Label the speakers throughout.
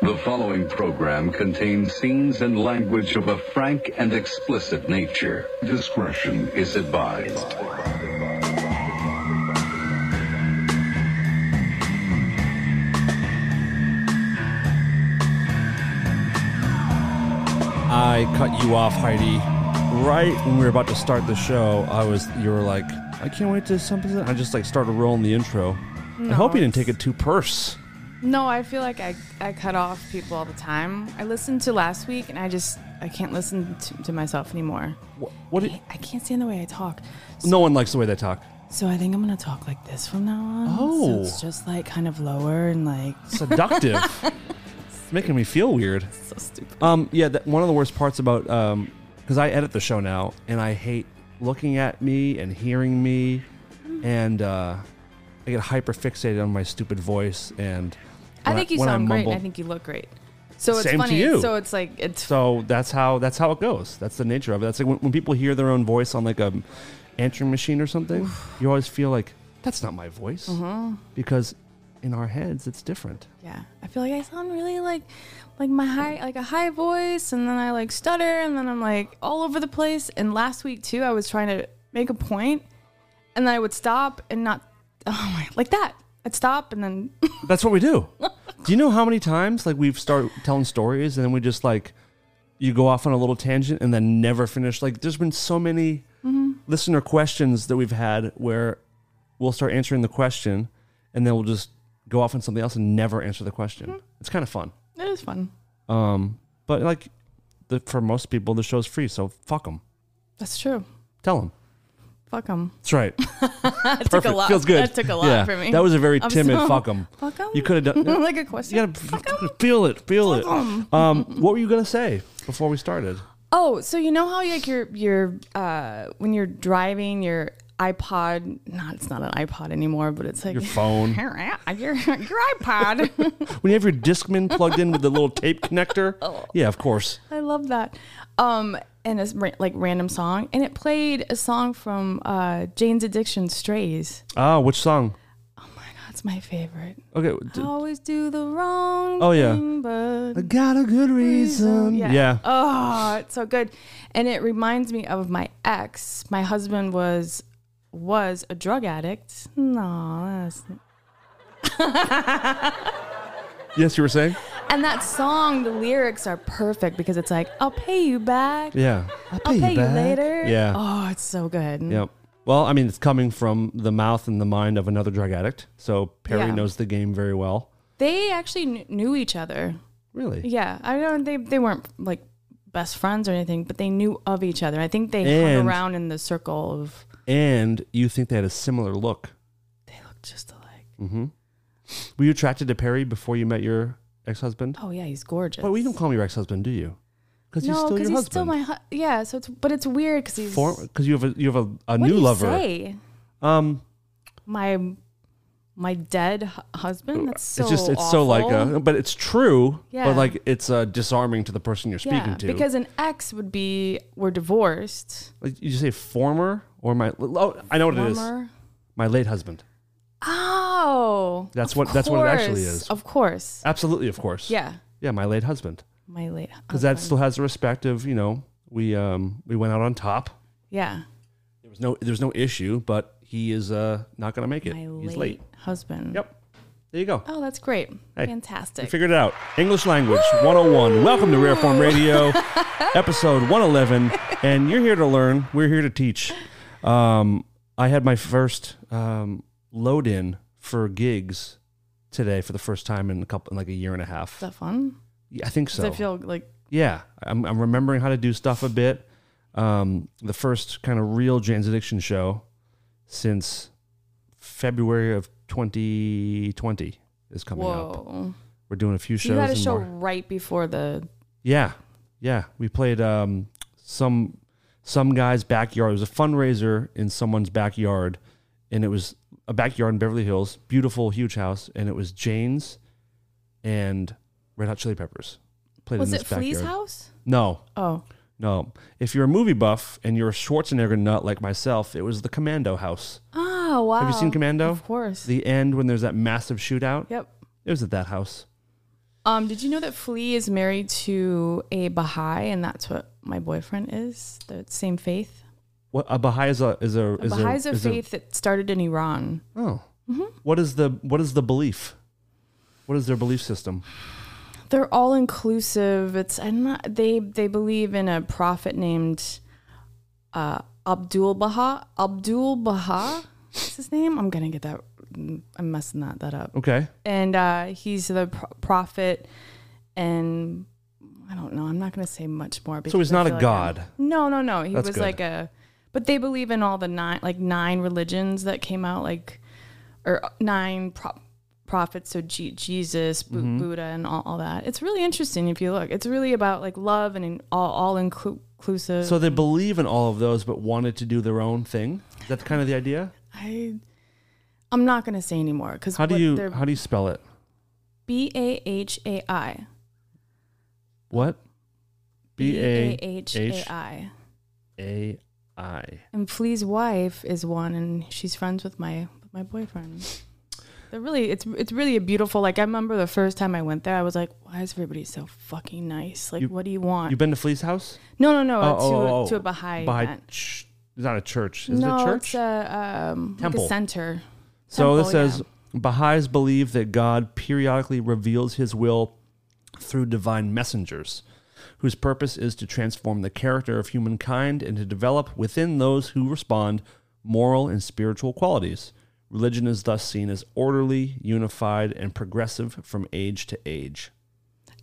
Speaker 1: The following program contains scenes and language of a frank and explicit nature. Discretion is advised.
Speaker 2: I cut you off, Heidi. Right when we were about to start the show, I was you were like, I can't wait to something. I just like started rolling the intro. I hope you didn't take it too purse.
Speaker 3: No, I feel like I, I cut off people all the time. I listened to last week and I just I can't listen to, to myself anymore.
Speaker 2: What? what did,
Speaker 3: I can't stand the way I talk. So,
Speaker 2: no one likes the way they talk.
Speaker 3: so I think I'm gonna talk like this from now on. So
Speaker 2: Oh.
Speaker 3: it's just like kind of lower and like
Speaker 2: Seductive. it's making me feel weird.
Speaker 3: so stupid.
Speaker 2: Um, yeah, that, one of the worst parts about um, because I edit the show now, and I hate looking at me and hearing me, and uh, I get hyper fixated on my stupid voice. And
Speaker 3: I
Speaker 2: when
Speaker 3: think you
Speaker 2: when
Speaker 3: sound great.
Speaker 2: mumble-
Speaker 3: and I think you look great. So it's
Speaker 2: Same to
Speaker 3: funny.
Speaker 2: you.
Speaker 3: So it's like it's
Speaker 2: So that's how that's how it goes. That's the nature of it. That's like when, when people hear their own voice on like a answering machine or something, you always feel like that's not my voice because in our heads it's different.
Speaker 3: yeah. I feel like I sound really like like my high like a high voice and then I like stutter and then I'm like all over the place. And last week too, I was trying to make a point and then I would stop and not oh my like that. I'd stop and then
Speaker 2: That's what we do. do you know how many times like we've start telling stories and then we just like you go off on a little tangent and then never finish? Like there's been so many listener questions that we've had where we'll start answering the question and then we'll just go off on something else and never answer the question. It's kind of fun.
Speaker 3: it was fun.
Speaker 2: Um, but like, the, for most people, the show's free, so fuck them.
Speaker 3: That's true.
Speaker 2: Tell them.
Speaker 3: Fuck them.
Speaker 2: That's right.
Speaker 3: That
Speaker 2: Perfect.
Speaker 3: took a lot.
Speaker 2: Feels good.
Speaker 3: That took a lot
Speaker 2: Yeah.
Speaker 3: for me.
Speaker 2: That was a very
Speaker 3: I'm
Speaker 2: timid
Speaker 3: so-
Speaker 2: fuck 'em.
Speaker 3: Fuck 'em?
Speaker 2: You could have done.
Speaker 3: like a question.
Speaker 2: You gotta feel it. Feel it. Um, what were you gonna say before we started?
Speaker 3: Oh, so you know how like your your uh when you're driving your iPod, not it's not an iPod anymore, but it's like
Speaker 2: Your phone.
Speaker 3: your your iPod.
Speaker 2: When you have your Discman plugged in with the little tape connector.
Speaker 3: Oh.
Speaker 2: Yeah, of course.
Speaker 3: I love that. Um, and it's ra- like random song, and it played a song from uh Jane's Addiction, Strays.
Speaker 2: Ah, which song?
Speaker 3: That's my favorite.
Speaker 2: Okay. d-
Speaker 3: I always do the wrong.
Speaker 2: Oh, yeah.
Speaker 3: thing, but
Speaker 2: I got a good reason.
Speaker 3: Yeah.
Speaker 2: Yeah.
Speaker 3: Oh, it's so good. And it reminds me of my ex. My husband was was a drug addict. No, that's
Speaker 2: Yes, you were saying.
Speaker 3: and that song, the lyrics are perfect because it's like, I'll pay you back.
Speaker 2: Yeah. I'll
Speaker 3: I'll pay you,
Speaker 2: back.
Speaker 3: later.
Speaker 2: Yeah.
Speaker 3: Oh, it's so good.
Speaker 2: Yep. Well, I mean, it's coming from the mouth and the mind of another drug addict. So Perry
Speaker 3: Yeah.
Speaker 2: knows the game very well.
Speaker 3: They actually kn- knew each other.
Speaker 2: Really?
Speaker 3: Yeah. I don't they they weren't like best friends or anything, but they knew of each other. I think they hung
Speaker 2: And-
Speaker 3: around in the circle of
Speaker 2: And you think they had a similar look.
Speaker 3: they look just alike.
Speaker 2: Were you attracted to Perry before you met your ex husband?
Speaker 3: Oh yeah, he's gorgeous.
Speaker 2: But well, you don't call me your ex husband, do you? Because he's
Speaker 3: no,
Speaker 2: still your
Speaker 3: because he's still
Speaker 2: husband.
Speaker 3: my hu- yeah. So it's but it's weird because he's
Speaker 2: Because you have a, you have a, a
Speaker 3: what
Speaker 2: new
Speaker 3: do you
Speaker 2: lover.
Speaker 3: Say?
Speaker 2: Um,
Speaker 3: My my dead hu- husband. That's so
Speaker 2: it's just it's so like, uh,
Speaker 3: awful.
Speaker 2: a, but it's true.
Speaker 3: Yeah.
Speaker 2: But like, it's uh, disarming to the person you're speaking
Speaker 3: yeah,
Speaker 2: to.
Speaker 3: because an ex would be we're divorced.
Speaker 2: like, you say former or my. Oh, I know what it is.
Speaker 3: Former.
Speaker 2: My late husband.
Speaker 3: Oh,
Speaker 2: That's
Speaker 3: of
Speaker 2: what- that's what it actually
Speaker 3: course,
Speaker 2: is.
Speaker 3: Of course,
Speaker 2: Absolutely, of course.
Speaker 3: yeah.
Speaker 2: Yeah, my late husband.
Speaker 3: My late
Speaker 2: because that still has the respect of you know we um we went out on top.
Speaker 3: yeah.
Speaker 2: There was no there's no issue, but he is uh not gonna make it.
Speaker 3: My
Speaker 2: He's
Speaker 3: late,
Speaker 2: late.
Speaker 3: husband.
Speaker 2: Yep. There you go.
Speaker 3: Oh, that's great.
Speaker 2: Hey, We
Speaker 3: Fantastic.
Speaker 2: figured it out. English language 101. Welcome to Rare Form Radio, episode 111. And you're here to learn. We're here to teach. Um, I had my first um, load in for gigs today for the first time in a couple in like a year and a half.
Speaker 3: is that fun?
Speaker 2: Yeah, I think so.
Speaker 3: Does it feel like
Speaker 2: yeah, I'm, I'm remembering how to do stuff a bit. Um, the first kind of real Jane's Addiction show since February of 2020 is coming up.
Speaker 3: whoa?
Speaker 2: We're doing a few shows.
Speaker 3: You had a
Speaker 2: and
Speaker 3: show
Speaker 2: more.
Speaker 3: right before the
Speaker 2: Yeah, yeah. We played um, some some guy's backyard. It was a fundraiser in someone's backyard, and it was a backyard in Beverly Hills, beautiful, huge house, and it was Jane's and Red Hot Chili Peppers. Played
Speaker 3: was
Speaker 2: in this
Speaker 3: it Flea's
Speaker 2: backyard.
Speaker 3: house?
Speaker 2: No,
Speaker 3: Oh,
Speaker 2: No. If you're a movie buff and you're a Schwarzenegger nut like myself, it was the Commando house.
Speaker 3: Oh wow!
Speaker 2: Have you seen Commando?
Speaker 3: Of course.
Speaker 2: The end when there's that massive shootout.
Speaker 3: yep.
Speaker 2: It was at that house.
Speaker 3: Um, did you know that Flea is married to a Baha'i, and that's what my boyfriend is? The same faith.
Speaker 2: What a Baha'i is a is a,
Speaker 3: A
Speaker 2: is
Speaker 3: Baha'i is a
Speaker 2: is
Speaker 3: faith Mm-hmm. that started in Iran.
Speaker 2: oh, What is the what is the belief? What is their belief system?
Speaker 3: They're all inclusive. It's I'm not. They they believe in a prophet named uh, Abdul Baha. Abdul Baha. What's his name? I'm gonna get that. I'm messing that that up.
Speaker 2: Okay,
Speaker 3: and uh, he's the pro- prophet and i don't know i'm not going to say much more because
Speaker 2: so he's
Speaker 3: I
Speaker 2: not a
Speaker 3: feel like
Speaker 2: god.
Speaker 3: I'm- no no no he
Speaker 2: That's
Speaker 3: was
Speaker 2: good.
Speaker 3: like a but they believe in all the nine like nine religions that came out like or uh, nine pro- prophets so Je- jesus Bu-
Speaker 2: Mm-hmm.
Speaker 3: buddha and all, all that it's really interesting if you look it's really about like love and in, all, all inclu- inclusive
Speaker 2: So they believe in all of those, but wanted to do their own thing. That's kind of the idea.
Speaker 3: i i'm not going to say anymore because
Speaker 2: How do you how do you spell it?
Speaker 3: b-a-h-a-i
Speaker 2: What? B A H A
Speaker 3: b-a-h-a-i
Speaker 2: I.
Speaker 3: And Flea's wife is one, and she's friends with my with my boyfriend. They're really it's it's really a beautiful. Like I remember the first time I went there, I was like, "Why is everybody so fucking nice? Like,
Speaker 2: You-
Speaker 3: what do you want?"
Speaker 2: You've been to Flea's house?
Speaker 3: no, no, no, uh,
Speaker 2: Oh,
Speaker 3: to,
Speaker 2: oh, oh.
Speaker 3: to a Baha'i, event.
Speaker 2: ch- it's not a church. Is
Speaker 3: no,
Speaker 2: it a church?
Speaker 3: it's a um, like
Speaker 2: Temple.
Speaker 3: a center.
Speaker 2: so
Speaker 3: temple,
Speaker 2: this says
Speaker 3: yeah.
Speaker 2: Baha'is believe that God periodically reveals his will through divine messengers, whose purpose is to transform the character of humankind and to develop within those who respond moral and spiritual qualities. Religion is thus seen as orderly, unified, and progressive from age to age.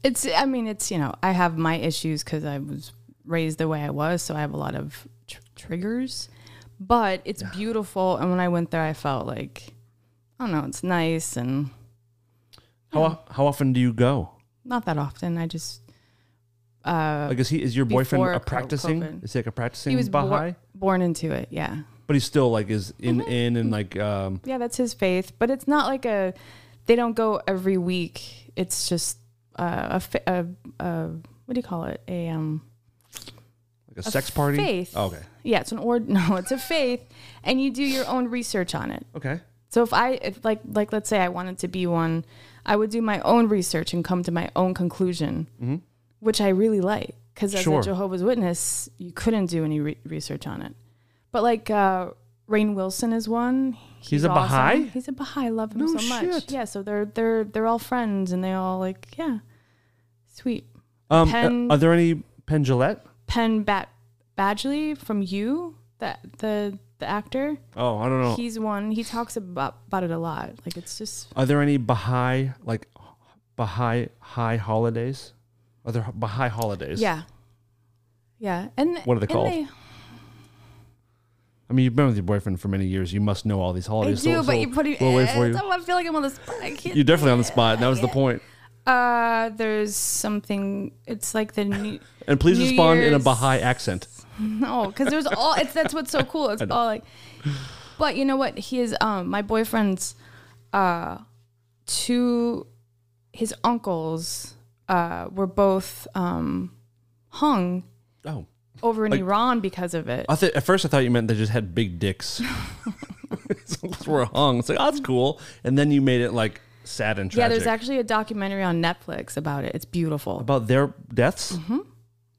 Speaker 3: It's I mean it's you know I have my issues because I was raised the way I was, so I have a lot of tr- triggers. But it's beautiful, and when I went there, I felt like I don't know, it's nice and. Hmm.
Speaker 2: How how often do you go?
Speaker 3: not that often. I just
Speaker 2: Like is he is your boyfriend
Speaker 3: before
Speaker 2: a
Speaker 3: co-
Speaker 2: practicing?
Speaker 3: COVID.
Speaker 2: Is he like a practicing
Speaker 3: he was bor-
Speaker 2: Baha'i?
Speaker 3: born into it. Yeah,
Speaker 2: but he's still like is in
Speaker 3: Mm-hmm.
Speaker 2: in and like um
Speaker 3: yeah, that's his faith. But it's not like a they don't go every week. It's just uh, a, fa- a, a what do you call it? A um
Speaker 2: like a, sex party.
Speaker 3: faith.
Speaker 2: Oh, okay.
Speaker 3: yeah, it's an ord. No, it's a faith, and you do your own research on it.
Speaker 2: Okay.
Speaker 3: So if I if like like let's say I wanted to be one, I would do my own research and come to my own conclusion, which I really like because as
Speaker 2: Mm-hmm. Sure.
Speaker 3: a Jehovah's Witness, you couldn't do any re- research on it. But like uh, Rain Wilson is one. He's,
Speaker 2: a
Speaker 3: awesome.
Speaker 2: Baha'i?
Speaker 3: He's a Baha'i. I love him
Speaker 2: No
Speaker 3: so much.
Speaker 2: shit.
Speaker 3: Yeah. So they're they're they're all friends and they all like yeah, sweet.
Speaker 2: Um uh,
Speaker 3: Pen-
Speaker 2: are there any pendulette?
Speaker 3: Penn Bat Badgley from You that the the actor.
Speaker 2: Oh, I don't know.
Speaker 3: He's one. He talks about about it a lot. Like it's just
Speaker 2: are there any Baha'i like Baha'i high holidays? Are there Baha'i holidays?
Speaker 3: Yeah. Yeah. And
Speaker 2: What are they
Speaker 3: and
Speaker 2: called? I mean, you've been with your boyfriend for many years. You must know all these
Speaker 3: I do,
Speaker 2: holidays. so-
Speaker 3: but
Speaker 2: so
Speaker 3: you put it. eh,
Speaker 2: We'll wait for you.
Speaker 3: I feel like I'm on the spot. I can't.
Speaker 2: You're definitely on the spot. And that was the point.
Speaker 3: Uh, there's something. It's like the new.
Speaker 2: And please
Speaker 3: New
Speaker 2: respond in a
Speaker 3: Year's-
Speaker 2: Baha'i accent.
Speaker 3: no, because there's all. It's that's what's so cool. It's all like. But you know what? He is um my boyfriend's, uh, two, his uncles, uh, were both um, hung
Speaker 2: Oh.
Speaker 3: over in Iran because of it.
Speaker 2: I th- at first, I thought you meant they just had big dicks. so we're hung. It's like, oh, that's cool. And then you made it like sad and tragic.
Speaker 3: Yeah, there's actually a documentary on Netflix about it. It's beautiful.
Speaker 2: about their deaths,
Speaker 3: Mm-hmm.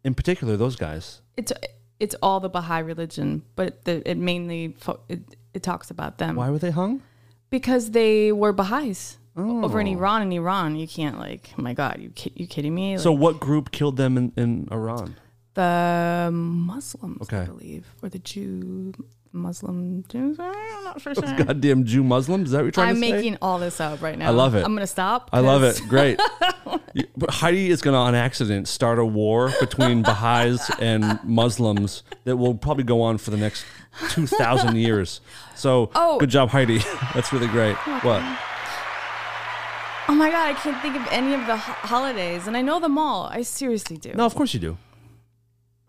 Speaker 2: in particular, those guys.
Speaker 3: it's it's all the Baha'i religion, but the, it mainly fo- it, it talks about them
Speaker 2: Why were they hung?
Speaker 3: because they were Baha'is
Speaker 2: Oh.
Speaker 3: over in Iran. In Iran, you can't like, oh my God, you ki- you kidding me? Like
Speaker 2: So, what group killed them in, in Iran?
Speaker 3: the Muslims, I
Speaker 2: Okay.
Speaker 3: believe, or the Jew Muslim Jews. I'm not for sure.
Speaker 2: Goddamn Jew Muslims? Is that what you're trying
Speaker 3: I'm
Speaker 2: to say?
Speaker 3: making all this up right now.
Speaker 2: love it.
Speaker 3: I'm gonna stop.
Speaker 2: I love
Speaker 3: 'cause
Speaker 2: it. Great. You- but Heidi is going to, on accident, start a war between Baha'is and Muslims that will probably go on for the next 2,000 years. So,
Speaker 3: Oh.
Speaker 2: good job, Heidi. That's really great. What?
Speaker 3: Oh my God, I can't think of any of the ho- holidays, and I know them all. I seriously do.
Speaker 2: No, of course you do.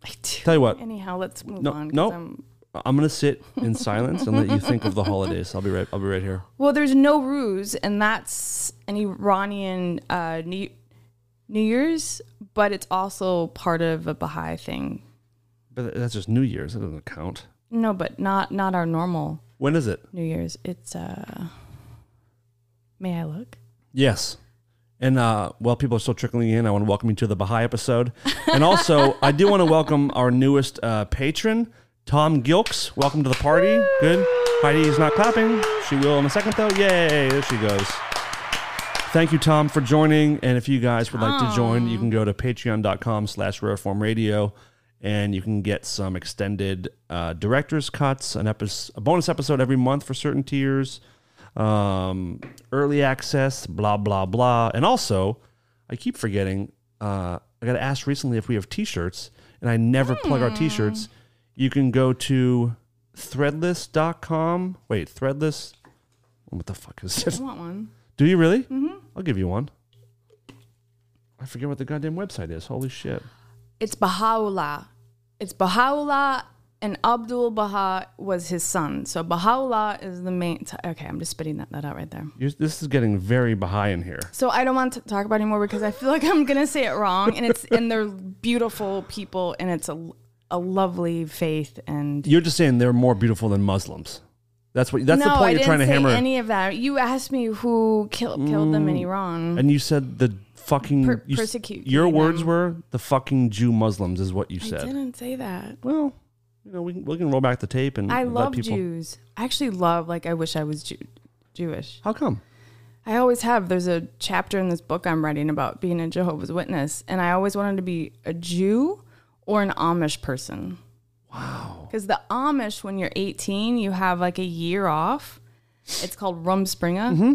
Speaker 3: I do.
Speaker 2: Tell you what.
Speaker 3: Anyhow, let's move
Speaker 2: No,
Speaker 3: on. 'cause
Speaker 2: no.
Speaker 3: I'm-
Speaker 2: I'm gonna sit in silence and let you think of the holidays. I'll be right. I'll be right here.
Speaker 3: Well, there's no ruse, and that's an Iranian uh, New, New Year's, but it's also part of a Baha'i thing.
Speaker 2: But that's just New Year's. That doesn't count.
Speaker 3: No, but not not our normal
Speaker 2: When is it?
Speaker 3: New Year's. It's uh, may I look?
Speaker 2: Yes, And uh, while people are still trickling in, I want to welcome you to the Baha'i episode. And also, I do want to welcome our newest uh, patron, Tom Gilks. Welcome to the party. Good. Heidi is not clapping. She will in a second, though. Yay. There she goes. Thank you, Tom, for joining. And if you guys would like to join, you can go to patreon.com slash rareform radio and you can get some extended uh, director's cuts, an episode, a bonus episode every month for certain tiers um, early access, blah blah blah. And also, I keep forgetting. Uh, I got asked recently if we have T-shirts, and I never plug our
Speaker 3: Hmm.
Speaker 2: T-shirts. You can go to threadless.com. Wait, threadless. What the fuck is this?
Speaker 3: I want one.
Speaker 2: Do you really? Mm-hmm. I'll give you one. I forget what the goddamn website is. Holy shit.
Speaker 3: It's Baha'u'llah. It's Baha'u'llah and Abdul Baha was his son. So Baha'u'llah is the main. T- okay, I'm just spitting that, that out right there.
Speaker 2: You're, this is getting very Baha'i in here.
Speaker 3: So I don't want to talk about it anymore because I feel like I'm gonna say it wrong, and it's and they're beautiful people, and it's a a lovely faith and.
Speaker 2: You're just saying they're more beautiful than Muslims. That's what. That's the point
Speaker 3: I
Speaker 2: you're
Speaker 3: didn't
Speaker 2: trying to
Speaker 3: say
Speaker 2: hammer. Mm,
Speaker 3: any of that. You asked me who kill, killed them in Iran.
Speaker 2: And you said the fucking
Speaker 3: Mm-hmm. Per-
Speaker 2: you s-
Speaker 3: persecute
Speaker 2: Your
Speaker 3: them.
Speaker 2: words were the fucking Jew Muslims is what you
Speaker 3: I
Speaker 2: said.
Speaker 3: didn't say that.
Speaker 2: Well, you know we can, we can roll back the tape and
Speaker 3: I
Speaker 2: let
Speaker 3: love
Speaker 2: Mm, people.
Speaker 3: Jews. I actually love. Like I wish I was Jew- Jewish.
Speaker 2: How come?
Speaker 3: I always have. There's a chapter in this book I'm reading about being a Jehovah's Witness, and I always wanted to be a Jew or an Amish person. Wow. Because the Amish, when you're 18, you have like a year off. It's called Rumspringa.
Speaker 2: Mm-hmm.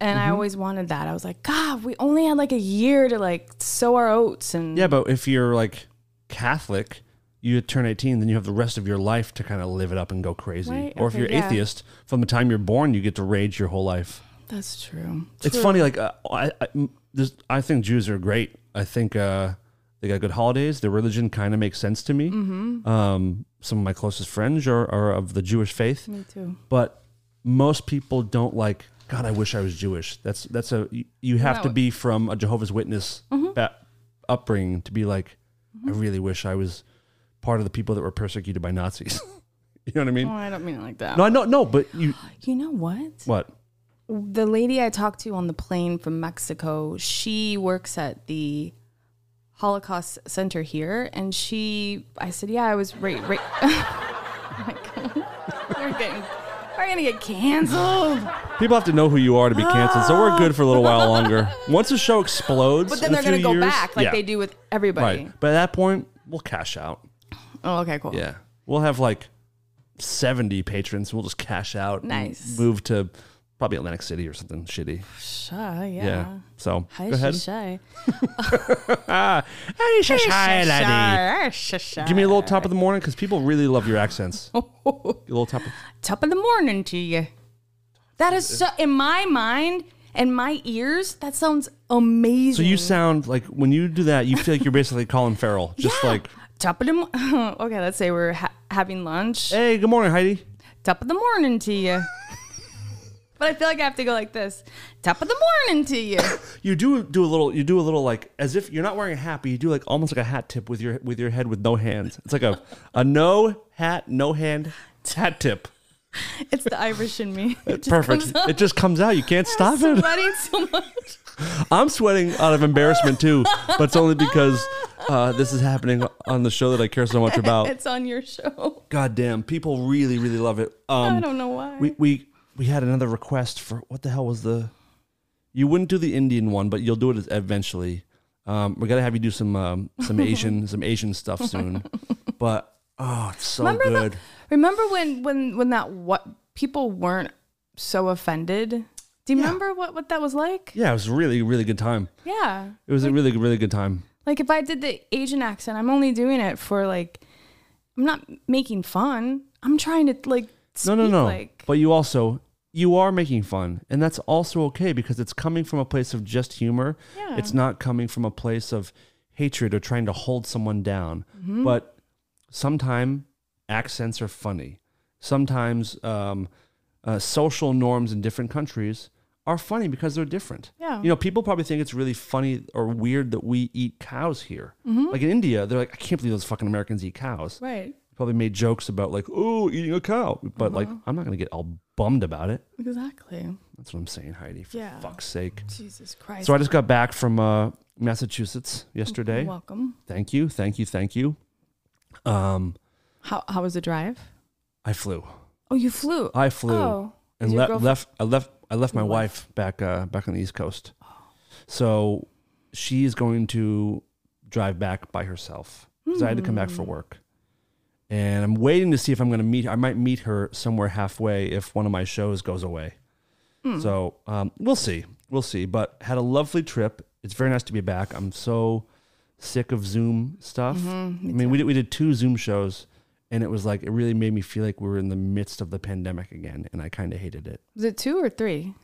Speaker 3: And I always wanted that. I was like, God, we only had like a year to like sow our oats and
Speaker 2: Yeah, but if you're like Catholic, you turn 18, then you have the rest of your life to kind of live it up and go crazy.
Speaker 3: Right,
Speaker 2: Or if
Speaker 3: okay,
Speaker 2: you're
Speaker 3: yeah.
Speaker 2: atheist, from the time you're born, you get to rage your whole life.
Speaker 3: that's true.
Speaker 2: It's funny. Like uh, I, I, m- this, I think Jews are great. I think uh, they got good holidays. Their religion kind of makes sense to me. Um, some of my closest friends are, are of the Jewish faith,
Speaker 3: Me too.
Speaker 2: but most people don't like. God, I wish I was Jewish. That's that's a you- you have to
Speaker 3: No.
Speaker 2: be from a Jehovah's Witness ba- upbringing to be like. I really wish I was part of the people that were persecuted by Nazis. you know what I mean?
Speaker 3: Well, I don't mean it like that.
Speaker 2: No, I no, no. But you
Speaker 3: you know what?
Speaker 2: what?
Speaker 3: the lady I talked to on the plane from Mexico, she works at the Holocaust Center here, and she, I said, yeah, I was right, right. oh my god, we're getting, we're gonna get canceled.
Speaker 2: People have to know who you are to be canceled, so we're good for a little while longer. Once the show explodes,
Speaker 3: But then
Speaker 2: in a
Speaker 3: they're gonna
Speaker 2: few
Speaker 3: go
Speaker 2: years-
Speaker 3: back like
Speaker 2: yeah,
Speaker 3: they do with everybody.
Speaker 2: Right. But at that point, we'll cash out.
Speaker 3: Oh, okay, cool.
Speaker 2: Yeah, we'll have like seventy patrons. We'll just cash out. and
Speaker 3: Nice.
Speaker 2: move to probably Atlantic City or something shitty.
Speaker 3: Shy, yeah.
Speaker 2: Yeah. So
Speaker 3: Hi,
Speaker 2: go ahead.
Speaker 3: shy.
Speaker 2: Hey, shy,
Speaker 3: Shy,
Speaker 2: lady.
Speaker 3: shy, shy, shy.
Speaker 2: Give me a little top of the morning because people really love your accents.
Speaker 3: Oh.
Speaker 2: a little top. Of,
Speaker 3: top of the morning to you. That is so in my mind and my ears. That sounds amazing.
Speaker 2: so you sound like when you do that, you feel like you're basically Colin Farrell, just like,
Speaker 3: top of the mo- okay. Let's say we're ha- having lunch.
Speaker 2: "Hey, good morning, Heidi."
Speaker 3: Top of the morning to you. but I feel like I have to go like this. Top of the morning to you.
Speaker 2: You do do a little. You do a little like as if you're not wearing a hat, but you do like almost like a hat tip with your with your head with no hands. It's like a a no hat, no hand hat tip.
Speaker 3: It's the Irish in me. It just
Speaker 2: Perfect.
Speaker 3: comes out.
Speaker 2: It just comes out. You can't stop
Speaker 3: I'm
Speaker 2: it.
Speaker 3: sweating so much.
Speaker 2: I'm sweating out of embarrassment too, but it's only because uh, this is happening on the show that I care so much about.
Speaker 3: It's on your show.
Speaker 2: God damn, people really really love it. Um,
Speaker 3: I don't know why.
Speaker 2: we we we had another request for what the hell was the you wouldn't do the Indian one, but you'll do it eventually. Um, we're gonna have you do some um, some Asian some Asian stuff soon, but oh, it's so
Speaker 3: Remember the-
Speaker 2: good.
Speaker 3: Remember when when when that what people weren't so offended? Do you remember what what that was like?
Speaker 2: yeah, it was a really really good time.
Speaker 3: Yeah.
Speaker 2: It was a really really good time.
Speaker 3: Like if I did the Asian accent, I'm only doing it for like I'm not making fun. I'm trying to like
Speaker 2: No no
Speaker 3: speak
Speaker 2: no.
Speaker 3: like
Speaker 2: But you also you are making fun, and that's also okay because it's coming from a place of just humor.
Speaker 3: Yeah.
Speaker 2: It's not coming from a place of hatred or trying to hold someone down.
Speaker 3: Mm-hmm.
Speaker 2: But sometimes accents are funny. Sometimes um, uh, social norms in different countries are funny because they're different.
Speaker 3: Yeah.
Speaker 2: You know, people probably think it's really funny or weird that we eat cows here.
Speaker 3: Mm-hmm.
Speaker 2: Like in India, they're like, I can't believe those fucking Americans eat cows.
Speaker 3: right.
Speaker 2: Probably made jokes about like, oh, eating a cow. But like, I'm not going to get all bummed about it.
Speaker 3: Exactly.
Speaker 2: That's what I'm saying, Heidi. For
Speaker 3: Yeah.
Speaker 2: fuck's sake.
Speaker 3: Jesus Christ.
Speaker 2: So I just got back from uh, Massachusetts yesterday.
Speaker 3: Welcome.
Speaker 2: Thank you, thank you, thank you. Um,
Speaker 3: How how was the drive?
Speaker 2: I flew.
Speaker 3: Oh, you flew.
Speaker 2: I flew
Speaker 3: Oh,
Speaker 2: and
Speaker 3: Is your
Speaker 2: le-
Speaker 3: girlfriend-
Speaker 2: left. I left. I left my
Speaker 3: Your Oh.
Speaker 2: wife, back uh, back on the East Coast. So she is going to drive back by herself because I had to come back for
Speaker 3: Hmm.
Speaker 2: work. And I'm waiting to see if I'm going to meet. I might meet her somewhere halfway if one of my shows goes away.
Speaker 3: Hmm.
Speaker 2: So um, we'll see. We'll see. But had a lovely trip. It's very nice to be back. I'm so sick of Zoom stuff.
Speaker 3: Mm-hmm.
Speaker 2: I mean, we did, we did two Zoom shows, and it was like, it really made me feel like we were in the midst of the pandemic again, and I kind of hated it.
Speaker 3: was it two or three?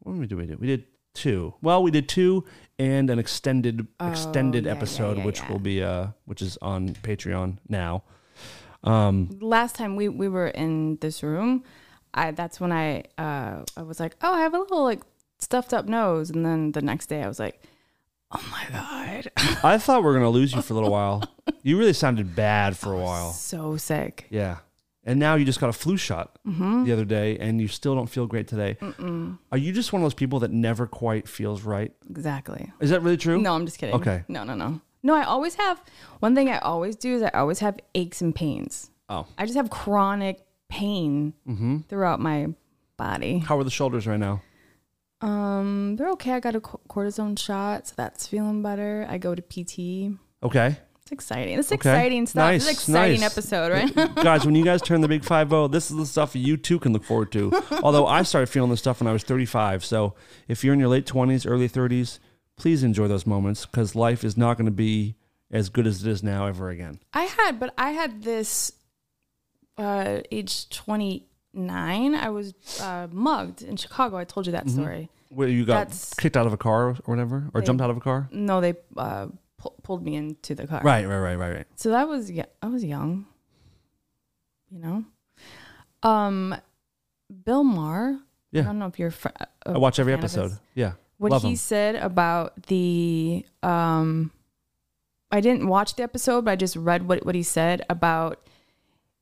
Speaker 2: What did we do? We did, we did two. Well, we did two and an extended
Speaker 3: Oh,
Speaker 2: extended
Speaker 3: yeah, yeah,
Speaker 2: episode,
Speaker 3: yeah,
Speaker 2: which
Speaker 3: yeah.
Speaker 2: will be uh, which is on Patreon now. Um,
Speaker 3: Last time we we were in this room, I that's when I uh I was like, oh, I have a little like stuffed up nose, and then the next day I was like, oh my god,
Speaker 2: I thought we were gonna lose you for a little while. You really sounded bad for a
Speaker 3: Oh,
Speaker 2: while.
Speaker 3: so sick.
Speaker 2: Yeah. And now you just got a flu shot
Speaker 3: Mm-hmm.
Speaker 2: the other day and you still don't feel great today. Are you just one of those people that never quite feels right?
Speaker 3: Exactly.
Speaker 2: Is that really true?
Speaker 3: No, I'm just kidding.
Speaker 2: Okay.
Speaker 3: No, no, no. No, I always have one thing I always do is I always have aches and pains.
Speaker 2: Oh. Mm-hmm.
Speaker 3: I just have chronic pain throughout my body.
Speaker 2: How are the shoulders right now?
Speaker 3: Um, they're okay. I got a co- cortisone shot, so that's feeling better. I go to PT.
Speaker 2: Okay.
Speaker 3: It's exciting. It's
Speaker 2: Okay.
Speaker 3: exciting stuff. It's
Speaker 2: Nice,
Speaker 3: it's exciting
Speaker 2: nice.
Speaker 3: episode, right?
Speaker 2: guys, when you guys turn the big 5 0, this is the stuff you too can look forward to. Although I started feeling this stuff when I was 35. So if you're in your late 20s, early 30s, please enjoy those moments because life is not going to be as good as it is now ever again.
Speaker 3: I had, but I had this uh, age twenty nine. I was uh, mugged in Chicago. I told you that
Speaker 2: Mm-hmm.
Speaker 3: story.
Speaker 2: Where you got
Speaker 3: That's-
Speaker 2: kicked out of a car or whatever, or jumped out of a car?
Speaker 3: No, they uh, pu- pulled me into the car.
Speaker 2: Right, right, right, right, right.
Speaker 3: So that was yeah, I was young. You know, um, Bill Maher.
Speaker 2: Yeah.
Speaker 3: I don't know if you're. Fr- uh, a
Speaker 2: I watch every
Speaker 3: fan of his-
Speaker 2: episode. Yeah.
Speaker 3: what
Speaker 2: Love
Speaker 3: he
Speaker 2: him.
Speaker 3: said about the um I didn't watch the episode, but I just read what what he said about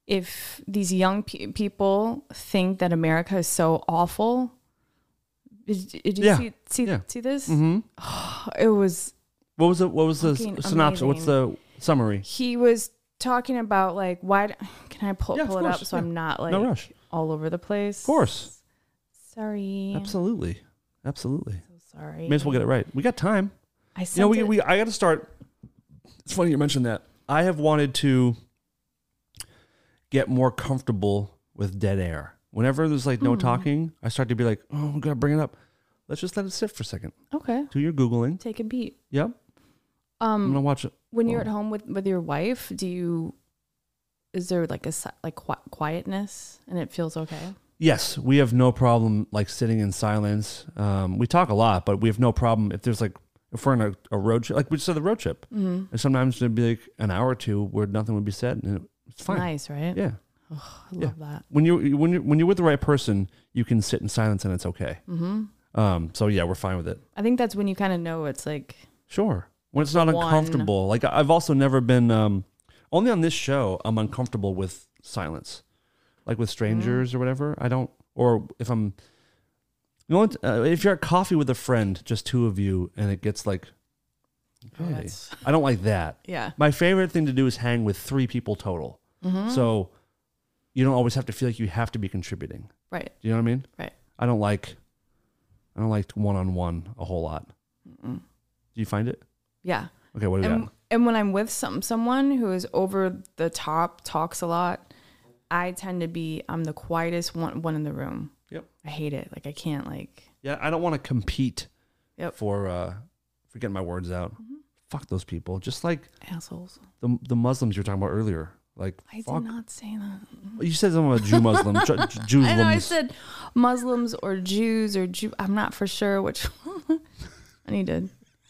Speaker 3: if these young pe- people think that America is so awful. Did, did you
Speaker 2: Yeah.
Speaker 3: see see,
Speaker 2: Yeah.
Speaker 3: see this?
Speaker 2: Mm-hmm.
Speaker 3: It was
Speaker 2: What was the what was the s-
Speaker 3: Fucking
Speaker 2: synopsis? What's the summary?
Speaker 3: he was talking about like why d- can I pull
Speaker 2: Yeah, of
Speaker 3: pull it up
Speaker 2: course,
Speaker 3: so
Speaker 2: yeah.
Speaker 3: I'm not like
Speaker 2: No rush.
Speaker 3: all over the place?
Speaker 2: Of course,
Speaker 3: Sorry.
Speaker 2: absolutely, absolutely.
Speaker 3: Sorry.
Speaker 2: May as well get it right. We got time.
Speaker 3: I
Speaker 2: You know,
Speaker 3: sent
Speaker 2: we,
Speaker 3: it-
Speaker 2: we I got to start. It's funny you mentioned that. I have wanted to get more comfortable with dead air. Whenever there's like no
Speaker 3: Hmm.
Speaker 2: talking, I start to be like, oh, we gotta bring it up. Let's just let it sit for a second.
Speaker 3: okay.
Speaker 2: Do your googling.
Speaker 3: Take a beat.
Speaker 2: Yep. I'm
Speaker 3: Um
Speaker 2: gonna watch it.
Speaker 3: when you're
Speaker 2: Oh.
Speaker 3: at home with with your wife do you is there like a si- like qui- quietness and it feels okay
Speaker 2: Yes, we have no problem like sitting in silence. Um, we talk a lot, but we have no problem if there's like if we're on a, a road trip, like we just did the road trip,
Speaker 3: Mm-hmm.
Speaker 2: and sometimes it'd be like an hour or two where nothing would be said, and it's fine.
Speaker 3: nice right
Speaker 2: Yeah,
Speaker 3: i love that
Speaker 2: when you when you when you're with the right person, you can sit in silence and it's okay. Mm-hmm. Um, so yeah, we're fine with it.
Speaker 3: i think that's when you kind of know it's like
Speaker 2: Sure, when it's not
Speaker 3: One.
Speaker 2: uncomfortable. Like I- I've also never been um, only on this show. I'm uncomfortable with silence, like with
Speaker 3: Mm.
Speaker 2: strangers or whatever. I don't, or if I'm, you know, what, uh, if you're at coffee with a friend, just two of you, and it gets like, hey,
Speaker 3: Oh, that's-
Speaker 2: I don't like that.
Speaker 3: yeah
Speaker 2: My favorite thing to do is hang with three people total.
Speaker 3: Mm-hmm.
Speaker 2: So you don't always have to feel like you have to be contributing.
Speaker 3: right
Speaker 2: Do you know what I mean?
Speaker 3: right
Speaker 2: I don't like I don't like one on one a whole lot. Do you find it?
Speaker 3: yeah
Speaker 2: Okay, what do we
Speaker 3: and,
Speaker 2: got?
Speaker 3: and when i'm with some someone who is over the top talks a lot i tend to be i'm the quietest one one in the room
Speaker 2: Yep.
Speaker 3: i hate it like i can't like
Speaker 2: Yeah, I don't want to compete
Speaker 3: Yep. Mm-hmm.
Speaker 2: for uh for getting my words out. Fuck those people. Just like
Speaker 3: assholes
Speaker 2: the the Muslims you were talking about earlier. Like
Speaker 3: i
Speaker 2: fuck.
Speaker 3: did not say that
Speaker 2: You said something about Jew Muslim, Ju- Jew
Speaker 3: I know I
Speaker 2: Muslims.
Speaker 3: said Muslims or Jews or Jew. I'm not for sure which. I need to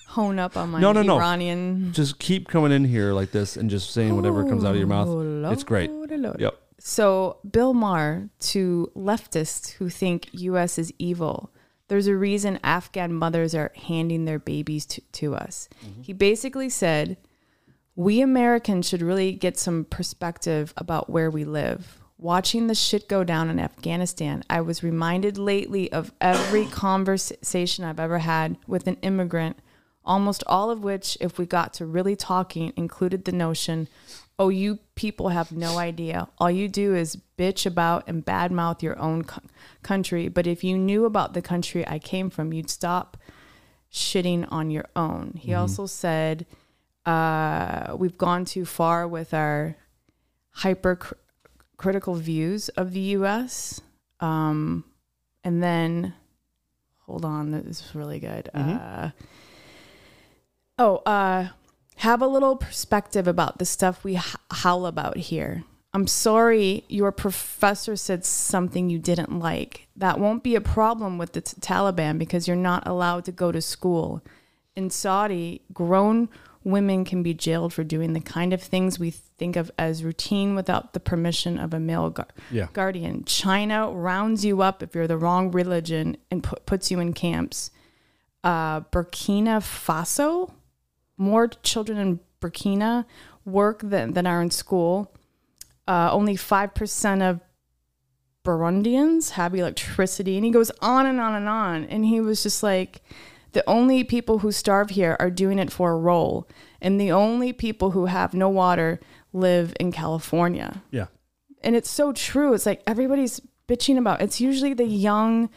Speaker 3: hone up on my
Speaker 2: No, no, no.
Speaker 3: Iranian.
Speaker 2: Just keep coming in here like this and just saying whatever comes out of your mouth.
Speaker 3: Oh,
Speaker 2: It's great.
Speaker 3: Lord, Lord.
Speaker 2: Yep.
Speaker 3: So Bill Maher to leftists who think U.S. is evil. There's a reason Afghan mothers are handing their babies to, to us.
Speaker 2: Mm-hmm.
Speaker 3: He basically said, "We Americans should really get some perspective about where we live. watching the shit go down in Afghanistan, I was reminded lately of every conversation I've ever had with an immigrant, almost all of which, if we got to really talking, included the notion, oh, you people have no idea. All you do is bitch about and badmouth your own co- country. But if you knew about the country I came from, you'd stop shitting on your own. He also said, uh, we've gone too far with our hypercritical views of the U.S. Um, and then, hold on, this is really good. Uh, oh, uh, have a little perspective about the stuff we h- howl about here. I'm sorry your professor said something you didn't like. That won't be a problem with the t- Taliban because you're not allowed to go to school. In Saudi, grown women can be jailed for doing the kind of things we think of as routine without the permission of a male gar-
Speaker 2: Yeah.
Speaker 3: guardian. China rounds you up if you're the wrong religion and pu- puts you in camps. Uh, Burkina Faso, more children in Burkina work than, than are in school. Uh, only 5% of Burundians have electricity. And he goes on and on and on. And he was just like, the only people who starve here are doing it for a role. And the only people who have no water live in California
Speaker 2: Yeah.
Speaker 3: and it's so true. It's like everybody's bitching about. It's usually the young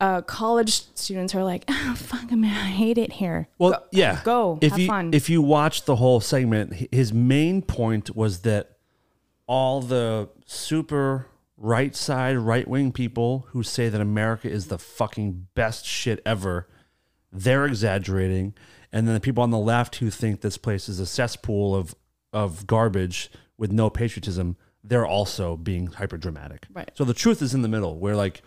Speaker 3: uh, college students who are like, oh, "Fuck, man, I hate it here."
Speaker 2: Well, yeah.
Speaker 3: go,
Speaker 2: If
Speaker 3: have
Speaker 2: you
Speaker 3: fun.
Speaker 2: if you watch the whole segment, h- his main point was that all the super right side, right wing people who say that America is the fucking best shit ever, they're exaggerating, and then the people on the left who think this place is a cesspool of of garbage with no patriotism, they're also being hyper dramatic.
Speaker 3: Right. Mm-hmm.
Speaker 2: So the truth is in the middle, where like.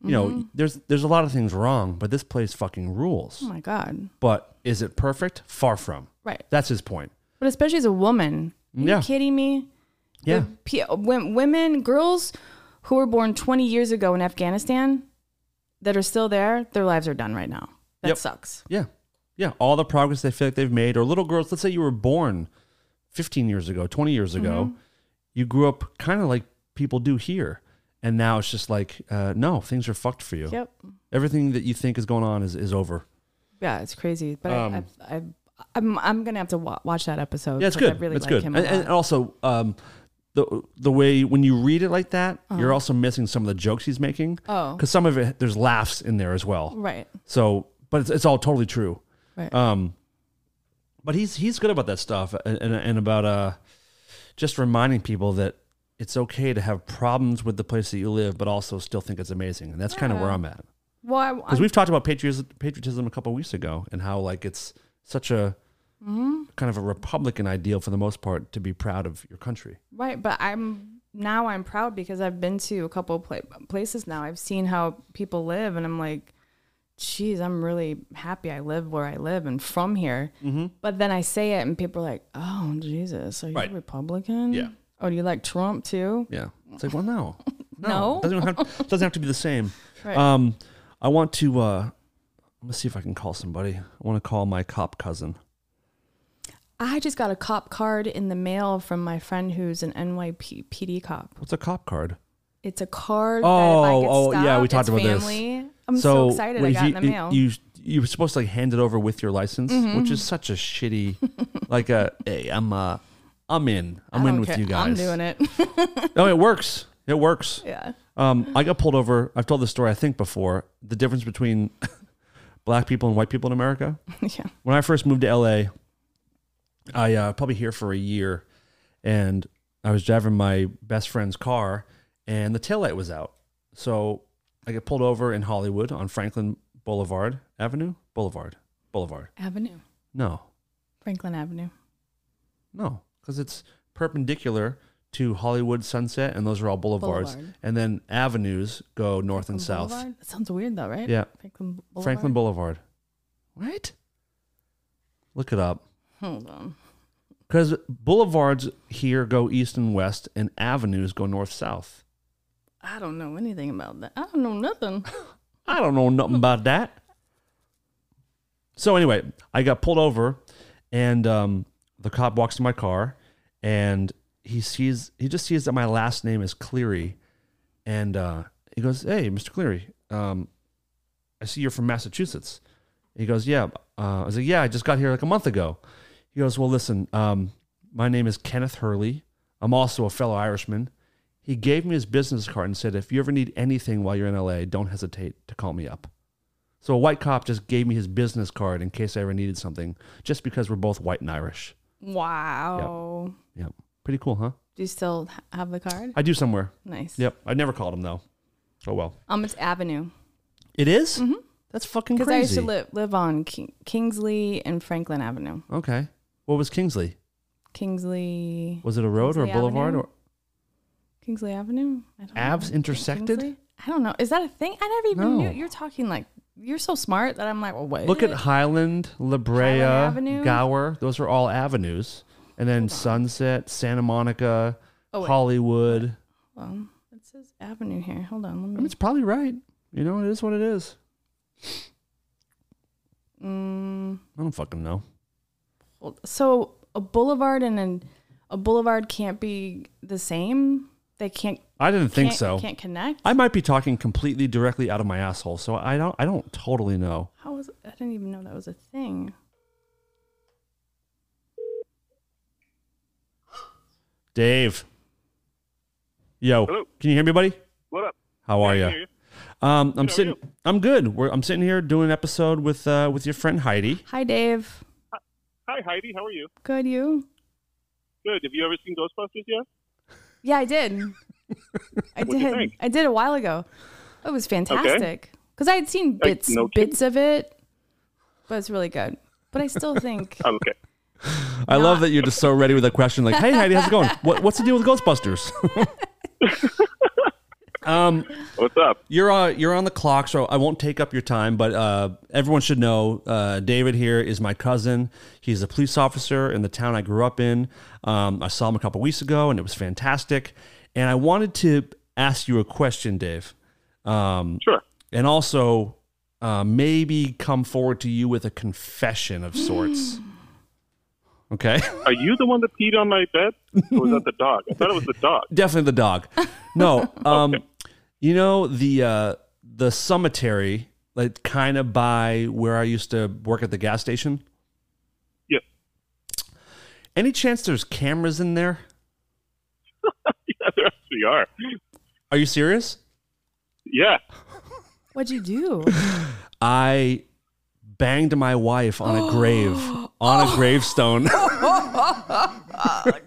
Speaker 2: You know, there's there's a lot of things wrong, but this place fucking rules
Speaker 3: Oh my god!
Speaker 2: but is it perfect? Far from.
Speaker 3: Right,
Speaker 2: That's his point.
Speaker 3: but especially as a woman, are
Speaker 2: Yeah.
Speaker 3: you kidding me?
Speaker 2: Yeah.
Speaker 3: P- wom- women, girls who were born 20 years ago in Afghanistan that are still there, their lives are done right now. That
Speaker 2: Yep.
Speaker 3: sucks.
Speaker 2: Yeah. Yeah. All the progress they feel like they've made, or little girls, let's say you were born 15 years ago, 20 years ago,
Speaker 3: Mm-hmm.
Speaker 2: you grew up kind of like people do here. And now it's just like, uh, no, things are fucked for you.
Speaker 3: Yep.
Speaker 2: Everything that you think is going on is, is over.
Speaker 3: Yeah, it's crazy. But I,
Speaker 2: Um,
Speaker 3: I, I, I'm I'm gonna have to wa- watch that episode.
Speaker 2: Yeah, it's
Speaker 3: 'cause I
Speaker 2: good.
Speaker 3: really
Speaker 2: it's
Speaker 3: like
Speaker 2: good.
Speaker 3: him
Speaker 2: And,
Speaker 3: a lot.
Speaker 2: and also, um, the, the way when you read it like that, you're also missing some of the jokes he's making.
Speaker 3: Uh-huh. Oh.
Speaker 2: Because some of it, there's laughs in there as well.
Speaker 3: right.
Speaker 2: So, but it's, it's all totally true.
Speaker 3: Right.
Speaker 2: Um, but he's he's good about that stuff and and, and about uh, just reminding people that it's okay to have problems with the place that you live, but also still think it's amazing. And that's kind of where I'm at
Speaker 3: Well, I,
Speaker 2: because we've talked about patriotism, patriotism a couple weeks ago and how like it's such a
Speaker 3: Mm-hmm.
Speaker 2: kind of a republican ideal for the most part to be proud of your country.
Speaker 3: Right, but I'm now I'm proud because I've been to a couple of pla- places now. I've seen how people live, and I'm like, geez, I'm really happy I live where I live and from here.
Speaker 2: Mm-hmm.
Speaker 3: But then I say it, and people are like, oh Jesus, are you
Speaker 2: Right.
Speaker 3: Republican?
Speaker 2: Yeah.
Speaker 3: Oh, do you like Trump too?
Speaker 2: Yeah, it's like well, no,
Speaker 3: No?
Speaker 2: doesn't have doesn't have to be the same.
Speaker 3: Right.
Speaker 2: Um, I want to. Uh, let me see if I can call somebody. I want to call my cop cousin.
Speaker 3: I just got a cop card in the mail from my friend who's an NYPD cop.
Speaker 2: What's a cop card?
Speaker 3: It's a card. that if I
Speaker 2: Oh,
Speaker 3: get
Speaker 2: oh, yeah,
Speaker 3: stopped,
Speaker 2: we talked
Speaker 3: it's
Speaker 2: about this.
Speaker 3: family. I'm so, excited I
Speaker 2: if
Speaker 3: got
Speaker 2: you,
Speaker 3: in the mail. Mm-hmm.
Speaker 2: You you were supposed to like hand it over with your license, which is such a shitty. like a hey, I'm uh, I'm in. I'm in with you guys.
Speaker 3: I'm doing it.
Speaker 2: No, it works. It works.
Speaker 3: yeah.
Speaker 2: Um, I got pulled over. I've told this story I think before. The difference between black people and white people in America.
Speaker 3: Yeah.
Speaker 2: when I first moved to LA, I uh, probably here for a year, and I was driving my best friend's car, and the taillight was out. So I get pulled over in Hollywood on Franklin Boulevard Avenue, Boulevard, Boulevard.
Speaker 3: Avenue.
Speaker 2: No,
Speaker 3: Franklin Avenue.
Speaker 2: no, because it's perpendicular to Hollywood Sunset, and those are all boulevards,
Speaker 3: Boulevard.
Speaker 2: and then avenues go north and south.
Speaker 3: That sounds weird though, right?
Speaker 2: Yeah.
Speaker 3: Franklin Boulevard.
Speaker 2: Franklin Boulevard. What? Look it up.
Speaker 3: Hold on.
Speaker 2: Because boulevards here go east and west, and avenues go north south.
Speaker 3: I don't know anything about that. I don't know nothing.
Speaker 2: I don't know nothing about that. So anyway, I got pulled over, and um, the cop walks to my car, and he sees he just sees that my last name is Cleary, and uh, he goes, "Hey, Mr. Cleary, um, I see you're from Massachusetts." He goes, "Yeah." Uh, I was like, "Yeah, I just got here like a month ago." He goes, "Well, listen, um, my name is Kenneth Hurley. I'm also a fellow Irishman." He gave me his business card and said, "If you ever need anything while you're in LA, don't hesitate to call me up." So a white cop just gave me his business card in case I ever needed something, just because we're both white and Irish.
Speaker 3: Wow.
Speaker 2: Yep. Pretty cool, huh?
Speaker 3: Do you still ha- have the card?
Speaker 2: I do somewhere.
Speaker 3: Nice.
Speaker 2: Yep. I never called him though. Oh well.
Speaker 3: Um, it's Avenue
Speaker 2: It is? That's fucking
Speaker 3: because
Speaker 2: crazy.
Speaker 3: Mm-hmm. I used to live live on King- Kingsley and Franklin Avenue.
Speaker 2: Okay. What was Kingsley?
Speaker 3: Kingsley,
Speaker 2: Was it a road or a
Speaker 3: Kingsley
Speaker 2: boulevard
Speaker 3: Avenue?
Speaker 2: or
Speaker 3: Kingsley Avenue. I don't
Speaker 2: Abs
Speaker 3: know.
Speaker 2: intersected?
Speaker 3: Kingsley? I don't know. Is that a thing? I never even
Speaker 2: No.
Speaker 3: knew. You're talking like you're so smart that I'm like, well, wait.
Speaker 2: Look at Highland, La Brea,
Speaker 3: Avenue?
Speaker 2: Gower. Those are all avenues. And then Sunset, Santa Monica,
Speaker 3: Oh, wait.
Speaker 2: Hollywood.
Speaker 3: Well, it says Avenue here. Hold on.
Speaker 2: I
Speaker 3: Let
Speaker 2: mean,
Speaker 3: me.
Speaker 2: it's probably right. You know, it is what it is.
Speaker 3: Mm,
Speaker 2: I don't fucking know.
Speaker 3: hold- so a boulevard and an, a boulevard can't be the same. They can't.
Speaker 2: I didn't think
Speaker 3: can't-
Speaker 2: so.
Speaker 3: Can't connect.
Speaker 2: I might be talking completely directly out of my asshole, so I don't I don't totally know.
Speaker 3: How was? I didn't even know that was a thing.
Speaker 2: Dave. Yo.
Speaker 4: Hello.
Speaker 2: Can you hear me, buddy?
Speaker 4: What up?
Speaker 2: How are
Speaker 4: Yeah, I
Speaker 2: you?
Speaker 4: can hear
Speaker 2: Um, I'm
Speaker 4: Good, how are
Speaker 2: sitting. I'm good. We're, I'm sitting here doing an episode with uh, with your friend Heidi.
Speaker 3: Hi, Dave.
Speaker 4: Hi, Heidi. How are you?
Speaker 3: Good, you?
Speaker 4: Good. Have you ever seen Ghostbusters yet?
Speaker 3: Yeah, I did. I
Speaker 4: What'd you
Speaker 3: did.
Speaker 4: think?
Speaker 3: I did a while ago. It was fantastic because I had seen
Speaker 4: Like,
Speaker 3: bits
Speaker 4: no kidding.
Speaker 3: bits of it, but it's really good. But I still think
Speaker 4: Oh, okay.
Speaker 2: I love that you're just so ready with a question like, "Hey, Heidi, how's it going? What, what's the deal with Ghostbusters?" um,
Speaker 4: What's up?
Speaker 2: you're uh, you're on the clock, so I won't take up your time. But uh, everyone should know uh, David here is my cousin. He's a police officer in the town I grew up in. Um, I saw him a couple weeks ago, and it was fantastic. And I wanted to ask you a question, Dave. Um,
Speaker 4: Sure.
Speaker 2: and also uh, maybe come forward to you with a confession of sorts. okay,
Speaker 4: Are you the one that peed on my bed? Or was that the dog? I thought it was the dog.
Speaker 2: definitely the dog. No, um, you know the uh, the cemetery, like kind of by where I used to work at the gas station.
Speaker 4: Yeah.
Speaker 2: Any chance there's cameras in there?
Speaker 4: Yeah, there actually are.
Speaker 2: Are you serious?
Speaker 4: Yeah.
Speaker 3: what'd you do?
Speaker 2: I banged my wife on a grave, on a gravestone.
Speaker 4: Uh,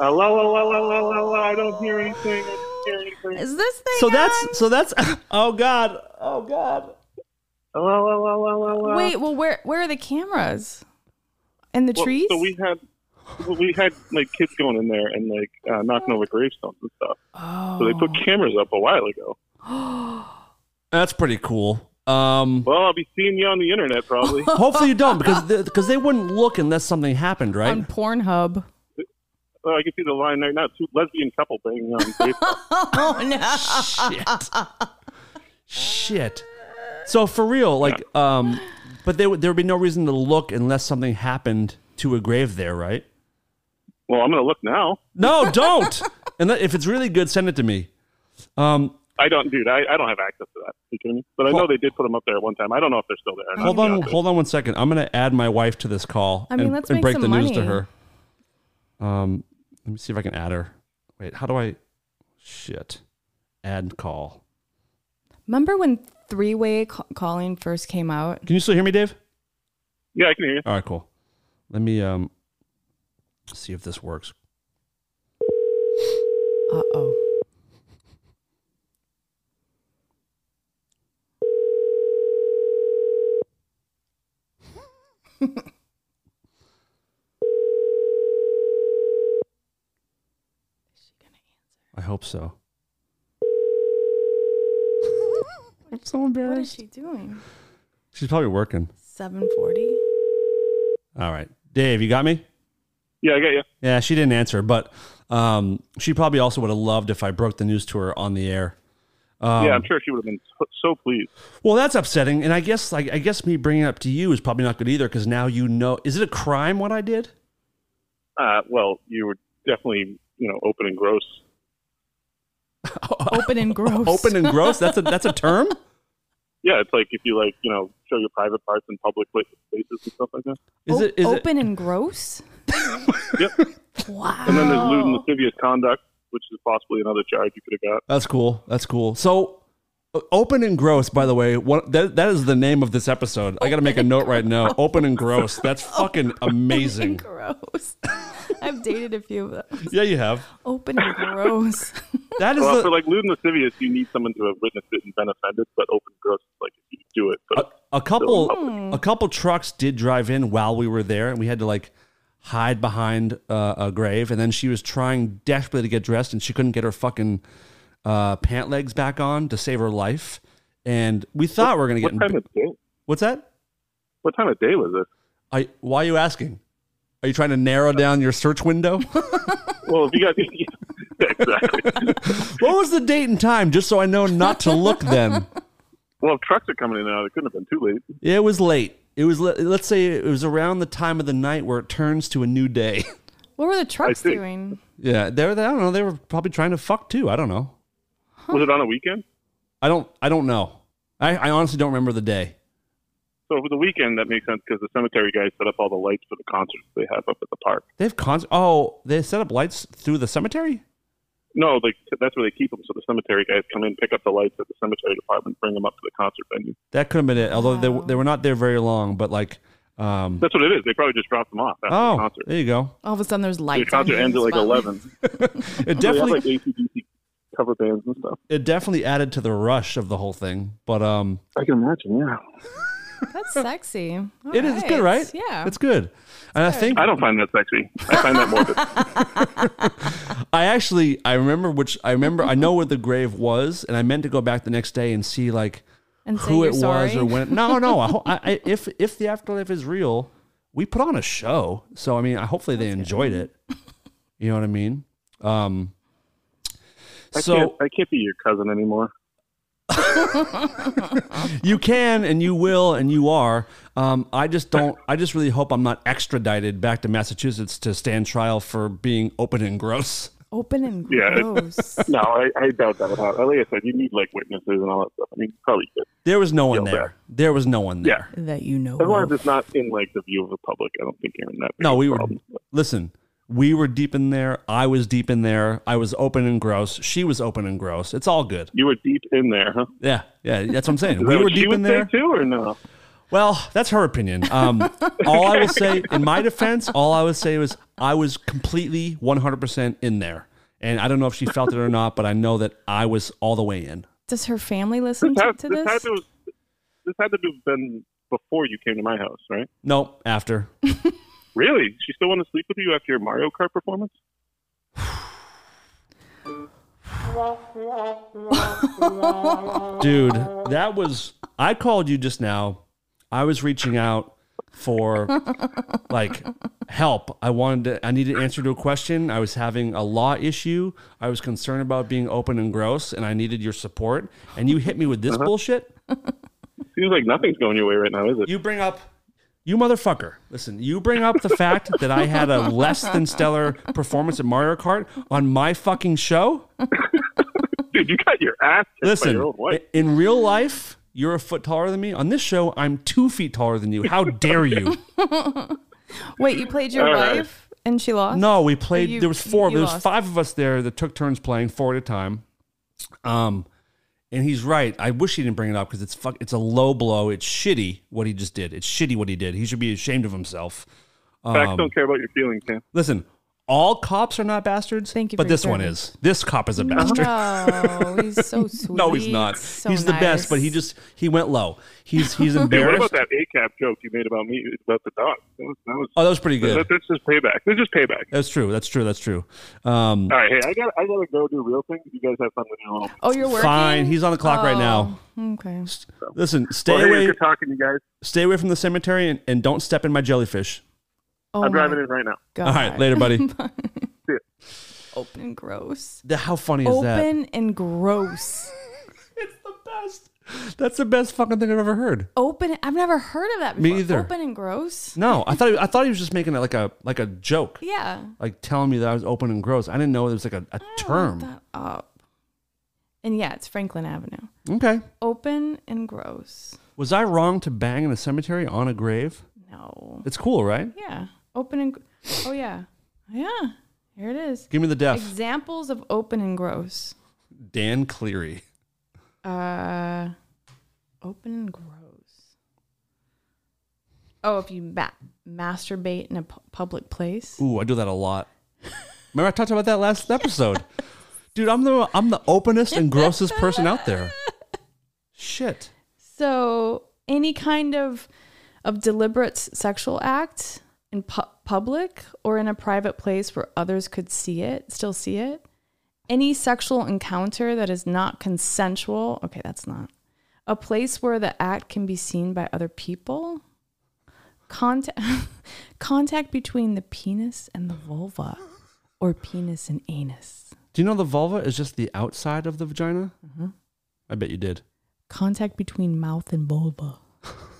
Speaker 4: la, la, la, la, la, la, la. I don't hear anything. I don't hear anything.
Speaker 3: Is this thing?
Speaker 2: so that's so that's. Oh God! Oh God!
Speaker 4: La, la, la, la, la, la.
Speaker 3: on? wait. Well, where where are the cameras? And the
Speaker 4: Well,
Speaker 3: trees?
Speaker 4: So we had. well, We had like kids going in there and like uh, knocking over gravestones and stuff.
Speaker 3: oh.
Speaker 4: So they put cameras up a while ago.
Speaker 2: That's pretty cool. Um,
Speaker 4: Well, I'll be seeing you on the internet probably.
Speaker 2: hopefully you don't because because they wouldn't look unless something happened, right?
Speaker 3: on Pornhub.
Speaker 4: oh, I can see the line right now. Two lesbian couple um, banging on gravestones.
Speaker 3: Oh no!
Speaker 2: Shit. Shit. So for real, like, um, but there would there would be no reason to look unless something happened to a grave there, right?
Speaker 4: well, I'm gonna look now.
Speaker 2: No, don't. and that- if it's really good, send it to me. Um,
Speaker 4: I don't, dude. I, I don't have access to that. You kidding me? But I know they did put them up there at one time. I don't know if they're still there. or not,
Speaker 2: hold
Speaker 4: to be
Speaker 2: on,
Speaker 4: honest.
Speaker 2: hold on one second. I'm gonna add my wife to this call
Speaker 3: I mean,
Speaker 2: and,
Speaker 3: let's
Speaker 2: and
Speaker 3: make
Speaker 2: break
Speaker 3: some
Speaker 2: the news to
Speaker 3: money.
Speaker 2: her. Um, let me see if I can add her. Wait, how do I? Shit. Add call.
Speaker 3: Remember when three way ca- calling first came out?
Speaker 2: Can you still hear me, Dave?
Speaker 4: Yeah, I can hear you.
Speaker 2: All right, cool. Let me um see if this works.
Speaker 3: Uh oh.
Speaker 2: I hope so. I'm so embarrassed.
Speaker 3: What is she doing?
Speaker 2: She's probably working.
Speaker 3: Seven forty.
Speaker 2: All right, Dave, you got me.
Speaker 4: Yeah, I got you.
Speaker 2: Yeah, she didn't answer, but um, she probably also would have loved if I broke the news to her on the air. Um,
Speaker 4: yeah, I'm sure she would have been so, so pleased.
Speaker 2: Well, that's upsetting, and I guess like I guess me bringing it up to you is probably not good either because now you know. Is it a crime what I did?
Speaker 4: Uh, well, you were definitely you know open and gross.
Speaker 3: Open and gross.
Speaker 2: Open and gross. That's a that's a term.
Speaker 4: Yeah, it's like if you like you know show your private parts in public pla- places and stuff like that.
Speaker 2: Is
Speaker 3: O-
Speaker 2: it is
Speaker 3: open and gross?
Speaker 4: Yep.
Speaker 3: Wow.
Speaker 4: And then there's lewd and lascivious conduct, which is possibly another charge you could have got.
Speaker 2: it? That's cool. That's cool. So. o- Open and gross, by the way. What that, that is the name of this episode. I got to make a note right now. Open and gross. That's fucking amazing.
Speaker 3: gross. I've dated a few of those.
Speaker 2: Yeah, you have.
Speaker 3: Open and gross.
Speaker 2: That is
Speaker 4: Well,
Speaker 2: the,
Speaker 4: for like lewd and lascivious, you need someone to have witnessed it and been offended, but open and gross is like if you do it. But
Speaker 2: a couple a couple trucks did drive in while we were there and we had to like hide behind uh, a grave and then she was trying desperately to get dressed and she couldn't get her fucking uh, pant legs back on to save her life and we thought we were gonna get
Speaker 4: what time of day?
Speaker 2: what's that
Speaker 4: What time of day was it?
Speaker 2: I, why are you asking are you trying to narrow down your search window
Speaker 4: Well, if you got yeah, exactly.
Speaker 2: what was the date and time just so i know not to look then
Speaker 4: Well, if trucks are coming in and out, it couldn't have been too late.
Speaker 2: it was late it was le- let's say it was around the time of the night where it turns to a new day
Speaker 3: What were the trucks
Speaker 4: see.
Speaker 3: doing?
Speaker 2: Yeah, they were. I don't know. They were probably trying to fuck too. I don't know.
Speaker 4: Was it on a weekend?
Speaker 2: I don't. I don't know. I, I honestly don't remember the day.
Speaker 4: So over the weekend, that makes sense because the cemetery guys set up all the lights for the concerts they have up at the park.
Speaker 2: They have cons. Oh, they set up lights through the cemetery.
Speaker 4: No, like that's where they keep them. So the cemetery guys come in, pick up the lights at the cemetery department, bring them up to the concert venue.
Speaker 2: That could have been it. Although they they were not there very long. But like, um.
Speaker 4: That's what it is. They probably just drop them off after the
Speaker 2: Oh,
Speaker 4: concert.
Speaker 2: there you go.
Speaker 3: All of a sudden, there's
Speaker 4: The
Speaker 3: lights. on
Speaker 4: concert
Speaker 3: here
Speaker 4: ends at
Speaker 3: as
Speaker 4: like
Speaker 3: well.
Speaker 4: eleven.
Speaker 2: It
Speaker 4: They have
Speaker 2: definitely
Speaker 4: like ACDC cover bands and stuff.
Speaker 2: it definitely added to the rush of the whole thing. But um,
Speaker 4: I can imagine. Yeah,
Speaker 3: That's sexy. All
Speaker 2: it is it's good, right?
Speaker 3: Yeah.
Speaker 2: it's good. And I think
Speaker 4: I don't find that sexy. I find that morbid.
Speaker 2: I actually I remember which I remember I know where the grave was, and I meant to go back the next day and see like
Speaker 3: and say
Speaker 2: who
Speaker 3: you're
Speaker 2: it was
Speaker 3: sorry.
Speaker 2: or when. No, no. I, ho- I, I, if if the afterlife is real, we put on a show. So I mean, I, hopefully they enjoyed it. You know what I mean? Um.
Speaker 4: I can't.
Speaker 2: So
Speaker 4: I can't be your cousin anymore.
Speaker 2: you can and you will and you are. Um, I just don't. I just really hope I'm not extradited back to Massachusetts to stand trial for being open and gross.
Speaker 3: Open and
Speaker 4: Yeah.
Speaker 3: gross.
Speaker 4: No, I, I doubt that would happen. Like I said, you need like witnesses and all that stuff. I mean, probably good.
Speaker 2: There was no one
Speaker 4: Feel
Speaker 2: there.
Speaker 4: bad.
Speaker 2: There was no one there.
Speaker 4: Yeah.
Speaker 3: that you know.
Speaker 4: As long
Speaker 3: of.
Speaker 4: as it's not in like the view of the public, I don't think you're in that. big
Speaker 2: No,
Speaker 4: of a
Speaker 2: we were.
Speaker 4: problem.
Speaker 2: Listen, we were deep in there. I was deep in there. I was open and gross. She was open and gross. It's all good.
Speaker 4: You were deep in there, huh?
Speaker 2: Yeah, yeah, that's what I'm saying.
Speaker 4: Is
Speaker 2: we
Speaker 4: that
Speaker 2: were
Speaker 4: what she
Speaker 2: deep
Speaker 4: would
Speaker 2: in there.
Speaker 4: say too, or no?
Speaker 2: Well, that's her opinion. Um, all I will say, in my defense, all I would say was I was completely 100% in there. And I don't know if she felt it or not, but I know that I was all the way in.
Speaker 3: Does her family listen
Speaker 4: This
Speaker 3: to,
Speaker 4: had,
Speaker 3: to
Speaker 4: this had
Speaker 3: this?
Speaker 4: to this had to have been before you came to my house, right?
Speaker 2: Nope, after.
Speaker 4: Really? She still want to sleep with you after your Mario Kart performance?
Speaker 2: Dude, that was. I called you just now. I was reaching out for like help. I wanted to, I needed an answer to a question. I was having a law issue. I was concerned about being open and gross, and I needed your support. And you hit me with this bullshit.
Speaker 4: Seems like nothing's going your way right now, is it?
Speaker 2: You bring up, you motherfucker. Listen, you bring up the fact that I had a less than stellar performance at Mario Kart on my fucking show.
Speaker 4: Dude, you got your ass kicked by your
Speaker 2: Listen,
Speaker 4: own wife.
Speaker 2: in real life, you're a foot taller than me. On this show, I'm two feet taller than you. How dare you?
Speaker 3: Wait, you played your
Speaker 4: All right.
Speaker 3: wife and she lost?
Speaker 2: No, we played.
Speaker 3: you-
Speaker 2: there was four.
Speaker 3: you
Speaker 2: There was
Speaker 3: lost.
Speaker 2: five of us there that took turns playing, four at a time. Um, and he's right. I wish he didn't bring it up because it's fuck. It's a low blow. It's shitty what he just did. It's shitty what he did. He should be ashamed of himself. eh, um,
Speaker 4: Facts don't care about your feelings, man.
Speaker 2: Listen, all cops are not bastards.
Speaker 3: Thank you
Speaker 2: But
Speaker 3: for your
Speaker 2: this one
Speaker 3: service.
Speaker 2: is. This cop is a bastard.
Speaker 3: No, Oh, he's so sweet.
Speaker 2: No, he's not.
Speaker 3: So
Speaker 2: he's the best, but he
Speaker 3: nice.
Speaker 2: just he went low. He's he's
Speaker 4: Dude, what
Speaker 2: embarrassed.
Speaker 4: about that ACAP joke you made about me about the dog? That was, that was
Speaker 2: Oh, that was pretty
Speaker 4: that,
Speaker 2: good.
Speaker 4: that's just payback. That's just payback.
Speaker 2: That's true. That's true. That's true. Um,
Speaker 4: All right, hey, I got I gotta go do real things. You guys have fun with your own.
Speaker 3: Oh, you're working. Oh,
Speaker 2: fine. He's on the clock right now.
Speaker 3: Okay.
Speaker 2: Listen, stay
Speaker 4: Well, hey,
Speaker 2: away.
Speaker 4: good talking, you guys.
Speaker 2: Stay away from the cemetery and, and don't step in my jellyfish.
Speaker 3: Oh
Speaker 4: I'm
Speaker 3: my
Speaker 4: driving in right now.
Speaker 3: God.
Speaker 2: All right, later, buddy.
Speaker 3: Open and gross.
Speaker 2: The- How funny is that?
Speaker 3: Open and gross.
Speaker 2: It's the best. That's the best fucking thing I've ever heard.
Speaker 3: Open. I've never heard of that
Speaker 2: Me
Speaker 3: before.
Speaker 2: either.
Speaker 3: Open and gross.
Speaker 2: No, I thought I thought he was just making it like a like a joke,
Speaker 3: Yeah.
Speaker 2: like telling me that I was open and gross. I didn't know it was like a, a
Speaker 3: Look
Speaker 2: term.
Speaker 3: Oh, that up. And yeah, it's Franklin Avenue.
Speaker 2: Okay,
Speaker 3: Open and gross.
Speaker 2: was I wrong to bang in a cemetery on a grave?
Speaker 3: No.
Speaker 2: It's cool, right?
Speaker 3: Yeah. Open and. Oh yeah. Yeah. Here it is.
Speaker 2: Give me the deaf.
Speaker 3: Examples of open and gross.
Speaker 2: Dan Cleary.
Speaker 3: Uh, open and gross. Oh, if you ma- masturbate in a pu- public place.
Speaker 2: Ooh, I do that a lot. Remember I talked about that last episode. Dude, I'm the I'm the openest and grossest person out there. Shit.
Speaker 3: So any kind of of deliberate s- sexual act in pu- public or in a private place where others could see it, still see it. Any sexual encounter that is not consensual. Okay, that's not. A place where the act can be seen by other people. Contact contact between the penis and the vulva or penis and anus.
Speaker 2: Do you know the vulva is just the outside of the vagina?
Speaker 3: Mm-hmm.
Speaker 2: I bet you did.
Speaker 3: Contact between mouth and vulva.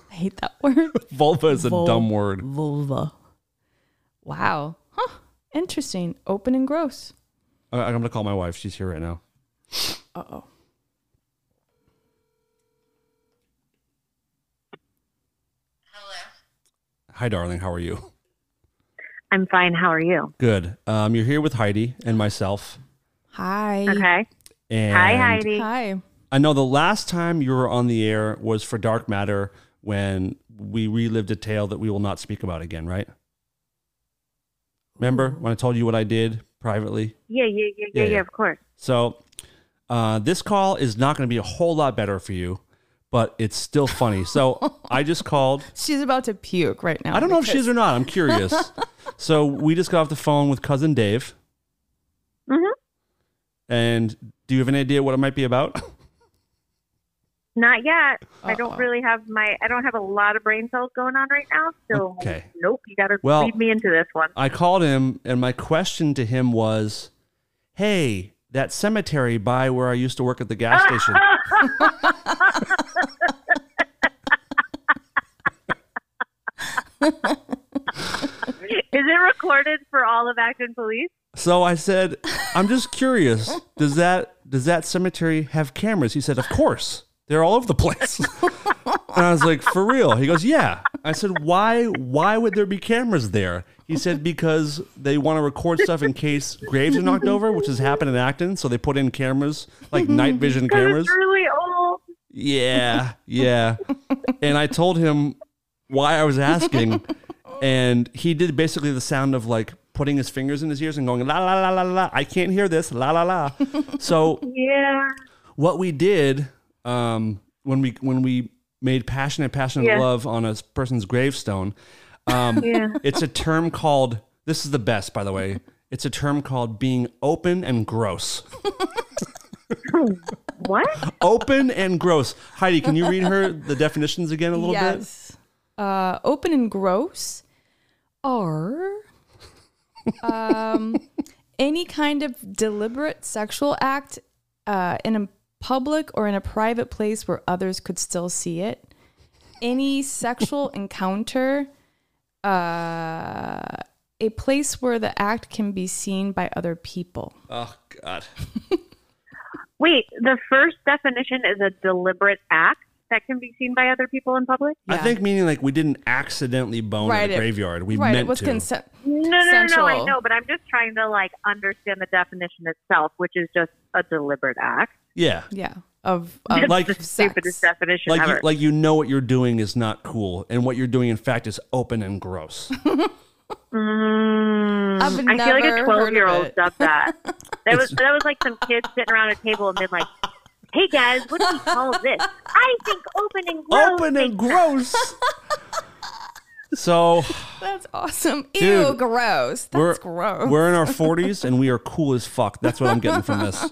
Speaker 3: I hate that word.
Speaker 2: Vulva is a
Speaker 3: Vul-
Speaker 2: dumb word.
Speaker 3: Vulva. Wow. Huh. Interesting. Open and gross.
Speaker 2: I, I'm gonna call my wife. She's here right now.
Speaker 3: Uh oh.
Speaker 2: Hi, darling. How are you?
Speaker 5: I'm fine. How are you?
Speaker 2: Good. Um, you're here with Heidi and myself.
Speaker 3: Hi.
Speaker 5: Okay.
Speaker 2: And
Speaker 5: Hi, Heidi.
Speaker 3: Hi.
Speaker 2: I know the last time you were on the air was for Dark Matter when we relived a tale that we will not speak about again, right? Remember when I told you what I did privately?
Speaker 5: Yeah, yeah, yeah,
Speaker 2: Yeah,
Speaker 5: yeah,
Speaker 2: yeah.
Speaker 5: yeah, of course.
Speaker 2: So uh, this call is not going to be a whole lot better for you, but it's still funny. So I just called.
Speaker 3: She's about to puke right now.
Speaker 2: I don't know if
Speaker 3: because-
Speaker 2: she's or not. I'm curious. so we just got off the phone with cousin Dave.
Speaker 5: Mhm.
Speaker 2: And do you have any idea what it might be about?
Speaker 5: Not yet. I don't
Speaker 3: Uh-oh.
Speaker 5: really have my. I don't have a lot of brain cells going on right now. So
Speaker 2: Okay.
Speaker 5: nope. You got to
Speaker 2: Well-
Speaker 5: lead me into this one.
Speaker 2: I called him, and my question to him was, "Hey, that cemetery by where I used to work at the gas station."
Speaker 3: Uh,
Speaker 5: Is it recorded for all of Acton Police?
Speaker 2: So I said, "I'm just curious. Does that does that cemetery have cameras?" He said, "Of course. They're all over the place." and I was like, "For real?" He goes, "Yeah." I said, "Why why would there be cameras there?" He said, "Because they want to record stuff in case graves are knocked over, which has happened in Acton. So they put in cameras, like night vision
Speaker 5: Because
Speaker 2: cameras."
Speaker 5: it's really old.
Speaker 2: Yeah, yeah. and I told him why I was asking, and he did basically the sound of like putting his fingers in his ears and going la la la la la, la. I can't hear this la la la. so
Speaker 5: Yeah.
Speaker 2: what we did um, when we when we made passionate passionate
Speaker 5: Yeah.
Speaker 2: love on a person's gravestone, um,
Speaker 5: Yeah.
Speaker 2: it's a term called. This is the best, by the way. It's a term called being open and gross.
Speaker 5: what?
Speaker 2: open and gross. Heidi, can you read her the definitions again a little bit?
Speaker 3: yes. Uh, open and gross are um, any kind of deliberate sexual act uh, in a public or in a private place where others could still see it. Any sexual encounter, uh, a place where the act can be seen by other people.
Speaker 2: Oh God.
Speaker 5: Wait. The first definition is a deliberate act that can be seen by other people in public.
Speaker 2: I
Speaker 3: Yeah.
Speaker 2: think meaning like we didn't accidentally bone
Speaker 3: Right,
Speaker 2: in a
Speaker 3: it-
Speaker 2: graveyard. We
Speaker 3: right, it
Speaker 2: meant
Speaker 3: was
Speaker 2: to.
Speaker 3: consent.
Speaker 5: No, no, no, no, I
Speaker 3: Central.
Speaker 5: know, but I'm just trying to like understand the definition itself, which is just a deliberate act.
Speaker 2: yeah.
Speaker 3: Yeah, of, of
Speaker 2: Uh, Like-
Speaker 5: the stupidest
Speaker 3: sex.
Speaker 5: definition
Speaker 2: Like you,
Speaker 5: ever.
Speaker 2: like you know what you're doing is not cool, and what you're doing in fact is open and gross.
Speaker 5: Mm,
Speaker 3: I've
Speaker 5: I feel like
Speaker 3: never heard
Speaker 5: a
Speaker 3: of
Speaker 5: 12 year old
Speaker 3: it.
Speaker 5: does that. That was
Speaker 2: It's-
Speaker 5: that was like some kids sitting around a table and being like, "Hey guys, what do we call this?" I think open and gross.
Speaker 2: open and
Speaker 5: makes-
Speaker 2: gross. so
Speaker 3: That's awesome. Ew,
Speaker 2: Dude,
Speaker 3: gross. That's
Speaker 2: we're
Speaker 3: gross.
Speaker 2: we're in our 40s and we are cool as fuck. That's what I'm getting from this.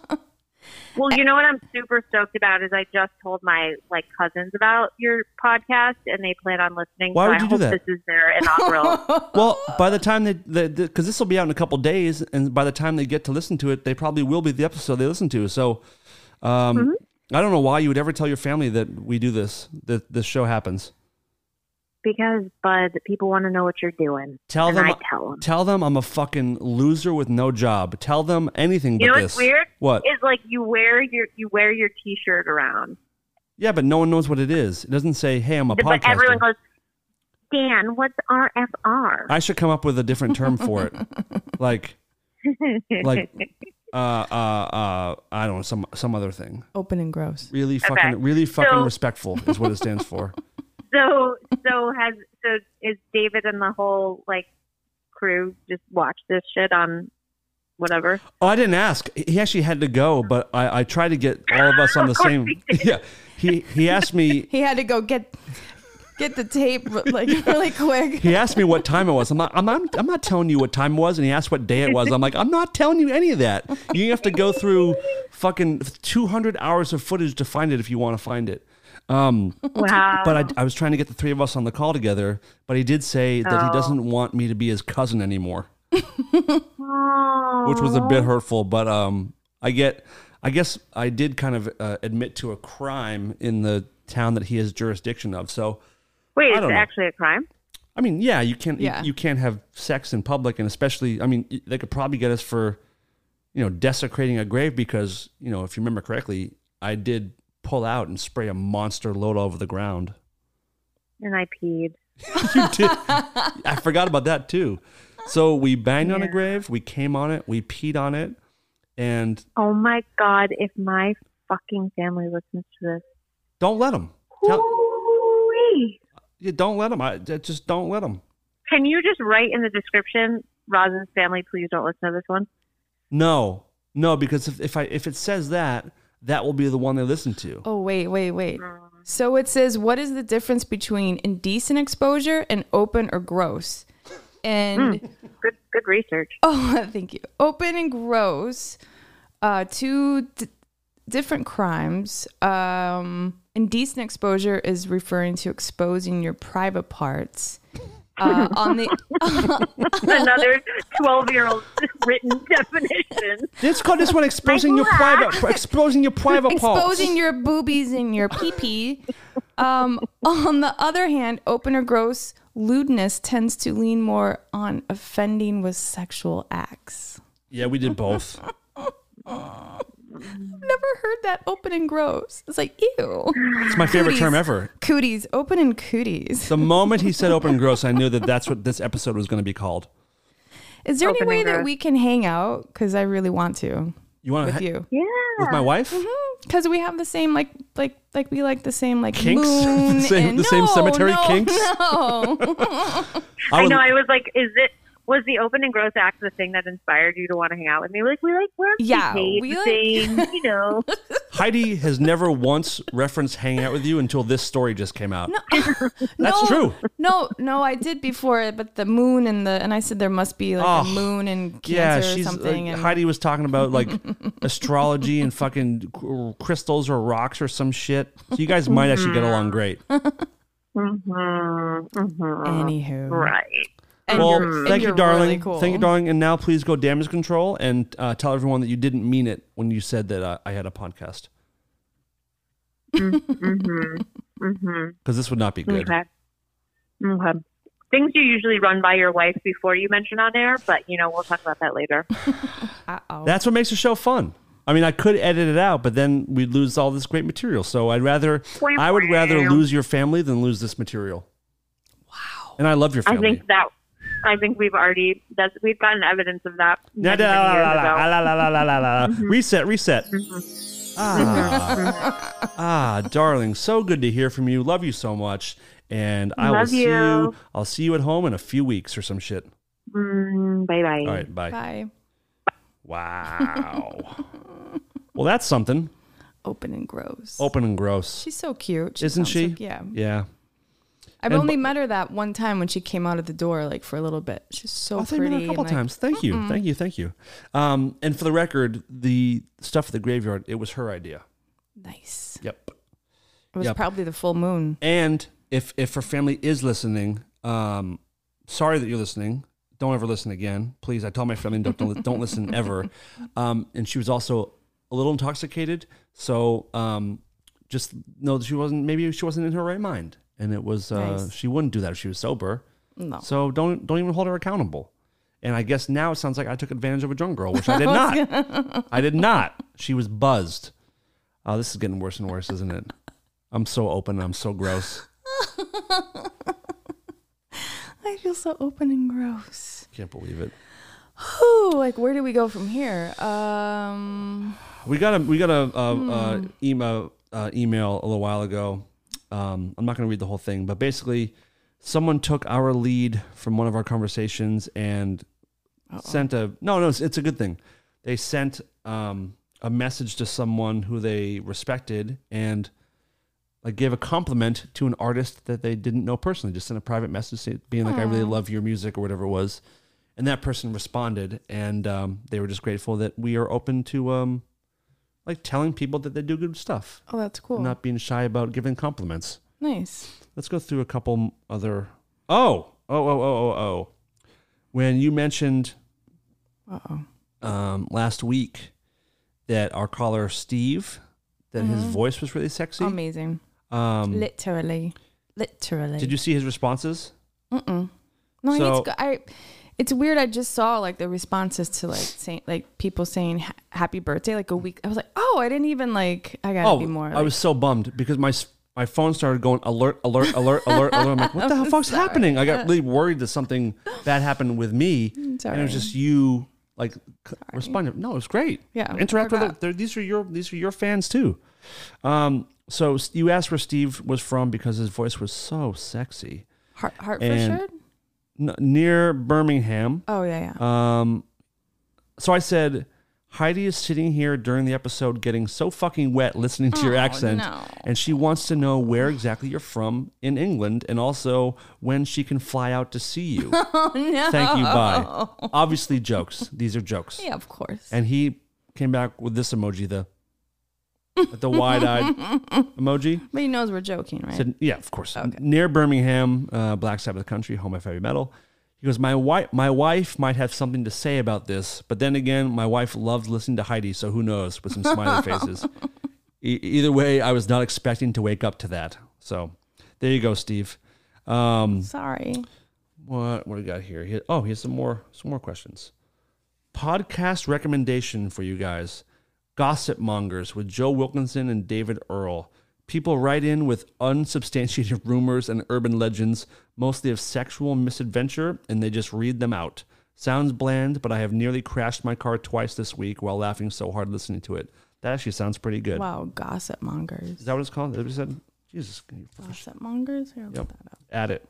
Speaker 5: Well, you know what I'm super stoked about is I just told my like cousins about your podcast and they plan on listening.
Speaker 2: Why
Speaker 5: so
Speaker 2: would
Speaker 5: I
Speaker 2: you do
Speaker 5: hope
Speaker 2: that?
Speaker 5: This is their inaugural.
Speaker 2: Well, by the time they, because the, 'cause this will be out in a couple
Speaker 5: Mm-hmm.
Speaker 2: days, and by the time they get to listen to it, they probably will be the episode they listen to. So, um, I don't know why you would ever tell your family that we do this, that this show happens.
Speaker 5: because Bud, people want to know what you're doing.
Speaker 2: Tell
Speaker 5: and
Speaker 2: them,
Speaker 5: I tell them.
Speaker 2: tell them I'm a fucking loser with no job. Tell them anything
Speaker 5: you know
Speaker 2: but
Speaker 5: what's
Speaker 2: this.
Speaker 5: weird?
Speaker 2: What?
Speaker 5: is like you wear your you wear your T-shirt around,
Speaker 2: yeah, but no one knows what it is. It doesn't say, "Hey, I'm a
Speaker 5: but everyone
Speaker 2: podcaster."
Speaker 5: goes, Dan, what's RFR?
Speaker 2: I should come up with a different term for it, like, like, uh, uh, uh, I don't know, some some other thing.
Speaker 3: Open and gross.
Speaker 2: Really fucking, really fucking
Speaker 5: So-
Speaker 2: respectful is what it stands for.
Speaker 5: so so has so is David and the whole like crew just watch this shit on whatever?
Speaker 2: Oh, I didn't ask. He actually had to go, but I, I tried to get all of us on the
Speaker 5: Of course
Speaker 2: same.
Speaker 5: he
Speaker 2: Yeah, he he asked me.
Speaker 3: He had to go get get the tape like really quick.
Speaker 2: He asked me what time it was. I'm not, I'm, I'm, I'm not telling you what time it was. And he asked what day it was. I'm like, I'm not telling you any of that. You have to go through fucking 200 hours of footage to find it if you want to find it. Um,
Speaker 5: Wow.
Speaker 2: but I, I was trying to get the three of us on the call together. But he did say that he
Speaker 5: Oh.
Speaker 2: doesn't want me to be his cousin anymore,
Speaker 5: oh.
Speaker 2: which was a bit hurtful. But um, I get, I guess I did kind of uh, admit to a crime in the town that he has jurisdiction of. So
Speaker 5: Wait,
Speaker 2: I
Speaker 5: it's
Speaker 2: don't know.
Speaker 5: actually a crime.
Speaker 2: I mean, yeah, you can't
Speaker 3: Yeah.
Speaker 2: You, you can't have sex in public, and especially, I mean, y- they could probably get us for, you know, desecrating a grave because you know, if you remember correctly, I did pull out and spray a monster load all over the ground.
Speaker 5: And I peed.
Speaker 2: You did. I forgot about that too. So we banged on a
Speaker 5: Yeah.
Speaker 2: grave, we came on it, we peed on it, and
Speaker 5: Oh my god! If my fucking family listens to this,
Speaker 2: don't let them. Tell,
Speaker 5: Hoo-wee.
Speaker 2: you don't let them. I just don't let them.
Speaker 5: can you just write in the description, Rosin's family? Please don't listen to this one.
Speaker 2: No, no, because if, if I if it says that, that will be the one they listen to.
Speaker 3: Oh wait, wait, wait. So it says, what is the difference between indecent exposure and open or gross?
Speaker 5: Hmm.
Speaker 3: And
Speaker 5: Good, good research.
Speaker 3: Oh, thank you. Open and gross. Uh, two d- different crimes. Um, indecent exposure is referring to exposing your private parts. Uh, on the
Speaker 5: Another twelve-year-old written definition.
Speaker 2: It's called this one exposing your
Speaker 5: Like
Speaker 2: private exposing your private parts.
Speaker 3: exposing your boobies and your pee pee. Um, on the other hand, open or gross lewdness tends to lean more on offending with sexual acts.
Speaker 2: yeah, we did both.
Speaker 3: I've never heard that open and gross. It's like ew.
Speaker 2: It's my favorite term ever.
Speaker 3: Cooties, open and cooties.
Speaker 2: The moment he said open gross, I knew that that's what this episode was going to be called.
Speaker 3: Is there
Speaker 5: Open
Speaker 3: any way
Speaker 5: and
Speaker 3: that
Speaker 5: gross.
Speaker 3: we can hang out? Because I really want to
Speaker 2: You want
Speaker 3: with
Speaker 2: to
Speaker 3: you. Mm-hmm.
Speaker 5: Yeah.
Speaker 2: with my wife?
Speaker 3: Because we have the same like like like we like the same like
Speaker 2: Kinks?
Speaker 3: moon
Speaker 2: The same-
Speaker 3: and-
Speaker 2: the same
Speaker 3: No,
Speaker 2: cemetery
Speaker 3: no,
Speaker 2: kinks?
Speaker 3: No,
Speaker 5: I
Speaker 2: would-
Speaker 5: know. I was like, is it? Was the open and gross act the thing that inspired you to want to hang out with me? Like we like work,
Speaker 3: Yeah,
Speaker 5: we, hate
Speaker 3: we
Speaker 5: the
Speaker 3: like-
Speaker 5: same, you know.
Speaker 2: Heidi has never once referenced hanging out with you until this story just came out. That's
Speaker 3: No.
Speaker 2: true.
Speaker 3: no, no. I did before, but the moon and the and I said there must be like
Speaker 2: Oh,
Speaker 3: a moon and cancer
Speaker 2: Yeah,
Speaker 3: or
Speaker 2: she's
Speaker 3: something.
Speaker 2: like,
Speaker 3: and
Speaker 2: Heidi was talking about like astrology and fucking cr- crystals or rocks or some shit. So you guys might actually get
Speaker 3: Mm-hmm.
Speaker 2: along great.
Speaker 5: hmm hmm
Speaker 3: anywho,
Speaker 5: Right.
Speaker 3: And
Speaker 2: well,
Speaker 3: you're- and
Speaker 2: thank you,
Speaker 3: you're
Speaker 2: darling.
Speaker 3: really cool.
Speaker 2: Thank you, darling. And now, please go damage control and uh, tell everyone that you didn't mean it when you said that uh, I had a podcast. Because this would not be good.
Speaker 5: Okay. Okay. Things you usually run by your wife before you mention on air, but you know we'll talk about that later.
Speaker 3: Uh-oh.
Speaker 2: That's what makes the show fun. I mean, I could edit it out, but then we'd lose all this great material. So I'd rather, I would rather lose your family than lose this material. Wow. And I love your
Speaker 5: I
Speaker 2: family.
Speaker 5: think that I think we've already that's we've gotten evidence of that.
Speaker 2: Na-
Speaker 5: many,
Speaker 2: da-
Speaker 5: many
Speaker 2: la-
Speaker 5: years
Speaker 2: la- la-
Speaker 5: ago.
Speaker 2: la- la- la- la- la- la- la. Reset, reset. Ah. ah, darling, so good to hear from you. Love you so much. And I will
Speaker 5: Love
Speaker 2: see you.
Speaker 5: you.
Speaker 2: I'll see you at home in a few weeks or some shit.
Speaker 5: Mm, bye bye.
Speaker 2: All right, bye.
Speaker 3: Bye.
Speaker 2: Wow. well, that's something.
Speaker 3: Open and gross.
Speaker 2: Open and gross.
Speaker 3: She's so cute, She
Speaker 2: Isn't
Speaker 3: sounds
Speaker 2: she?
Speaker 3: like- yeah.
Speaker 2: Yeah.
Speaker 3: I've
Speaker 2: And
Speaker 3: only
Speaker 2: bu-
Speaker 3: met her that one time when she came out of the door, like for a little bit. She's so
Speaker 2: I think
Speaker 3: pretty.
Speaker 2: I met her a
Speaker 3: and,
Speaker 2: couple
Speaker 3: like,
Speaker 2: times. Thank you. Thank you. Thank you. Um, and for the record, the stuff at the graveyard, it was her idea.
Speaker 3: Nice.
Speaker 2: Yep.
Speaker 3: It was
Speaker 2: Yep.
Speaker 3: probably the full moon.
Speaker 2: And if if her family is listening, um, sorry that you're listening. Don't ever listen again, please. I told my family don't don't, li- don't listen ever. Um, and she was also a little intoxicated. So um, just know that she wasn't. Maybe she wasn't in her right mind, and it was uh,
Speaker 3: Nice.
Speaker 2: she wouldn't do that if she was sober.
Speaker 3: No.
Speaker 2: So don't don't even hold her accountable. And I guess now it sounds like I took advantage of a drunk girl, which I did not. I did not. She was buzzed. Oh, this is getting worse and worse, isn't it? I'm so open. and I'm so gross.
Speaker 3: I feel so open and gross.
Speaker 2: Can't believe it.
Speaker 3: Whew, like where do we go from here? Um,
Speaker 2: We got a we got a, uh uh, email uh, email a little while ago. Um, I'm not going to read the whole thing, but basically, someone took our lead from one of our conversations and sent a no no it's, it's a good thing. They sent um, a message to someone who they respected and like gave a compliment to an artist that they didn't know personally. Just sent a private message say- being like, "I really love your music" or whatever it was. And that person responded, and um, they were just grateful that we are open to um, like telling people that they do good stuff,
Speaker 3: oh, that's cool.
Speaker 2: not being shy about giving compliments.
Speaker 3: nice.
Speaker 2: Let's go through a couple other. Oh, oh, oh, oh, oh, oh. When you mentioned um, last week that our caller Steve, that his voice was really sexy.
Speaker 3: Oh, Amazing.
Speaker 2: Um,
Speaker 3: Literally. Literally.
Speaker 2: did you see his responses?
Speaker 3: No,
Speaker 2: So-
Speaker 3: I need to go. I. It's weird. I just saw like the responses to like saying like people saying ha- happy birthday like a week. I was like, oh, I didn't even like. I gotta
Speaker 2: Oh,
Speaker 3: be more.
Speaker 2: I
Speaker 3: like-
Speaker 2: was so bummed because my s- my phone started going alert, alert, alert, alert, alert. I'm like, what the hell fuck's happening? I got really worried that something bad happened with me, and it
Speaker 3: sorry.
Speaker 2: was just you like c- responding. No, it was great.
Speaker 3: Yeah,
Speaker 2: interact with
Speaker 3: forgot.
Speaker 2: it. They're- These are your these are your fans too. Um, so s- you asked where Steve was from because his voice was so sexy.
Speaker 3: Hart-
Speaker 2: and-
Speaker 3: Hartford.
Speaker 2: N- near Birmingham,
Speaker 3: Oh yeah, yeah.
Speaker 2: um, so I said, Heidi is sitting here during the episode getting so fucking wet listening to your accent.
Speaker 3: Oh, no.
Speaker 2: And she wants to know where exactly you're from in England and also when she can fly out to see you.
Speaker 3: oh no.
Speaker 2: Thank you. Bye. Obviously, jokes. These are jokes.
Speaker 3: Yeah, of course.
Speaker 2: And he came back with this emoji, the, the wide eyed emoji.
Speaker 3: but he knows we're joking, right?
Speaker 2: Said, yeah, of course. Near Birmingham, uh, black side of the country, home of heavy metal. He goes, my wife, my wife might have something to say about this, but then again, my wife loves listening to Heidi, so who knows? With some smiley faces. E- either way, I was not expecting to wake up to that. So, there you go, Steve. Um,
Speaker 3: Sorry.
Speaker 2: what what do we got here? Here- Oh, here's some more some more questions. Podcast recommendation for you guys: Gossip Mongers with Joe Wilkinson and David Earl. People write in with unsubstantiated rumors and urban legends, mostly of sexual misadventure, and they just read them out. Sounds bland, but I have nearly crashed my car twice this week while laughing so hard listening to it. That actually sounds pretty good.
Speaker 3: Wow, gossip mongers.
Speaker 2: Is that what it's called? Is that what you said? Jesus, can you fucking
Speaker 3: Gossip mongers. Here, I'll
Speaker 2: Yep.
Speaker 3: put that up.
Speaker 2: add it?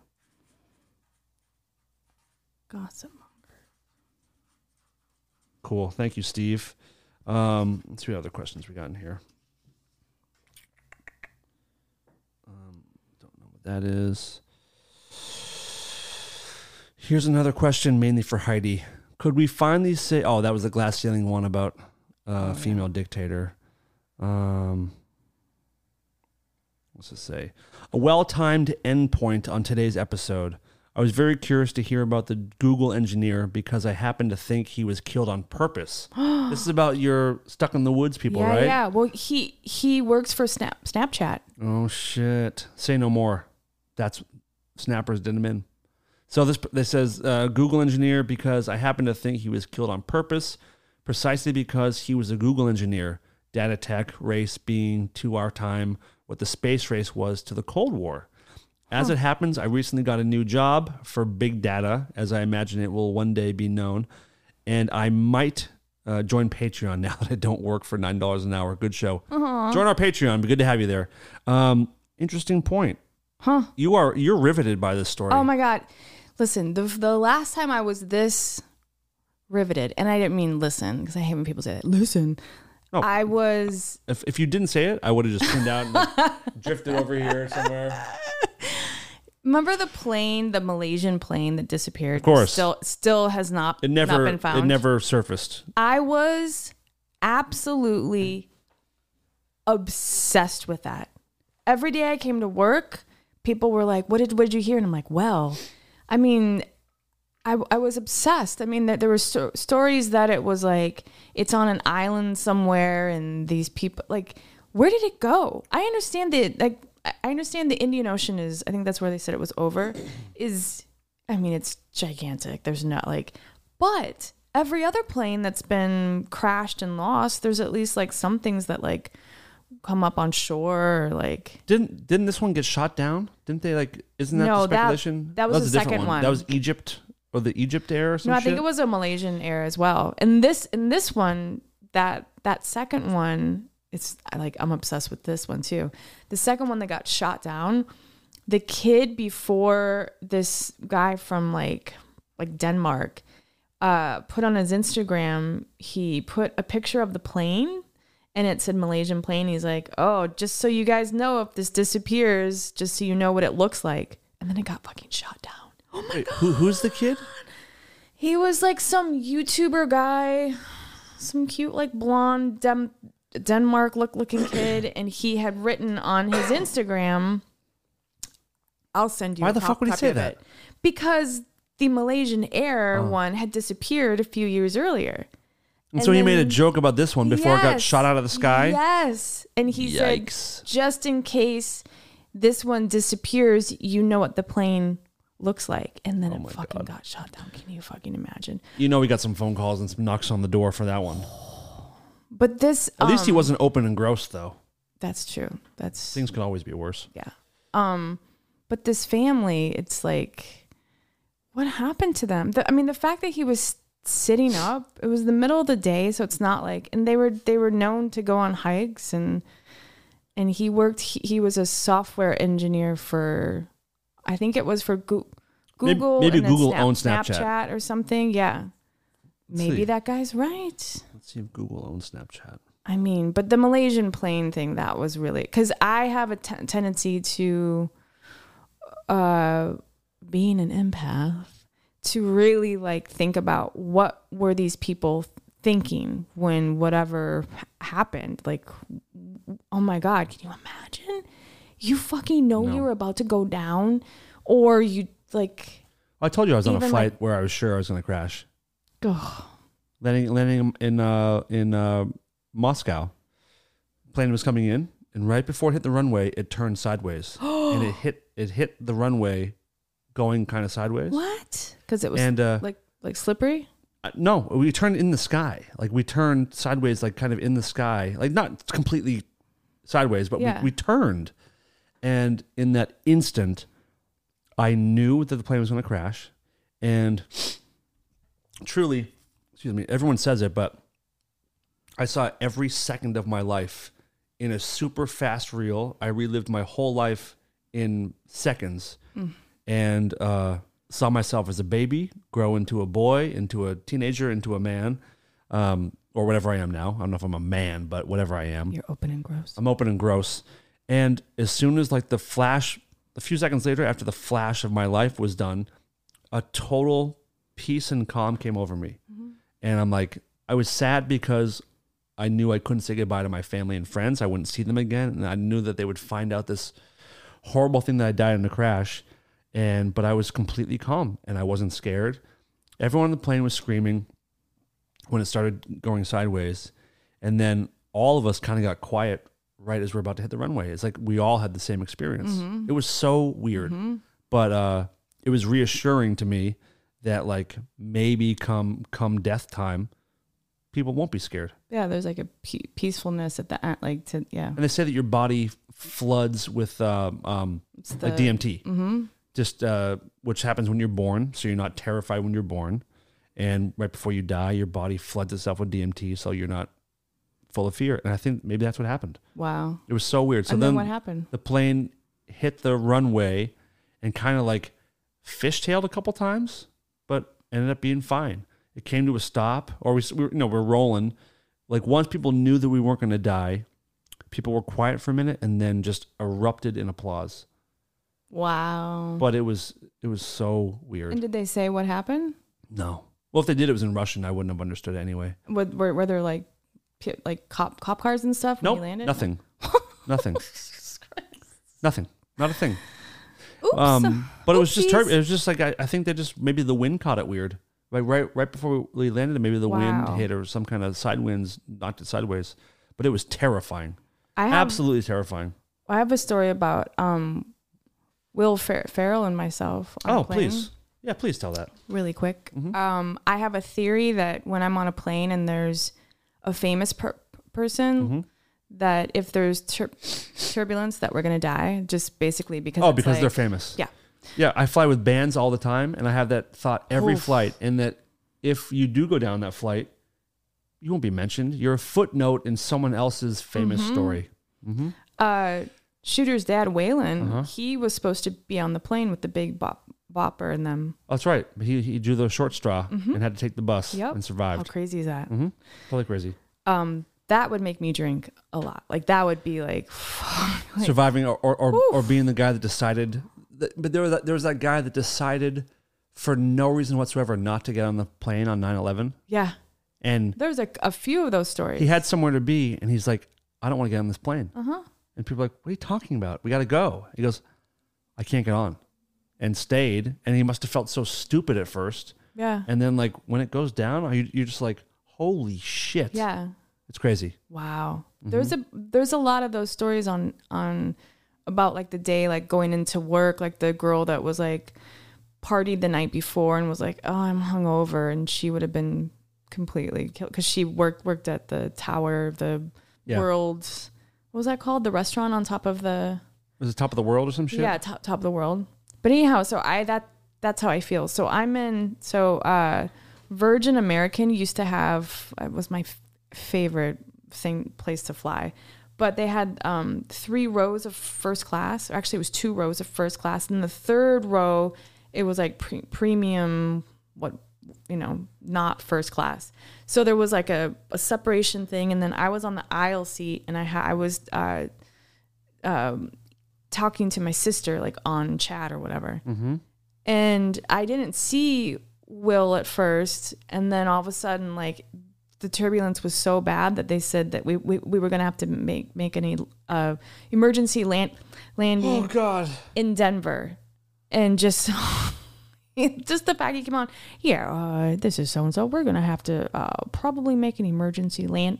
Speaker 3: Gossip. monger.
Speaker 2: Cool. Thank you, Steve. Um, let's see what other questions we got in here. Um, don't know what that is. Here's another question, mainly for Heidi. Could we finally say? Oh, that was the glass ceiling one about
Speaker 3: Oh,
Speaker 2: uh, female dictator. Um, what's it say? A well timed endpoint on today's episode. I was very curious to hear about the Google engineer because I happen to think he was killed on purpose. this is about your stuck in the woods people,
Speaker 3: yeah,
Speaker 2: right?
Speaker 3: yeah. Well, he he works for Snap Snapchat.
Speaker 2: Oh shit! Say no more. That's snappers did him in. So this this says uh, Google engineer because I happen to think he was killed on purpose, precisely because he was a Google engineer. Data tech race being to our time what the space race was to the Cold War. As it happens, I recently got a new job for big data, as I imagine it will one day be known, and I might. Uh, join Patreon now that I don't work for nine dollars an hour. Good show. Join our Patreon. It'd Be good to have you there. Um, interesting point. Huh? You are you're riveted by this story.
Speaker 3: Oh my god! Listen, the the last time I was this riveted, and I didn't mean listen because I hate when people say that. Listen,
Speaker 2: Oh.
Speaker 3: I was
Speaker 2: If, if you didn't say it, I would have just turned out and like, drifted over here somewhere.
Speaker 3: remember the plane, the Malaysian plane that disappeared. Of
Speaker 2: course.
Speaker 3: still still has not
Speaker 2: It never
Speaker 3: not been found.
Speaker 2: it never surfaced.
Speaker 3: I was absolutely obsessed with that. Every day I came to work, people were like, "What did what did you hear?" And I'm like, "Well, I mean, I, I was obsessed. I mean, that there were sto- stories that it was like it's on an island somewhere, and these people like, where did it go? I understand that like I I understand the Indian Ocean is. I think that's where they said it was over. Is I mean, it's gigantic. There's not like, but every other plane that's been crashed and lost, there's at least like some things that like come up on shore or like
Speaker 2: Didn't didn't this one get shot down? Didn't they like? Isn't that
Speaker 3: No,
Speaker 2: the
Speaker 3: that-
Speaker 2: speculation?
Speaker 3: that was
Speaker 2: a
Speaker 3: the
Speaker 2: different
Speaker 3: second one.
Speaker 2: That was Egypt or the Egypt air or something.
Speaker 3: No, I think it was a Malaysian air as well. And this in this one, that that second one, it's I like I'm obsessed with this one too. The second one that got shot down, the kid before this guy from like like Denmark uh put on his Instagram, he put a picture of the plane and it said Malaysian plane. He's like, "Oh, just so you guys know if this disappears, just so you know what it looks like." And then it got fucking shot down.
Speaker 2: Wait, who, who's the kid?
Speaker 3: He was like some YouTuber guy, some cute like blonde Dem- Denmark look looking kid, and he had written on his Instagram. I'll send you.
Speaker 2: Why
Speaker 3: a
Speaker 2: the fuck
Speaker 3: cop-
Speaker 2: would he
Speaker 3: copy
Speaker 2: say
Speaker 3: of
Speaker 2: that? Oh.
Speaker 3: it. Because the Malaysian Air one had disappeared a few years earlier.
Speaker 2: And, so he made a
Speaker 3: then-
Speaker 2: joke about this one before it got
Speaker 3: Yes.
Speaker 2: shot out of the sky.
Speaker 3: Yes. And he
Speaker 2: Yikes.
Speaker 3: said, just in case this one disappears, you know what the plane looks like. And
Speaker 2: Oh
Speaker 3: then it fucking got shot down. Can you fucking imagine?
Speaker 2: You know, we got some phone calls and some knocks on the door for that one.
Speaker 3: But this.
Speaker 2: At least he
Speaker 3: um,
Speaker 2: wasn't open and gross, though.
Speaker 3: That's true. That's
Speaker 2: Things could always be worse.
Speaker 3: yeah. Um, but this family, it's like, what happened to them? The, I mean, the fact that he was sitting up, it was the middle of the day, so it's not like, and they were they were known to go on hikes and and he worked. He, he was a software engineer for, I think it was for Goo-
Speaker 2: Maybe-
Speaker 3: Google.
Speaker 2: maybe
Speaker 3: and then
Speaker 2: Google
Speaker 3: Snap-
Speaker 2: owns Snapchat.
Speaker 3: Snapchat or something. Yeah, maybe
Speaker 2: see.
Speaker 3: that guy's right.
Speaker 2: Let's see if Google owns Snapchat.
Speaker 3: I mean, but the Malaysian plane thing that was really because I have a ten- tendency to, uh, being an empath, to really like think about what were these people thinking when whatever h- happened. Like, oh my god, can you imagine? You fucking know you were about to go down, or you like,
Speaker 2: I told you I was on a
Speaker 3: Even,
Speaker 2: flight
Speaker 3: like-
Speaker 2: where I was sure I was going to crash.
Speaker 3: ugh,
Speaker 2: landing landing in uh in uh Moscow. Plane was coming in, and right before it hit the runway, it turned sideways, and it hit it hit the runway, going kind of sideways.
Speaker 3: what? Because it was
Speaker 2: And, uh,
Speaker 3: like like slippery.
Speaker 2: Uh, No, we turned in the sky. Like we turned sideways, like kind of in the sky, like not completely sideways, but
Speaker 3: Yeah.
Speaker 2: we, we turned, and in that instant, I knew that the plane was going to crash, and truly, excuse me, everyone says it, but I saw every second of my life in a super fast reel. I relived my whole life in seconds and uh, saw myself as a baby grow into a boy, into a teenager, into a man, um, or whatever I am now. I don't know if I'm a man, but whatever I am.
Speaker 3: You're open and gross.
Speaker 2: I'm open and gross. And as soon as like the flash, a few seconds later, after the flash of my life was done, a total peace and calm came over me. And I'm like, I was sad because I knew I couldn't say goodbye to my family and friends. I wouldn't see them again. And I knew that they would find out this horrible thing that I died in a crash. And, but I was completely calm and I wasn't scared. Everyone on the plane was screaming when it started going sideways. And then all of us kind of got quiet right as we're about to hit the runway. It's like we all had the same experience. It was so weird, but uh, it was reassuring to me that like maybe come come death time, people won't be scared.
Speaker 3: Yeah, there's like a pe- peacefulness at the end, like to yeah.
Speaker 2: And they say that your body floods with um, um, like
Speaker 3: the-
Speaker 2: DMT, just uh, which happens when you're born. So you're not terrified when you're born, and right before you die, your body floods itself with DMT, so you're not full of fear. And I think maybe that's what happened.
Speaker 3: Wow.
Speaker 2: It was so weird. So
Speaker 3: And then what happened?
Speaker 2: The plane hit the runway and kind of like fishtailed a couple times, but ended up being fine. It came to a stop, or we, s- we were- you know, we're rolling. Like once people knew that we weren't going to die, people were quiet for a minute and then just erupted in applause.
Speaker 3: Wow.
Speaker 2: But it was it was so
Speaker 3: Mm. And
Speaker 2: weird.
Speaker 3: did they say what happened?
Speaker 2: No. Well, if they did, it was in Russian. I wouldn't have understood it anyway.
Speaker 3: What were, were there like pi- like cop cop cars and stuff
Speaker 2: No,
Speaker 3: when you landed?
Speaker 2: nothing. nothing. Nothing. Not a thing.
Speaker 3: Oops.
Speaker 2: Um, but it was just
Speaker 3: Oopsies.
Speaker 2: tur- it was just like I, I think they just maybe the wind caught it weird. Like right right before we landed, maybe the
Speaker 3: Wow.
Speaker 2: wind hit or some kind of side winds knocked it sideways. But it was terrifying,
Speaker 3: I have
Speaker 2: absolutely terrifying.
Speaker 3: I have a story about um, Will Fer- Ferrell and myself. On a
Speaker 2: Oh
Speaker 3: plane.
Speaker 2: please, yeah, please tell that.
Speaker 3: really quick.
Speaker 2: Mm-hmm.
Speaker 3: Um, I have a theory that when I'm on a plane and there's a famous per- person,
Speaker 2: Mm-hmm.
Speaker 3: that if there's tur- turbulence, that we're gonna die, just basically because
Speaker 2: Oh,
Speaker 3: it's
Speaker 2: because they're
Speaker 3: like-
Speaker 2: famous.
Speaker 3: Yeah,
Speaker 2: Yeah, I fly with bands all the time, and I have that thought every flight. And that if you do go down that flight, you won't be mentioned. You're a footnote in someone else's famous
Speaker 3: Mm-hmm.
Speaker 2: story.
Speaker 3: uh, Shooter's dad Waylon,
Speaker 2: Uh-huh.
Speaker 3: he was supposed to be on the plane with the big bop- bopper and them.
Speaker 2: That's right. He he drew the short straw and had to take the bus
Speaker 3: Mm-hmm. Yep.
Speaker 2: and
Speaker 3: How
Speaker 2: survived.
Speaker 3: crazy is that?
Speaker 2: Mm-hmm. Totally crazy.
Speaker 3: Um, that would make me drink a lot. Like that would be like, like
Speaker 2: Surviving or or, or, or being the guy that decided. That, but there was that, there was that guy that decided for no reason whatsoever not to get on the plane on 9-11.
Speaker 3: yeah.
Speaker 2: and
Speaker 3: There's a, a few of those stories.
Speaker 2: he had somewhere to be, and he's like, I don't want to get on this plane.
Speaker 3: Uh-huh.
Speaker 2: And people are like, What are you talking about? We got to go. He goes, I can't get on, and stayed. And he must have felt so stupid at first.
Speaker 3: yeah.
Speaker 2: And then, like, when it goes down, you, you're just like, Holy shit.
Speaker 3: Yeah.
Speaker 2: It's crazy.
Speaker 3: Wow. There's a there's a lot of those stories on on about like the day like going into work like the girl that was like partied the night before and was like oh I'm hungover and she would have been completely killed because she worked worked at the tower of the
Speaker 2: Yeah.
Speaker 3: world what was that called the restaurant on top of the
Speaker 2: Was it top of the world or some shit?
Speaker 3: yeah top, top of the world but anyhow so I that that's how I feel so I'm in so uh Virgin American used to have it was my f- favorite thing place to fly, but they had um, three rows of first class. Or actually, it was two rows of first class, and the third row it was like pre- premium, what you know, not first class. So there was like a, a separation thing, and then I was on the aisle seat, and I ha- I was. Uh, um, talking to my sister like on chat or whatever and I didn't see Will at first, and then all of a sudden, like the turbulence was so bad that they said that we we, we were gonna have to make make any uh, emergency land landing
Speaker 2: God.
Speaker 3: in Denver, and just just the fact he came on, yeah, uh, this is so and so. We're gonna have to uh, probably make an emergency land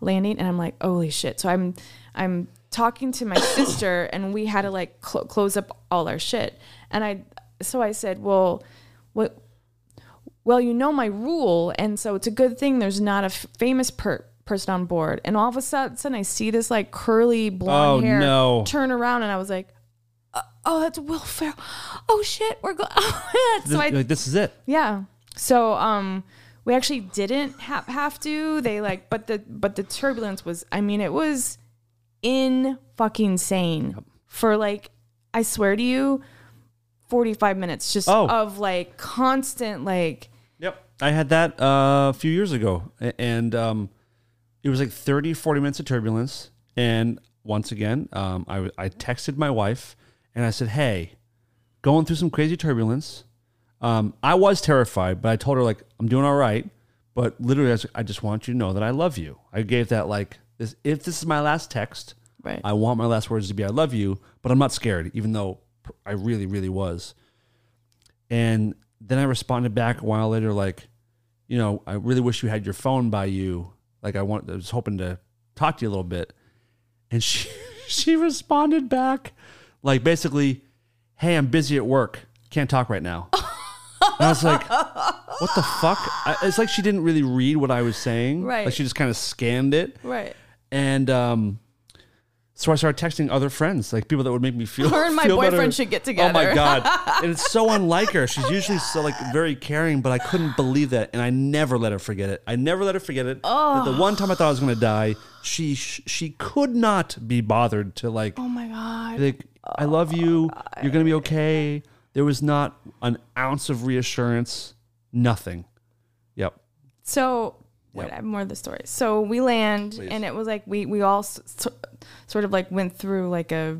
Speaker 3: landing, and I'm like, holy shit. So I'm I'm talking to my sister, and we had to like cl- close up all our shit, and I so I said, well, what well, you know my rule, and so it's a good thing there's not a f- famous per- person on board. And all of a sudden, I see this like curly blonde
Speaker 2: Oh,
Speaker 3: hair
Speaker 2: no.
Speaker 3: turn around, and I was like, "Uh, "Oh, that's Will Ferrell. Oh shit, we're going." Oh, yeah.
Speaker 2: This,
Speaker 3: so I
Speaker 2: like, this is it.
Speaker 3: yeah. So um, we actually didn't ha- have to. They like, but the but the turbulence was. I mean, it was in fucking sane for like I swear to you, forty five minutes just
Speaker 2: Oh.
Speaker 3: of like constant like.
Speaker 2: Yep. I had that uh, a few years ago. a- And um, it was like 30, 40 minutes of turbulence. And once again, um, I, w- I texted my wife and I said, hey, going through some crazy turbulence. Um, I was terrified, but I told her, like, I'm doing all right. But literally, I, was, I just want you to know that I love you. I gave that, like, this, if this is my last text,
Speaker 3: Right.
Speaker 2: I want my last words to be, I love you, but I'm not scared, even though pr- I really, really was. And then I responded back a while later, like, you know, I really wish you had your phone by you. Like, I want, I was hoping to talk to you a little bit. And she, she responded back, like, basically, hey, I'm busy at work. Can't talk right now. and I was like, what the fuck? I, it's like she didn't really read what I was saying.
Speaker 3: Right.
Speaker 2: Like, she just kind of scanned it.
Speaker 3: Right.
Speaker 2: And, um, so I started texting other friends, like people that would make me feel.
Speaker 3: Her and my
Speaker 2: feel better.
Speaker 3: boyfriend should get
Speaker 2: Oh my
Speaker 3: together.
Speaker 2: god! and it's so unlike her. She's usually so like very caring, but I couldn't believe that, and I never let her forget it. I never let her forget it. Oh. the one time I thought I was going to die, she she could not be bothered to like
Speaker 3: Oh my god.
Speaker 2: like I love you. You're gonna be okay. There was not an ounce of reassurance. Nothing. Yep.
Speaker 3: So wait, I have more of the story. So we land, and it was like we we all s- s- sort of like went through like a,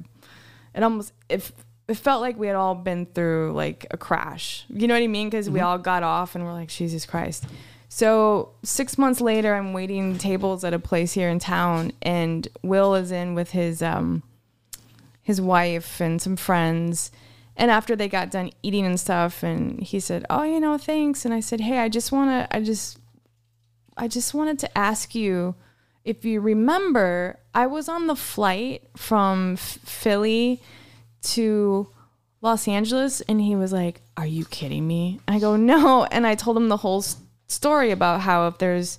Speaker 3: it almost if. It felt like we had all been through like a crash. You know what I mean? Because we all got off and we're like, Jesus Christ. So six months later, I'm waiting tables at a place here in town, and Will is in with his um, his wife and some friends And after they got done eating and stuff, and he said, "Oh, you know, thanks." And I said, "Hey, I just want to, I just, I just wanted to ask you if you remember, I was on the flight from F- Philly to Los Angeles, and he was like, "Are you kidding me?" I go, "No," and I told him the whole s- story about how if there's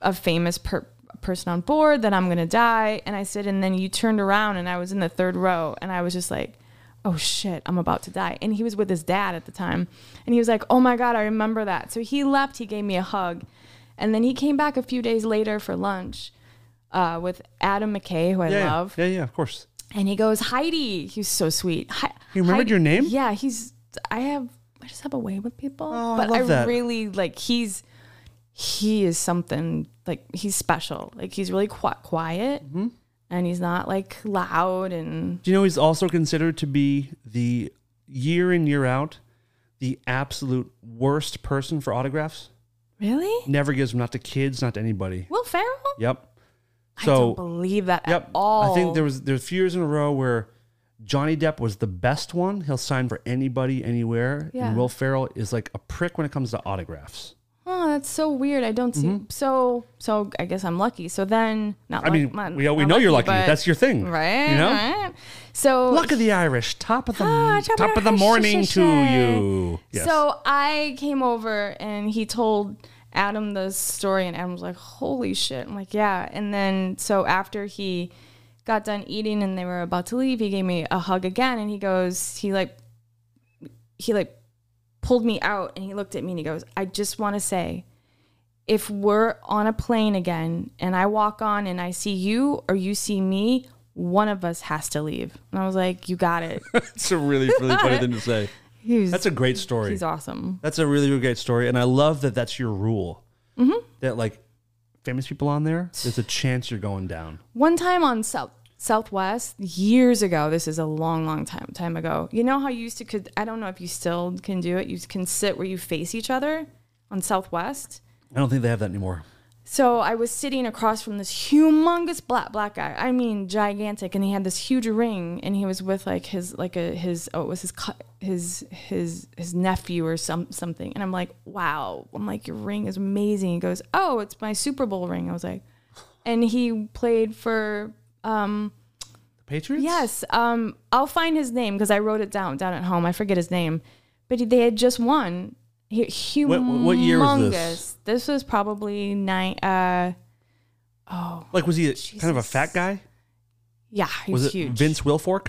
Speaker 3: a famous per- person on board that I'm gonna die. And I said, and then you turned around and I was in the third row and I was just like, oh shit, I'm about to die. And he was with his dad at the time. And he was like, oh my God, I remember that. So he left, he gave me a hug. And then he came back a few days later for lunch uh, with Adam McKay, who I
Speaker 2: yeah,
Speaker 3: love.
Speaker 2: yeah, yeah, of course.
Speaker 3: And he goes, Heidi. He was so sweet. Hi-
Speaker 2: He remembered
Speaker 3: Heidi-
Speaker 2: your name?
Speaker 3: Yeah, he's. I have. I just have a way with people.
Speaker 2: Oh, I
Speaker 3: but
Speaker 2: love
Speaker 3: I
Speaker 2: that.
Speaker 3: really like. He's. He is something like he's special. Like he's really qui- quiet,
Speaker 2: Mm-hmm.
Speaker 3: and he's not like loud and
Speaker 2: Do you know he's also considered to be the year in year out the absolute worst person for autographs?
Speaker 3: really.
Speaker 2: Never gives them not to kids, not to anybody.
Speaker 3: Will Ferrell?
Speaker 2: Yep.
Speaker 3: I
Speaker 2: So
Speaker 3: don't believe that
Speaker 2: yep.
Speaker 3: at all.
Speaker 2: I think there was there's a few years in a row where Johnny Depp was the best one. He'll sign for anybody, anywhere.
Speaker 3: Yeah.
Speaker 2: And Will Ferrell is like a prick when it comes to autographs.
Speaker 3: Oh, that's so weird. I don't see. So, so I guess I'm lucky. So then, not.
Speaker 2: Mm-hmm. I
Speaker 3: luck-
Speaker 2: mean,
Speaker 3: not-
Speaker 2: we, we
Speaker 3: not
Speaker 2: know you're lucky.
Speaker 3: but-
Speaker 2: That's your thing,
Speaker 3: right.
Speaker 2: You know,
Speaker 3: right. So
Speaker 2: luck of the Irish, top of the
Speaker 3: Ah,
Speaker 2: top,
Speaker 3: top of
Speaker 2: of the
Speaker 3: the-
Speaker 2: morning to you. Yes.
Speaker 3: So I came over and he told Adam the story, and Adam was like, "Holy shit!" I'm like, "Yeah." And then so after he got done eating and they were about to leave, he gave me a hug again, and he goes, he like, he like pulled me out, and he looked at me and he goes, "I just want to say." If we're on a plane again and I walk on and I see you or you see me, one of us has to leave. And I was like, You got it.
Speaker 2: it's a really really funny thing to say.
Speaker 3: He was-
Speaker 2: That's a great story.
Speaker 3: He's awesome.
Speaker 2: That's a really, really great story, and I love that. That's your rule.
Speaker 3: Mm-hmm.
Speaker 2: That like famous people on there, there's a chance you're going down.
Speaker 3: One time on South Southwest years ago. This is a long, long time time ago. You know how you used to could I don't know if you still can do it. You can sit where you face each other on Southwest.
Speaker 2: I don't think they have that anymore.
Speaker 3: So I was sitting across from this humongous black black guy. I mean, gigantic, and he had this huge ring, and he was with like his like a his oh it was his cu- his his his nephew or some something. And I'm like, wow. I'm like, your ring is amazing. He goes, oh, it's my Super Bowl ring. I was like, and he played for um,
Speaker 2: The Patriots?
Speaker 3: Yes. Um, I'll find his name because I wrote it down down at home. I forget his name, but he- they had just won. He-
Speaker 2: What- what year was this?
Speaker 3: humongous. This was probably nine. Uh,
Speaker 2: Like was he a- kind of a
Speaker 3: Jesus.
Speaker 2: fat guy?
Speaker 3: yeah, he was,
Speaker 2: was it
Speaker 3: huge.
Speaker 2: Vince Wilfork?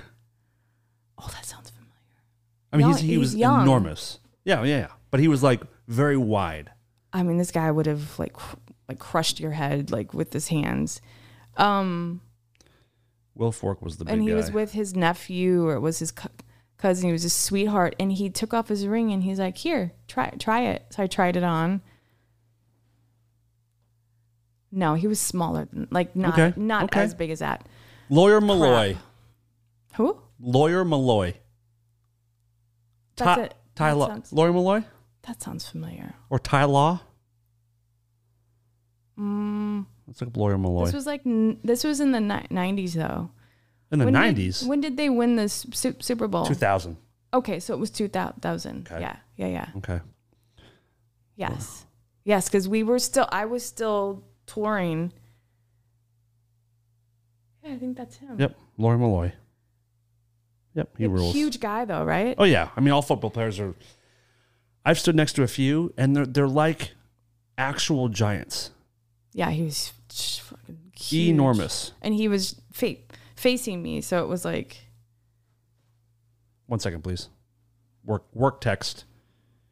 Speaker 3: Oh, that sounds familiar.
Speaker 2: I mean,
Speaker 3: No,
Speaker 2: he's, he
Speaker 3: he's
Speaker 2: was
Speaker 3: young.
Speaker 2: enormous. Yeah, yeah, yeah. But he was like very wide.
Speaker 3: I mean, this guy would have like cr- like crushed your head like with his hands. Um,
Speaker 2: Will Fork was the big
Speaker 3: and he
Speaker 2: guy.
Speaker 3: was with his nephew or it was his cou- cousin. He was his sweetheart, and he took off his ring and he's like, "Here, try try it." So I tried it on. No, he was smaller than like not
Speaker 2: Okay,
Speaker 3: not
Speaker 2: okay.
Speaker 3: as big as that.
Speaker 2: Lawyer Malloy.
Speaker 3: Who?
Speaker 2: Lawyer Malloy.
Speaker 3: That's
Speaker 2: Ty,
Speaker 3: it.
Speaker 2: Ty
Speaker 3: that,
Speaker 2: Law.
Speaker 3: sounds,
Speaker 2: Lawyer Malloy
Speaker 3: that sounds familiar.
Speaker 2: or Ty Law?
Speaker 3: Mm,
Speaker 2: Let's look up Lawyer Malloy.
Speaker 3: this was like n- this was in the nineties though.
Speaker 2: In the
Speaker 3: When did-
Speaker 2: nineties,
Speaker 3: when did they win this Su- Super Bowl?
Speaker 2: two thousand.
Speaker 3: Okay, so it was two thousand.
Speaker 2: Okay.
Speaker 3: Yeah, yeah, yeah.
Speaker 2: Okay.
Speaker 3: Yes. Yes, because we were still, I was still touring. Yeah, I think that's him.
Speaker 2: Yep. Lawyer Malloy. Yep. He
Speaker 3: Yeah,
Speaker 2: rules.
Speaker 3: Huge guy, though, right?
Speaker 2: Oh yeah. I mean, all football players are. I've stood next to a few, and they're they're like actual giants,
Speaker 3: Yeah, he was just fucking huge.
Speaker 2: enormous.
Speaker 3: And he was fa- facing me, so it was like,
Speaker 2: One second, please. Work work text.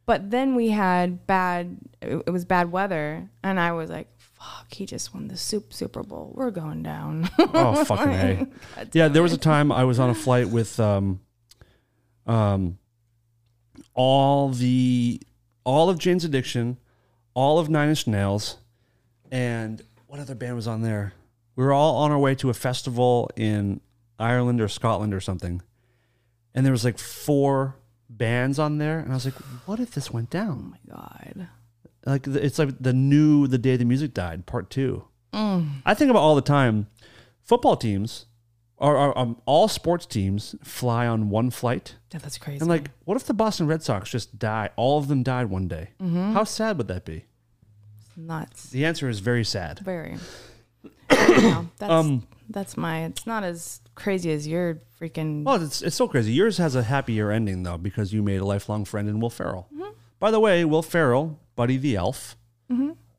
Speaker 3: but then we had bad, it, it was bad weather, and I was like, fuck, he just won the Sup- Super Bowl. We're going down.
Speaker 2: Oh fucking hey. yeah, there was a time I was on a flight with um, um, all the all of Jane's Addiction, all of Nine Inch Nails, and what other band was on there? We were all on our way to a festival in Ireland or Scotland or something, and there was like four bands on there, and I was like, "What if this went down?"
Speaker 3: oh God.
Speaker 2: like th- it's like the new the
Speaker 3: Mm.
Speaker 2: day the music died part two i think about all the time football teams Are, are um, all sports teams fly on one flight?
Speaker 3: Yeah, that's crazy.
Speaker 2: And like, what if the Boston Red Sox just die? All of them died one day.
Speaker 3: Mm-hmm.
Speaker 2: How sad would that be?
Speaker 3: nuts.
Speaker 2: The answer is very sad.
Speaker 3: Very. Anyhow, that's,
Speaker 2: Um,
Speaker 3: that's my. It's not as crazy as your freaking.
Speaker 2: Well, it's it's so crazy. Yours has a happier ending though because you made a lifelong friend in Will Ferrell.
Speaker 3: Mm-hmm.
Speaker 2: By the way, Will Ferrell, Buddy the Elf.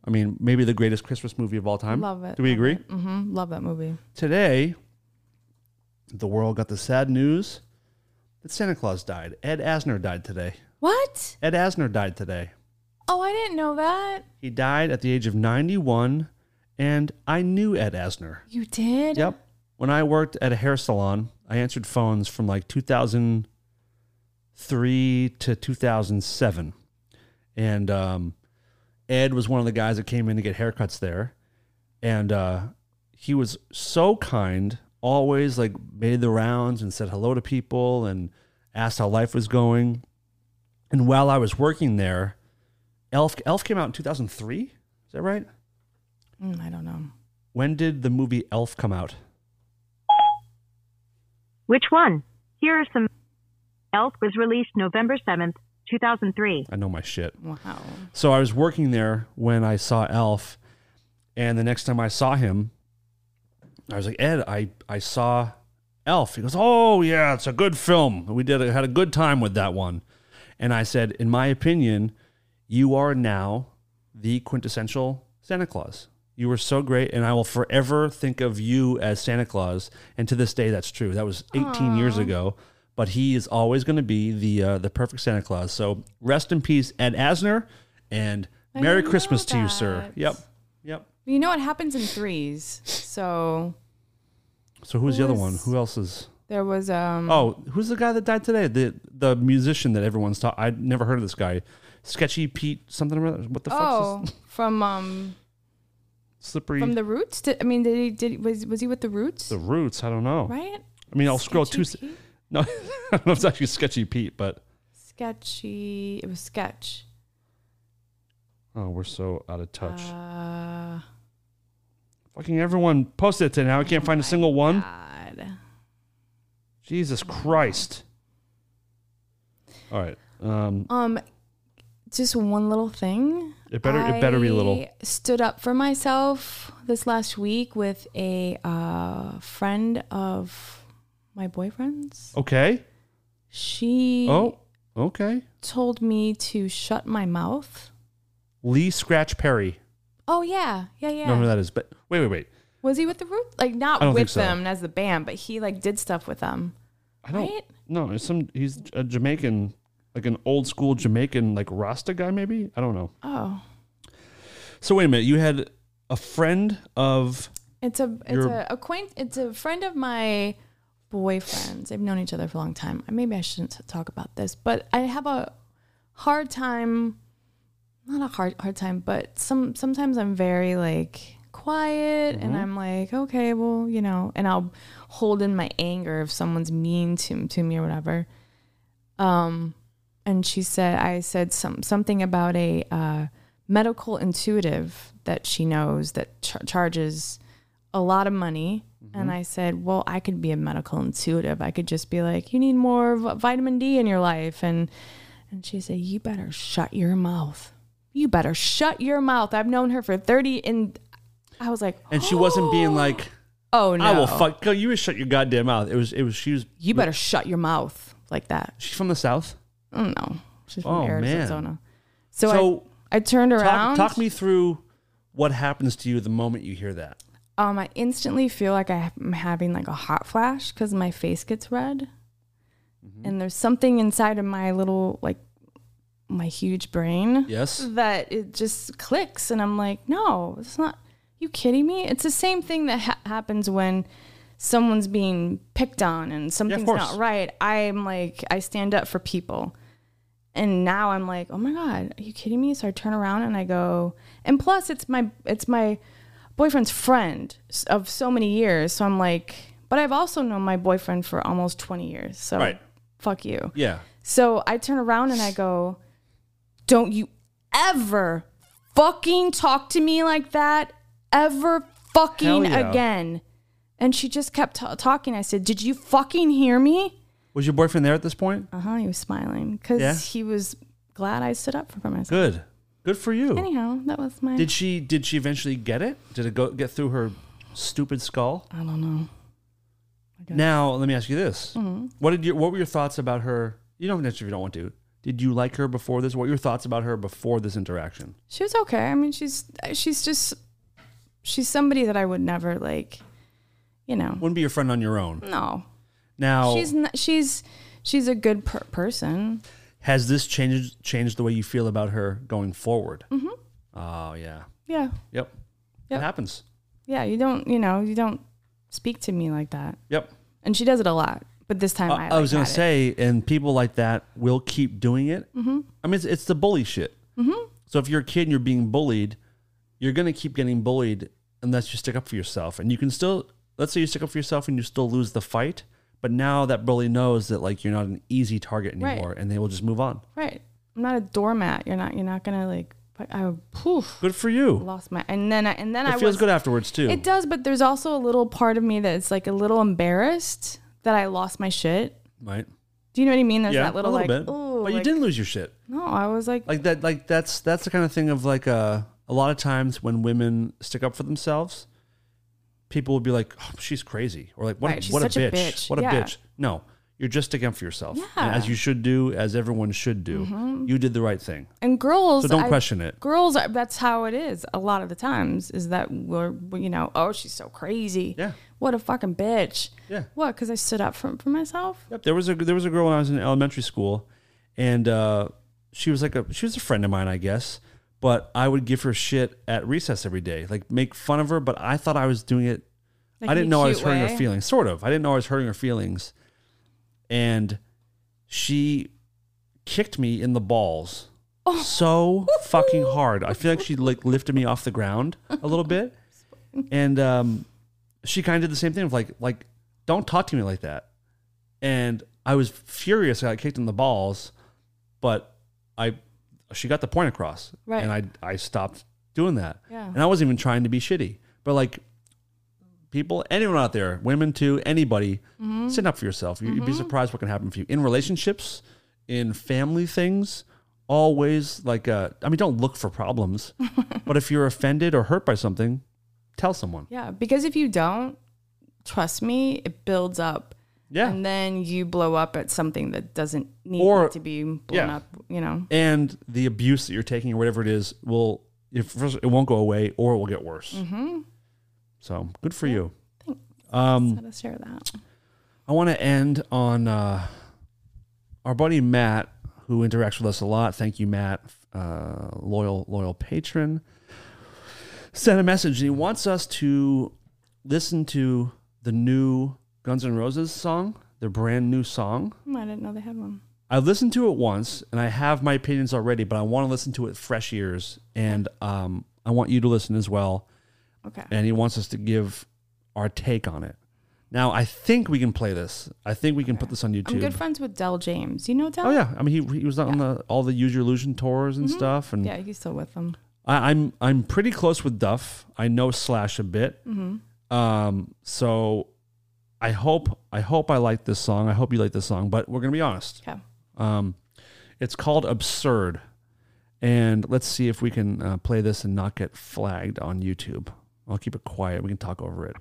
Speaker 2: I mean, maybe the greatest Christmas movie of all time.
Speaker 3: Love it,
Speaker 2: Do we
Speaker 3: love
Speaker 2: agree?
Speaker 3: hmm love that movie.
Speaker 2: Today, the world got the sad news that Santa Claus died. Ed Asner died today.
Speaker 3: What?
Speaker 2: Ed Asner died today.
Speaker 3: Oh, I didn't know that.
Speaker 2: He died at the age of 91, and I knew Ed Asner.
Speaker 3: You did?
Speaker 2: Yep. When I worked at a hair salon, I answered phones from like 2003 to 2007. And um, Ed was one of the guys that came in to get haircuts there. And uh, he was so kind, always like made the rounds and said hello to people and asked how life was going. And while I was working there, Elf Elf came out in 2003. Is that right?
Speaker 3: Mm, I don't know.
Speaker 2: When did the movie Elf come out?
Speaker 6: Which one? Here are some. Elf was released November 7th, 2003.
Speaker 2: I know my shit.
Speaker 3: Wow.
Speaker 2: So I was working there when I saw Elf, and the next time I saw him, I was like, Ed, I, I saw Elf. He goes, Oh yeah, it's a good film. We did had a good time with that one. And I said, In my opinion, you are now the quintessential Santa Claus. You were so great, and I will forever think of you as Santa Claus. And to this day, that's true. That was 18 years ago, but he is always going to be the uh, the perfect Santa Claus. So rest in peace, Ed Asner, and
Speaker 3: I
Speaker 2: Merry
Speaker 3: didn't
Speaker 2: Christmas
Speaker 3: know
Speaker 2: to you, sir.
Speaker 3: that.
Speaker 2: Yep, yep.
Speaker 3: You know it happens in threes. So
Speaker 2: So who's the other
Speaker 3: Who
Speaker 2: one?
Speaker 3: is-
Speaker 2: Who else is?
Speaker 3: there was um.
Speaker 2: Oh, who's the guy that died today? The the musician that everyone's talking. I never heard of this guy. Sketchy Pete something or other. What the
Speaker 3: Oh,
Speaker 2: fuck's this?
Speaker 3: from um
Speaker 2: Slippery.
Speaker 3: from the Roots. Did, I mean, did he did was was he with the Roots?
Speaker 2: The Roots. I don't know.
Speaker 3: right.
Speaker 2: I mean, I'll scroll two.
Speaker 3: Sketchy Pete?
Speaker 2: No, I don't know if it's actually Sketchy Pete, but
Speaker 3: Sketchy. It was sketch.
Speaker 2: oh, we're so out of touch.
Speaker 3: Uh,
Speaker 2: Fucking everyone posted it to now. I can't find a single one.
Speaker 3: oh God.
Speaker 2: Jesus Christ. All right. Um,
Speaker 3: Um, just one little thing.
Speaker 2: it better it better be little.
Speaker 3: I Stood up for myself this last week with a uh, friend of my boyfriend's.
Speaker 2: Okay.
Speaker 3: She
Speaker 2: Oh, okay.
Speaker 3: told me to shut my mouth.
Speaker 2: Lee Scratch Perry.
Speaker 3: Oh yeah, yeah, yeah.
Speaker 2: I don't know who that is, but wait, wait, wait.
Speaker 3: Was he with the Roots? Like
Speaker 2: I
Speaker 3: not
Speaker 2: don't think
Speaker 3: with
Speaker 2: so.
Speaker 3: them as the band, but he like did stuff with them.
Speaker 2: I don't.
Speaker 3: Right?
Speaker 2: No, it's some. He's a Jamaican, like an old school Jamaican, like Rasta guy, maybe. I don't know.
Speaker 3: Oh,
Speaker 2: So wait a minute. You had a friend of
Speaker 3: it's a it's
Speaker 2: You're-
Speaker 3: a acquaint it's a friend of my boyfriend's. They've known each other for a long time. Maybe I shouldn't talk about this, but I have a hard time. Not a hard hard time, but some sometimes I'm very like quiet and I'm like, okay, well, you know, and I'll hold in my anger if someone's mean to to me or whatever. um, and she said I said some something about a uh, medical intuitive that she knows that char- charges a lot of money.
Speaker 2: Mm-hmm.
Speaker 3: And I said, well, I could be a medical intuitive. I could just be like, you need more v- vitamin D in your life, and and she said, you better shut your mouth. You better shut your mouth. I've known her for thirty, and I was like,
Speaker 2: and she wasn't being like
Speaker 3: oh no,
Speaker 2: I will fuck girl, you. would Shut your goddamn mouth. It was. It was. She was.
Speaker 3: You better shut your mouth like that.
Speaker 2: She's from the south.
Speaker 3: Oh no, she's from
Speaker 2: Oh, man.
Speaker 3: Arizona. So,
Speaker 2: So,
Speaker 3: I, I turned
Speaker 2: Talk,
Speaker 3: around.
Speaker 2: talk me through what happens to you the moment you hear that.
Speaker 3: Um, I instantly feel like I'm having like a hot flash because my face gets red,
Speaker 2: Mm-hmm.
Speaker 3: and there's something inside of my little like my huge brain
Speaker 2: Yes.
Speaker 3: that it just clicks, and I'm like, no, it's not. You kidding me? It's the same thing that ha- happens when someone's being picked on and something's
Speaker 2: course.
Speaker 3: not right. I'm like, I stand up for people. And now I'm like, oh my god, are you kidding me? So I turn around and I go, and plus it's my it's my boyfriend's friend s- of so many years. So I'm like, but I've also known my boyfriend for almost 20 years. So
Speaker 2: Right.
Speaker 3: fuck you.
Speaker 2: Yeah.
Speaker 3: So I turn around and I go, Don't you ever fucking talk to me like that ever fucking
Speaker 2: Hell yeah.
Speaker 3: again. And she just kept t- talking. I said, Did you fucking hear me?
Speaker 2: Was your boyfriend there at this point?
Speaker 3: Uh huh. He was smiling because
Speaker 2: Yeah?
Speaker 3: he was glad I stood up for myself.
Speaker 2: Good. Good for you.
Speaker 3: Anyhow, that was my.
Speaker 2: Did she did she eventually get it? Did it go get through her stupid skull?
Speaker 3: I don't know.
Speaker 2: Now, let me ask you this.
Speaker 3: Mm-hmm.
Speaker 2: What did your what were your thoughts about her? You don't have to if you don't want to. Did you like her before this? What were your thoughts about her before this interaction?
Speaker 3: She was okay. I mean, she's she's just she's somebody that I would never like. You know,
Speaker 2: Wouldn't be your friend on your own.
Speaker 3: no.
Speaker 2: Now,
Speaker 3: She's not, she's she's a good per- person.
Speaker 2: has this changed changed the way you feel about her going forward? Mm-hmm. Oh yeah.
Speaker 3: Yeah,
Speaker 2: Yep. It
Speaker 3: Yep.
Speaker 2: happens.
Speaker 3: yeah. You don't you know you don't speak to me like that.
Speaker 2: Yep.
Speaker 3: And she does it a lot, but this time I.
Speaker 2: Oh, I, I was
Speaker 3: like,
Speaker 2: gonna
Speaker 3: had it.
Speaker 2: say, and people like that will keep doing it. Mm-hmm. I mean, it's, it's the bully shit. Mm-hmm. So if you're a kid and you're being bullied, you're gonna keep getting bullied unless you stick up for yourself. And you can still, let's say you stick up for yourself and you still lose the fight, but now that bully knows that like you're not an easy target
Speaker 3: Right.
Speaker 2: anymore, and they will just move on.
Speaker 3: right. I'm not a doormat. You're not. You're not gonna like. But I poof
Speaker 2: Good for you.
Speaker 3: lost my and then I, and then I
Speaker 2: It feels
Speaker 3: was,
Speaker 2: good afterwards too.
Speaker 3: It does, but there's also a little part of me that's like a little embarrassed that I lost my shit.
Speaker 2: right?
Speaker 3: Do you know what I mean? There's
Speaker 2: Yeah,
Speaker 3: that little,
Speaker 2: a little
Speaker 3: like,
Speaker 2: bit.
Speaker 3: ooh,
Speaker 2: but you
Speaker 3: like-
Speaker 2: didn't lose your shit.
Speaker 3: No, I was like,
Speaker 2: like that like that's that's the kind of thing of like uh, a lot of times when women stick up for themselves people will be like oh, she's crazy or like what,
Speaker 3: Right, she's
Speaker 2: what a,
Speaker 3: such a
Speaker 2: bitch.
Speaker 3: bitch.
Speaker 2: what a
Speaker 3: Yeah.
Speaker 2: bitch no you're just sticking up for yourself and
Speaker 3: Yeah.
Speaker 2: as you should do as everyone should do you did the right thing
Speaker 3: and girls.
Speaker 2: so don't
Speaker 3: I-
Speaker 2: question it
Speaker 3: Girls, are, that's how it is. A lot of the times is that we're, you know, oh, she's so crazy.
Speaker 2: Yeah.
Speaker 3: What a fucking bitch.
Speaker 2: Yeah.
Speaker 3: What? Because I stood up for, for myself.
Speaker 2: Yep, there was a there was a girl when I was in elementary school, and uh, she was like a she was a friend of mine, I guess. But I would give her shit at recess every day, like make fun of her. But I thought I was doing it.
Speaker 3: Like
Speaker 2: I
Speaker 3: in
Speaker 2: didn't
Speaker 3: a
Speaker 2: know I was
Speaker 3: cute
Speaker 2: hurting her
Speaker 3: way?
Speaker 2: feelings. Sort of. I didn't know I was hurting her feelings, and she kicked me in the balls
Speaker 3: Oh.
Speaker 2: so fucking hard. I feel like she like lifted me off the ground a little bit, and um, she kind of did the same thing of like like don't talk to me like that. And I was furious. I got kicked in the balls, but I she got the point across,
Speaker 3: Right.
Speaker 2: and I I stopped doing that.
Speaker 3: Yeah.
Speaker 2: And I wasn't even trying to be shitty, but like people, anyone out there, women too, anybody,
Speaker 3: Mm-hmm.
Speaker 2: stand up for yourself. You- You'd be surprised what can happen for you in relationships, in family things. Always like, uh, I mean, don't look for problems, but if you're offended or hurt by something, tell someone.
Speaker 3: Yeah. Because if you don't, trust me, it builds up.
Speaker 2: Yeah.
Speaker 3: And then you blow up at something that doesn't need
Speaker 2: Or-
Speaker 3: to be blown
Speaker 2: yeah.
Speaker 3: up, you know?
Speaker 2: and the abuse that you're taking or whatever it is will if first, it won't go away or it will get worse. Mm-hmm. So good for you. Mm.
Speaker 3: Just gotta share that.
Speaker 2: I want to end on uh, our buddy Matt, who interacts with us a lot. Thank you, Matt, uh, loyal loyal patron. Sent a message and he wants us to listen to the new Guns N' Roses song, their brand new song.
Speaker 3: Hmm, I didn't know they had one.
Speaker 2: I listened to it once and I have my opinions already, but I want to listen to it fresh ears and um, I want you to listen as well.
Speaker 3: Okay.
Speaker 2: And he wants us to give our take on it. Now, I think we can play this. I think we can put this on YouTube.
Speaker 3: I'm good friends with Dell James. You know Dell?
Speaker 2: oh, yeah. I mean, he, he was on the all the Use Your Illusion tours and stuff. And
Speaker 3: Mm-hmm. Yeah, he's still with them.
Speaker 2: I, I'm I'm pretty close with Duff. I know Slash a bit.
Speaker 3: Mm-hmm.
Speaker 2: Um, so I hope I hope I like this song. I hope you like this song, but we're gonna be honest.
Speaker 3: Okay.
Speaker 2: Um, it's called Absurd. And let's see if we can uh, play this and not get flagged on YouTube. I'll keep it quiet. We can talk over it.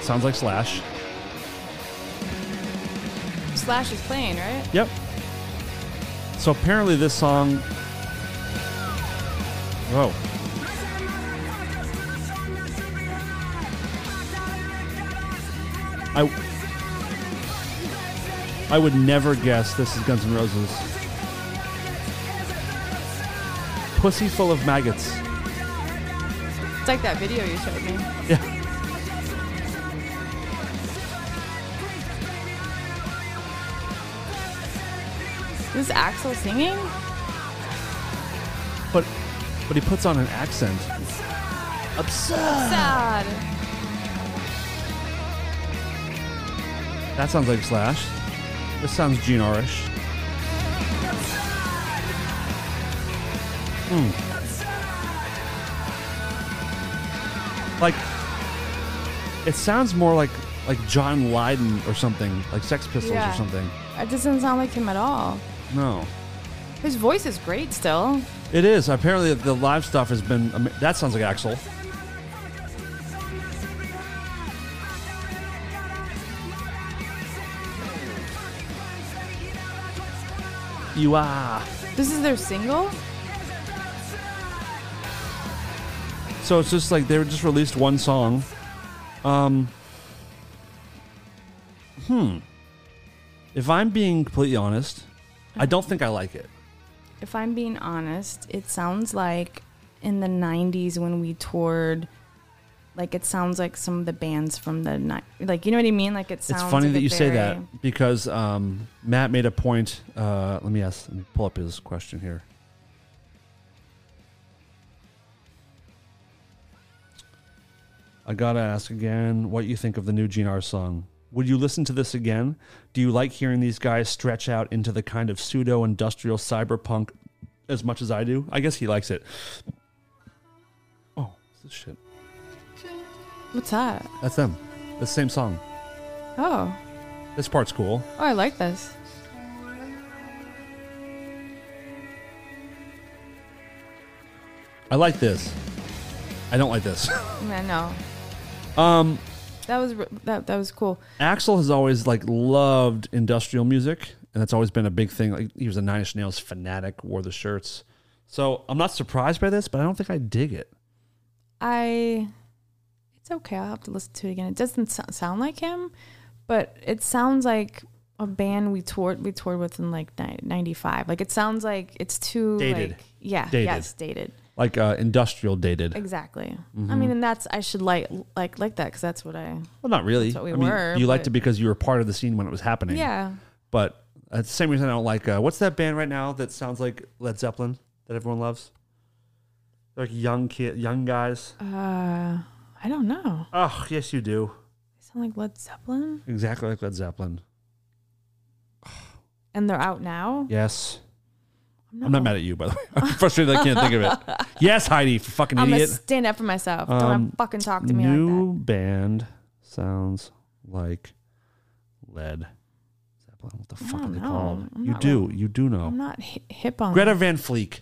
Speaker 2: Sounds like Slash.
Speaker 3: Slash is playing, right?
Speaker 2: Yep. So apparently, this song. Whoa. I, I would never guess this is Guns N' Roses. Pussy full of maggots.
Speaker 3: It's like that video you showed me. Is this Axel singing?
Speaker 2: But but he puts on an accent. Absurd.
Speaker 3: Sad.
Speaker 2: That sounds like Slash. This sounds Gene-ish. Hmm. Like, it sounds more like like John Lydon or something, like Sex Pistols
Speaker 3: Yeah.
Speaker 2: or something.
Speaker 3: It doesn't sound like him at all.
Speaker 2: No,
Speaker 3: His voice is great still.
Speaker 2: it is. Apparently, the live stuff has been. ama- That sounds like Axel. You are.
Speaker 3: This is their single?
Speaker 2: So it's just like they just released one song. Um. Hmm. hmm. If I'm being completely honest, I don't think I like it.
Speaker 3: If I'm being honest, it sounds like in the 90s when we toured, like it sounds like some of the bands from the night. Like, you know what I mean? Like it sounds
Speaker 2: it's funny
Speaker 3: like
Speaker 2: that
Speaker 3: a
Speaker 2: you say
Speaker 3: very-
Speaker 2: that because um, Matt made a point. Uh, let me ask. Let me pull up his question here. I gotta ask again what you think of the new GNR song. Would you listen to this again? Do you like hearing these guys stretch out into the kind of pseudo industrial cyberpunk as much as I do? I guess he likes it. Oh, what's this shit.
Speaker 3: What's that?
Speaker 2: That's them. The same song.
Speaker 3: Oh.
Speaker 2: This part's cool.
Speaker 3: Oh, I like this.
Speaker 2: I like this. I don't like this.
Speaker 3: Yeah, no.
Speaker 2: Um,
Speaker 3: That was re- that that was cool.
Speaker 2: Axel has always like loved industrial music, and that's always been a big thing. Like he was a Nine Inch Nails fanatic, wore the shirts. So I'm not surprised by this, but I don't think I dig it.
Speaker 3: I it's okay. I'll have to listen to it again. It doesn't so- sound like him, but it sounds like a band we toured we toured with in like ni- 95. Like it sounds like it's too
Speaker 2: Dated.
Speaker 3: like yeah,
Speaker 2: Dated.
Speaker 3: yes, dated.
Speaker 2: Like uh, industrial dated.
Speaker 3: Exactly. I
Speaker 2: Mm-hmm.
Speaker 3: mean, and that's I should like like like that cuz that's what I
Speaker 2: Well, not really.
Speaker 3: what we
Speaker 2: I mean,
Speaker 3: were,
Speaker 2: you liked
Speaker 3: but-
Speaker 2: it because you were part of the scene when it was happening.
Speaker 3: Yeah.
Speaker 2: But uh, it's the same reason I don't like. Uh, what's that band right now that sounds like Led Zeppelin that everyone loves? Like young kid, young guys.
Speaker 3: Uh I don't know.
Speaker 2: Oh, yes, you do.
Speaker 3: They sound like Led Zeppelin
Speaker 2: Exactly like Led Zeppelin.
Speaker 3: and they're out now.
Speaker 2: Yes. I'm not mad at you, by the way. I'm frustrated I can't think of it. Yes, Heidi, fucking
Speaker 3: I'm
Speaker 2: idiot.
Speaker 3: gonna stand up for myself. Don't wanna
Speaker 2: Um,
Speaker 3: fucking talk to me
Speaker 2: New
Speaker 3: like
Speaker 2: band sounds like lead. Zeppelin. What the fuck are
Speaker 3: don't
Speaker 2: they
Speaker 3: know.
Speaker 2: called?
Speaker 3: I'm
Speaker 2: you
Speaker 3: not
Speaker 2: do. You do
Speaker 3: that. I'm
Speaker 2: know.
Speaker 3: not hi- hip on
Speaker 2: Oh. Greta Van Fleek.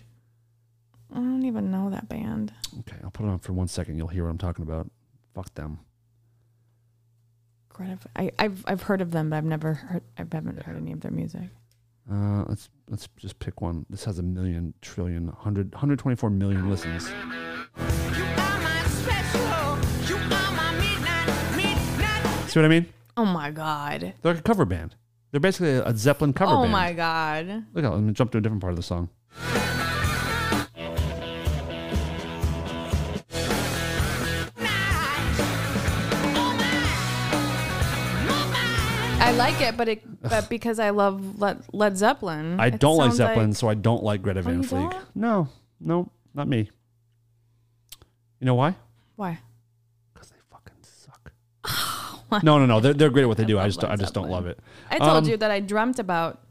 Speaker 3: I don't even know that band.
Speaker 2: Okay, I'll put it on for one second. You'll hear what I'm talking about. Fuck them.
Speaker 3: Greta, I, I've I've heard of them, but I've never heard I haven't heard any of their music.
Speaker 2: Uh, let's let's just pick one. This has a million, trillion, hundred, 124 million listens. See what I mean?
Speaker 3: Oh my god!
Speaker 2: They're like a cover band. They're basically a, a Zeppelin cover
Speaker 3: oh
Speaker 2: band.
Speaker 3: my Mm-hmm. god!
Speaker 2: Look, I'm gonna jump to a different part of the song.
Speaker 3: I like it, but it but because I love Led, Led Zeppelin,
Speaker 2: I
Speaker 3: it
Speaker 2: don't like
Speaker 3: sounds
Speaker 2: Zeppelin, so I don't like Greta Van
Speaker 3: you
Speaker 2: Fleet.
Speaker 3: don't?
Speaker 2: No, no, not me. You know why?
Speaker 3: why?
Speaker 2: Because they fucking suck. no, no, no. They're, they're great at what they do. I
Speaker 3: love
Speaker 2: just I just don't
Speaker 3: Zeppelin.
Speaker 2: love it.
Speaker 3: I told
Speaker 2: Um,
Speaker 3: you that I dreamt about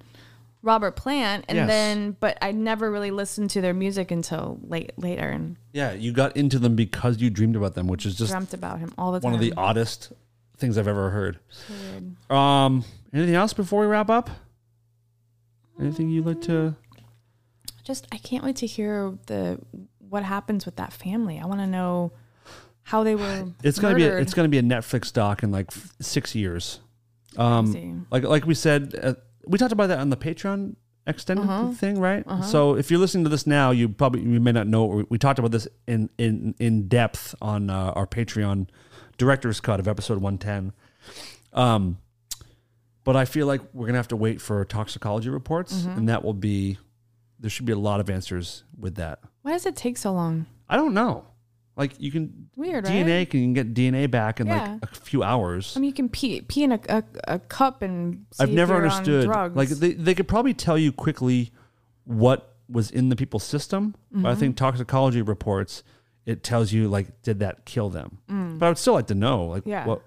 Speaker 3: Robert Plant, and
Speaker 2: Yes.
Speaker 3: then but I never really listened to their music until late later, and
Speaker 2: Yeah, you got into them because you dreamed about them, which is just
Speaker 3: dreamt about him all the time.
Speaker 2: one of the oddest things I've ever heard. Um, anything else before we wrap up? Anything you'd like to?
Speaker 3: just I can't wait to hear the what happens with that family. I want to know how they were.
Speaker 2: It's gonna be a,
Speaker 3: murdered.
Speaker 2: it's gonna be a Netflix doc in like f- six years. Um,
Speaker 3: Crazy.
Speaker 2: like like we said, uh, we talked about that on the Patreon extended
Speaker 3: Uh-huh.
Speaker 2: thing, right? So if you're listening to this now, you probably you may not know we- we talked about this in in in depth on uh, our Patreon director's cut of episode 110. Um, but I feel like we're gonna have to wait for toxicology reports,
Speaker 3: Mm-hmm.
Speaker 2: and that will be there should be a lot of answers with that.
Speaker 3: Why does it take so long?
Speaker 2: I don't know. Like you can
Speaker 3: Weird, right?
Speaker 2: DNA can you can get DNA back in
Speaker 3: Yeah.
Speaker 2: like a few hours.
Speaker 3: I mean, you can pee pee in a, a, a cup and. see
Speaker 2: I've
Speaker 3: if
Speaker 2: never
Speaker 3: you're on
Speaker 2: understood.
Speaker 3: drugs.
Speaker 2: Like they, they could probably tell you quickly what was in the people's system, but
Speaker 3: Mm-hmm.
Speaker 2: I think toxicology reports it tells you like did that kill them. But I would still like to know like
Speaker 3: Mm. Yeah.
Speaker 2: what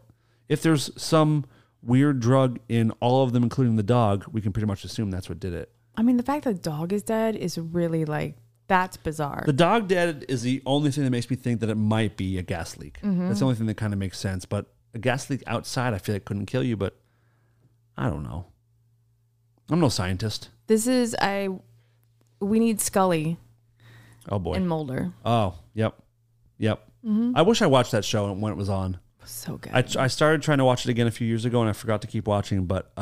Speaker 2: if there's some weird drug in all of them including the dog, we can pretty much assume that's what did it.
Speaker 3: I mean, the fact that the dog is dead is really like That's bizarre.
Speaker 2: The dog dead is the only thing that makes me think that it might be a gas leak. That's the only thing that kind of makes sense. But a gas leak outside, I feel like couldn't kill you. But I don't know. I'm no scientist.
Speaker 3: this is I. We need Scully
Speaker 2: Oh boy.
Speaker 3: and Mulder.
Speaker 2: oh, yep, yep. I wish I watched that show when it was on.
Speaker 3: So good.
Speaker 2: I, I started trying to watch it again a few years ago and I forgot to keep watching, but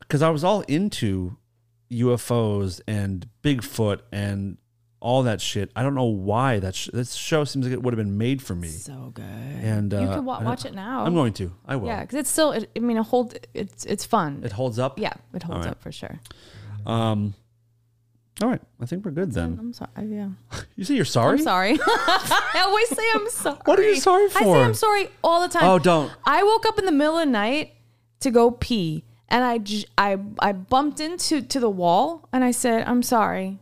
Speaker 2: because I was all into UFOs and Bigfoot and all that shit. I don't know why that sh- this show seems like it would have been made for me.
Speaker 3: so good.
Speaker 2: And
Speaker 3: you
Speaker 2: uh,
Speaker 3: can wa-
Speaker 2: I-
Speaker 3: watch it now.
Speaker 2: I'm going to. I will.
Speaker 3: Yeah, because it's still. It, I mean, it hold. It's it's fun.
Speaker 2: It holds up.
Speaker 3: yeah, it
Speaker 2: All
Speaker 3: holds
Speaker 2: right.
Speaker 3: up for sure.
Speaker 2: Um. All right. I think we're good then.
Speaker 3: I'm sorry. Yeah,
Speaker 2: You say you're sorry.
Speaker 3: I'm sorry. I always say I'm sorry.
Speaker 2: What are you sorry
Speaker 3: I
Speaker 2: for?
Speaker 3: say I'm sorry all the time.
Speaker 2: Oh, don't.
Speaker 3: I woke up in the middle of the night to go pee, and I j- I I bumped into to the wall, and I said I'm sorry,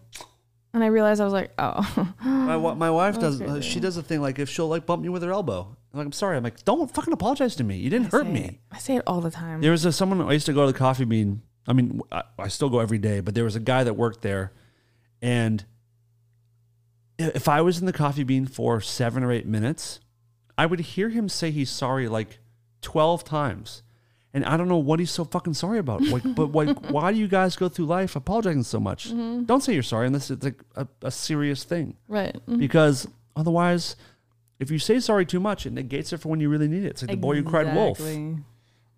Speaker 3: and I realized I was like, oh,
Speaker 2: My, wa- my wife does. uh, She does a thing like if she'll like bump me with her elbow. I'm like I'm sorry. I'm like don't fucking apologize to me. You didn't hurt
Speaker 3: Say
Speaker 2: me.
Speaker 3: it. I say it all the time.
Speaker 2: There was a, someone I used to go to the coffee bean. I mean, I, I still go every day, but there was a guy that worked there, and i- if I was in the coffee bean for seven or eight minutes, I would hear him say he's sorry like twelve times, and I don't know what he's so fucking sorry about. Like, but like, why do you guys go through life apologizing so much? Don't say you're sorry unless it's like a, a serious thing,
Speaker 3: right.
Speaker 2: because otherwise, if you say sorry too much, it negates it for when you really need it. It's like the boy who cried wolf.
Speaker 3: Exactly.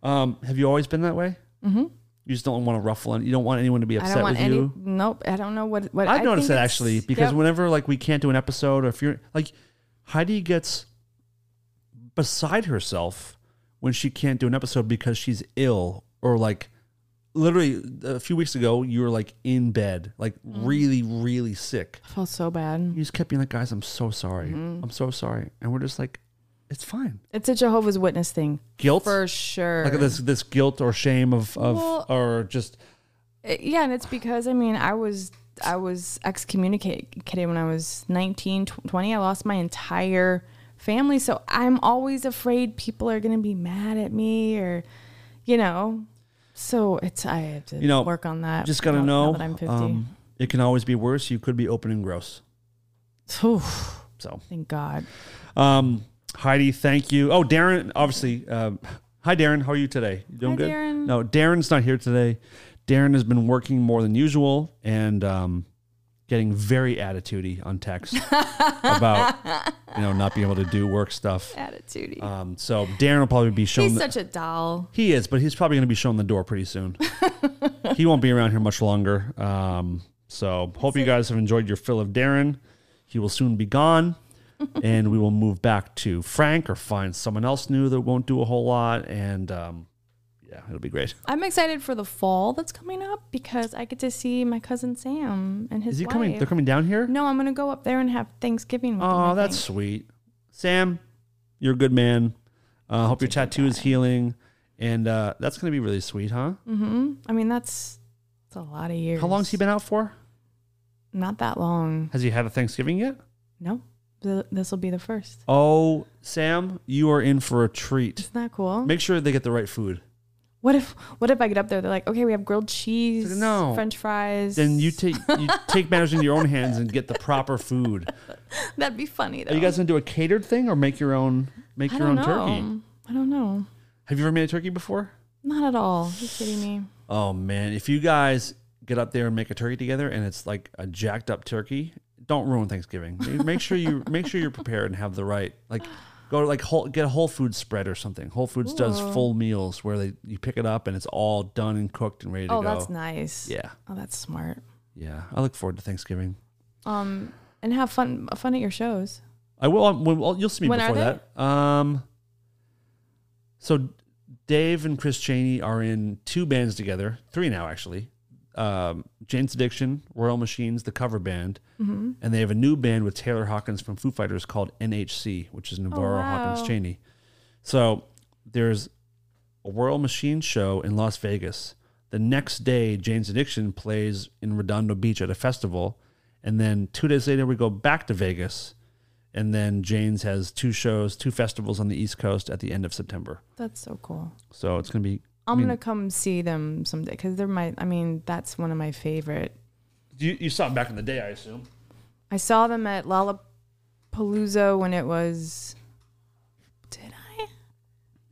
Speaker 2: Um, have you always been that way? Mm-hmm. You just don't want to ruffle, and you don't want anyone to be
Speaker 3: I
Speaker 2: upset
Speaker 3: don't want
Speaker 2: with
Speaker 3: any.
Speaker 2: you.
Speaker 3: Nope. I don't know what. what
Speaker 2: I've
Speaker 3: I
Speaker 2: noticed
Speaker 3: think
Speaker 2: that
Speaker 3: it's-
Speaker 2: actually because
Speaker 3: yep.
Speaker 2: whenever like we can't do an episode, or if you're like Heidi gets beside herself when she can't do an episode because she's ill, or like literally a few weeks ago you were like in bed, like
Speaker 3: Mm-hmm.
Speaker 2: really really sick.
Speaker 3: I felt so bad.
Speaker 2: You just kept being like, guys, I'm so sorry,
Speaker 3: Mm-hmm.
Speaker 2: I'm so sorry, and we're just like, it's fine.
Speaker 3: It's a Jehovah's Witness thing
Speaker 2: Guilt
Speaker 3: for sure.
Speaker 2: like this this guilt or shame of of
Speaker 3: Well-
Speaker 2: or just
Speaker 3: Uh, yeah, and it's because I mean I was I was excommunicated when I was 19, tw- 20. I lost my entire family, so I'm always afraid people are going to be mad at me or, you know. So it's I have to
Speaker 2: you know,
Speaker 3: work on that.
Speaker 2: Just gotta
Speaker 3: now-
Speaker 2: know
Speaker 3: now Uh, that I'm 50.
Speaker 2: um, it can always be worse. You could be open and gross.
Speaker 3: Oof,
Speaker 2: So,
Speaker 3: thank God.
Speaker 2: um, Heidi, thank you. Oh, Darren, obviously. Um, hi, Darren. How are you today? You doing
Speaker 3: Hi,
Speaker 2: good?
Speaker 3: Darren.
Speaker 2: No, Darren's not here today. Darren has been working more than usual and um, getting very attitudey on text about you know not being able to do work stuff.
Speaker 3: Attitude.
Speaker 2: Um, so Darren will probably be shown.
Speaker 3: He's
Speaker 2: the-
Speaker 3: such a doll.
Speaker 2: He is, but he's probably going to be shown the door pretty soon. he won't be around here much longer. Um, so hope you guys have enjoyed your fill of Darren. He will soon be gone, and we will move back to Frank or find someone else new that won't do a whole lot. And um, yeah, it'll be great.
Speaker 3: I'm excited for the fall that's coming up because I get to see my cousin Sam and his
Speaker 2: Is he
Speaker 3: wife.
Speaker 2: coming? They're coming down here.
Speaker 3: No, I'm gonna go up there and have Thanksgiving. With him, I
Speaker 2: Oh, that's
Speaker 3: think.
Speaker 2: sweet. Sam, you're a good man. uh, hope your tattoo is healing, and uh, that's going to be really sweet, huh?
Speaker 3: Mm-hmm. I mean, that's that's a lot of years.
Speaker 2: How long's he been out for?
Speaker 3: Not that long.
Speaker 2: Has he had a Thanksgiving yet?
Speaker 3: No, this will be the first.
Speaker 2: Oh, Sam, you are in for a treat.
Speaker 3: Isn't that cool?
Speaker 2: Make sure they get the right food.
Speaker 3: what if what if I get up there? They're like, okay, we have grilled cheese,
Speaker 2: It's like, no.
Speaker 3: French fries.
Speaker 2: Then you take you take matters into your own hands and get the proper food.
Speaker 3: that'd be funny though.
Speaker 2: Are you guys gonna do a catered thing or make your own make
Speaker 3: I
Speaker 2: your
Speaker 3: don't
Speaker 2: own
Speaker 3: know.
Speaker 2: turkey?
Speaker 3: I don't know.
Speaker 2: Have you ever made a turkey before?
Speaker 3: Not at all. you kidding me?
Speaker 2: Oh man, if you guys get up there and make a turkey together and it's like a jacked up turkey, don't ruin Thanksgiving. Make- Make sure you make sure you're prepared and have the right like go to like whole, get a Whole Foods spread or something. Whole Foods does full meals where they you pick it up and it's all done and cooked and ready to
Speaker 3: Oh,
Speaker 2: go.
Speaker 3: that's nice.
Speaker 2: Yeah.
Speaker 3: Oh, that's smart.
Speaker 2: Yeah, I look forward to Thanksgiving.
Speaker 3: Um, and have fun uh, fun at your shows.
Speaker 2: I will. um, Well, you'll see me
Speaker 3: When are
Speaker 2: before that. Um. So, Dave and Chris Cheney are in two bands together, three now actually. Um, Jane's Addiction, Royal Machines, the cover band,
Speaker 3: Mm-hmm.
Speaker 2: and they have a new band with Taylor Hawkins from Foo Fighters called NHC, which is Navarro Hawkins
Speaker 3: Oh, wow.
Speaker 2: Cheney. So there's a Royal Machines show in Las Vegas. The next day, Jane's Addiction plays in Redondo Beach at a festival, and then two days later, we go back to Vegas and then Jane's has two shows, two festivals on the East Coast at the end of September.
Speaker 3: That's so cool.
Speaker 2: So it's going to be.
Speaker 3: I'm gonna come see them someday because they're my. I mean, that's one of my favorite.
Speaker 2: You, you saw it back in the day, I assume.
Speaker 3: I saw them at Lollapalooza when it was. Did I?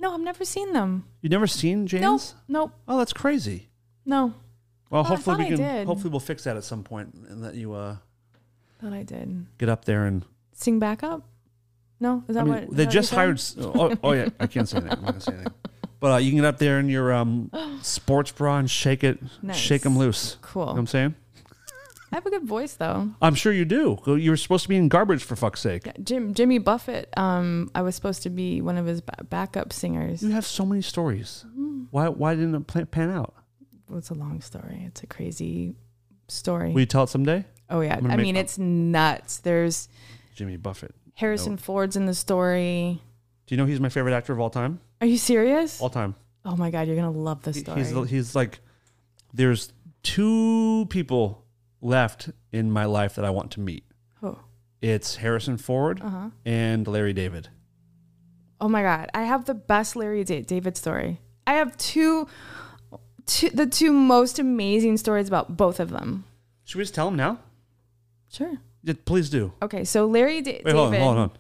Speaker 3: No, I've never seen them.
Speaker 2: You've never seen James?
Speaker 3: Nope. Nope.
Speaker 2: Oh, that's crazy.
Speaker 3: No.
Speaker 2: Well,
Speaker 3: Oh, I
Speaker 2: hopefully
Speaker 3: thought
Speaker 2: we can.
Speaker 3: I did.
Speaker 2: Hopefully we'll fix that at some point and let you uh,
Speaker 3: Thought I did.
Speaker 2: get up there and.
Speaker 3: Sing back up? No. Is that
Speaker 2: I mean,
Speaker 3: what? is
Speaker 2: they
Speaker 3: that what
Speaker 2: just
Speaker 3: you said?
Speaker 2: hired. s- Oh, oh yeah, I can't say that. I'm not gonna say anything. But uh, you can get up there in your um, sports bra and shake it,
Speaker 3: Nice.
Speaker 2: shake them loose. You know what I'm
Speaker 3: Cool.
Speaker 2: saying?
Speaker 3: I have a good voice though.
Speaker 2: I'm sure you do. You were supposed to be in garbage for fuck's sake.
Speaker 3: Yeah, Jim Jimmy Buffett. Um, I was supposed to be one of his ba- backup singers.
Speaker 2: You have so many stories.
Speaker 3: Mm-hmm.
Speaker 2: Why? Why didn't it pla- pan out?
Speaker 3: It's a long story. It's a crazy story.
Speaker 2: Will you tell it someday?
Speaker 3: oh yeah.
Speaker 2: gonna
Speaker 3: I
Speaker 2: make
Speaker 3: mean,
Speaker 2: up-
Speaker 3: it's nuts. There's
Speaker 2: Jimmy Buffett.
Speaker 3: Harrison Ford's in the story.
Speaker 2: Do you know he's my favorite actor of all time?
Speaker 3: Are you serious?
Speaker 2: All time.
Speaker 3: Oh my god, you're gonna love this
Speaker 2: He-
Speaker 3: story.
Speaker 2: He's he's like, there's two people left in my life that I want to meet.
Speaker 3: oh.
Speaker 2: It's Harrison Ford
Speaker 3: Uh-huh.
Speaker 2: and Larry David.
Speaker 3: Oh my god, I have the best Larry Da- David story. I have two, two, the two most amazing stories about both of them.
Speaker 2: Should we just tell him now?
Speaker 3: Sure.
Speaker 2: Yeah, please do.
Speaker 3: Okay, so Larry da-
Speaker 2: Wait,
Speaker 3: David.
Speaker 2: hold on, hold on.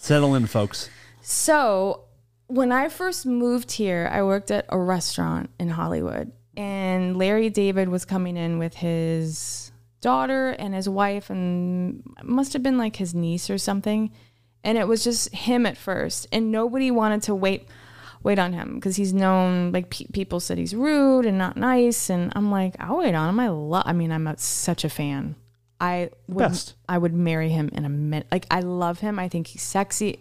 Speaker 2: Settle in, folks.
Speaker 3: So when I first moved here, I worked at a restaurant in Hollywood, and Larry David was coming in with his daughter and his wife, and it must have been like his niece or something. And it was just him at first, and nobody wanted to wait wait on him because he's known like pe- people said he's rude and not nice, and I'm like, I'll wait on him. I love. I mean, I'm a, such a fan. I would,
Speaker 2: best.
Speaker 3: I would marry him in a minute. Like I love him. I think he's sexy.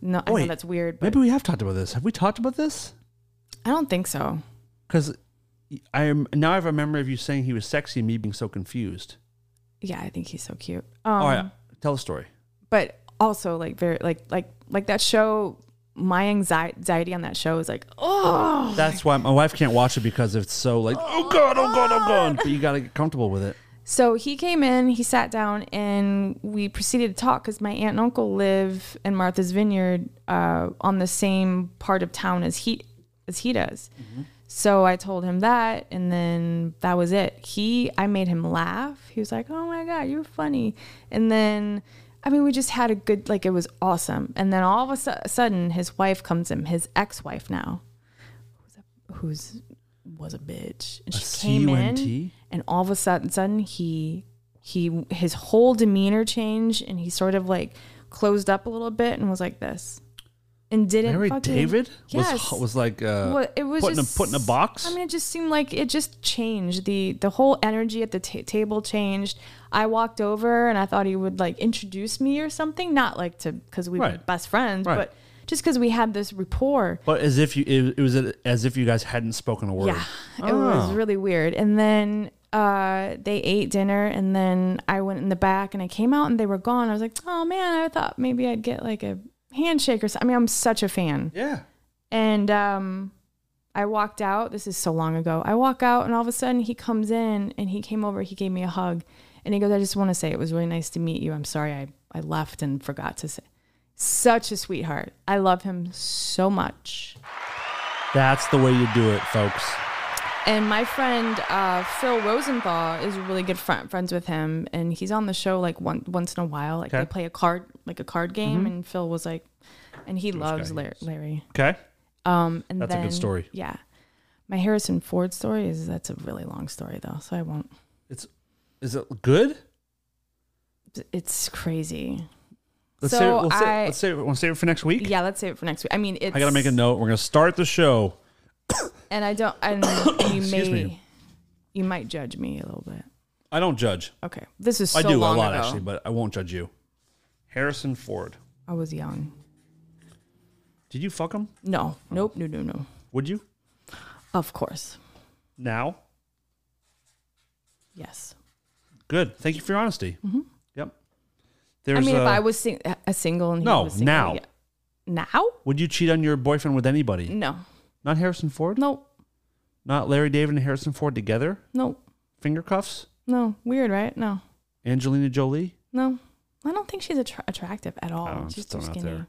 Speaker 3: No, I know that's weird, but
Speaker 2: Maybe we have talked about this. Have we talked about this?
Speaker 3: I don't think so.
Speaker 2: Because I am now I have a memory of you saying he was sexy and me being so confused.
Speaker 3: Yeah, I think he's so cute. Um,
Speaker 2: All right, tell the story.
Speaker 3: But also, like very, like like like that show. My anxi- anxiety on that show is like, oh,
Speaker 2: That's why my wife can't watch it because it's so like, oh god, oh god, oh god. But you gotta get comfortable with it.
Speaker 3: So he came in, he sat down, and we proceeded to talk because my aunt and uncle live in Martha's Vineyard uh, on the same part of town as he as he does. So I told him that, and then that was it. He, I made him laugh. He was like, "Oh my god, you're funny," and then. I mean, we just had a good, like, it was awesome. And then all of a su- sudden, his wife comes in, his ex wife now, who's, who's was a bitch. And
Speaker 2: A
Speaker 3: she came in
Speaker 2: CUNT?
Speaker 3: and all of a sudden, sudden he he his whole demeanor changed and he sort of like closed up a little bit and was like this and didn't
Speaker 2: Larry
Speaker 3: fucking-
Speaker 2: David
Speaker 3: yes.
Speaker 2: was was like uh,
Speaker 3: Well, it was
Speaker 2: put in a
Speaker 3: just-
Speaker 2: put in a box.
Speaker 3: I mean, it just seemed like it just changed. the The whole energy at the ta table changed. I walked over and I thought he would like introduce me or something, not like to because we were
Speaker 2: Right.
Speaker 3: best friends,
Speaker 2: Right.
Speaker 3: but just because we had this rapport.
Speaker 2: but as if you it, it was as if you guys hadn't spoken a word.
Speaker 3: Yeah, it
Speaker 2: Ah.
Speaker 3: was really weird. And then uh, they ate dinner, and then I went in the back, and I came out, and they were gone. I was like, oh man, I thought maybe I'd get like a handshake or something. I mean, I'm such a fan.
Speaker 2: Yeah.
Speaker 3: And um, I walked out. This is so long ago. I walk out, and all of a sudden he comes in, and he came over. He gave me a hug, and he goes, "I just want to say it was really nice to meet you. I'm sorry I I left and forgot to say." Such a sweetheart. I love him so much.
Speaker 2: That's the way you do it, folks.
Speaker 3: And my friend uh, Phil Rosenthal is really good friend, friends with him, and he's on the show like one, once in a while. Like
Speaker 2: Okay. Mm-hmm.
Speaker 3: they play a card, like a card game, and Phil was like, and he loves
Speaker 2: guy
Speaker 3: Larry. Larry.
Speaker 2: Okay.
Speaker 3: Um, and
Speaker 2: That's a good
Speaker 3: then-
Speaker 2: story.
Speaker 3: Yeah, my Harrison Ford story is that's a really long story though, so I won't.
Speaker 2: It's is it good?
Speaker 3: It's crazy.
Speaker 2: Let's
Speaker 3: So
Speaker 2: save it. Let's, save,
Speaker 3: I-
Speaker 2: let's save it. Want to save it for next week?
Speaker 3: Yeah, let's save it for next week. I mean, it's
Speaker 2: I gotta make a note. We're gonna start the show.
Speaker 3: and I don't. And you
Speaker 2: Excuse
Speaker 3: may,
Speaker 2: me.
Speaker 3: you might judge me a little bit.
Speaker 2: I don't judge.
Speaker 3: Okay, this is so
Speaker 2: I do a
Speaker 3: long
Speaker 2: lot
Speaker 3: ago.
Speaker 2: actually, but I won't judge you. Harrison Ford.
Speaker 3: I was young.
Speaker 2: Did you fuck him?
Speaker 3: No, nope, no, no, no.
Speaker 2: Would you?
Speaker 3: Oh. Of course,
Speaker 2: Now?
Speaker 3: yes.
Speaker 2: Good. Thank you for your honesty. Mm-hmm. Yep. There's
Speaker 3: I mean,
Speaker 2: uh,
Speaker 3: if I was sing- a single and he
Speaker 2: No,
Speaker 3: was single,
Speaker 2: now.
Speaker 3: yeah. now,
Speaker 2: Would you cheat on your boyfriend with anybody?
Speaker 3: no,
Speaker 2: Not Harrison Ford?
Speaker 3: no,
Speaker 2: Not Larry David and Harrison Ford together?
Speaker 3: no,
Speaker 2: Finger cuffs?
Speaker 3: no. Weird, right? No,
Speaker 2: Angelina Jolie?
Speaker 3: no. I don't think she's attra attractive at all.
Speaker 2: I don't know, Oh,
Speaker 3: she's
Speaker 2: just
Speaker 3: too
Speaker 2: throwing out
Speaker 3: skinny.
Speaker 2: there.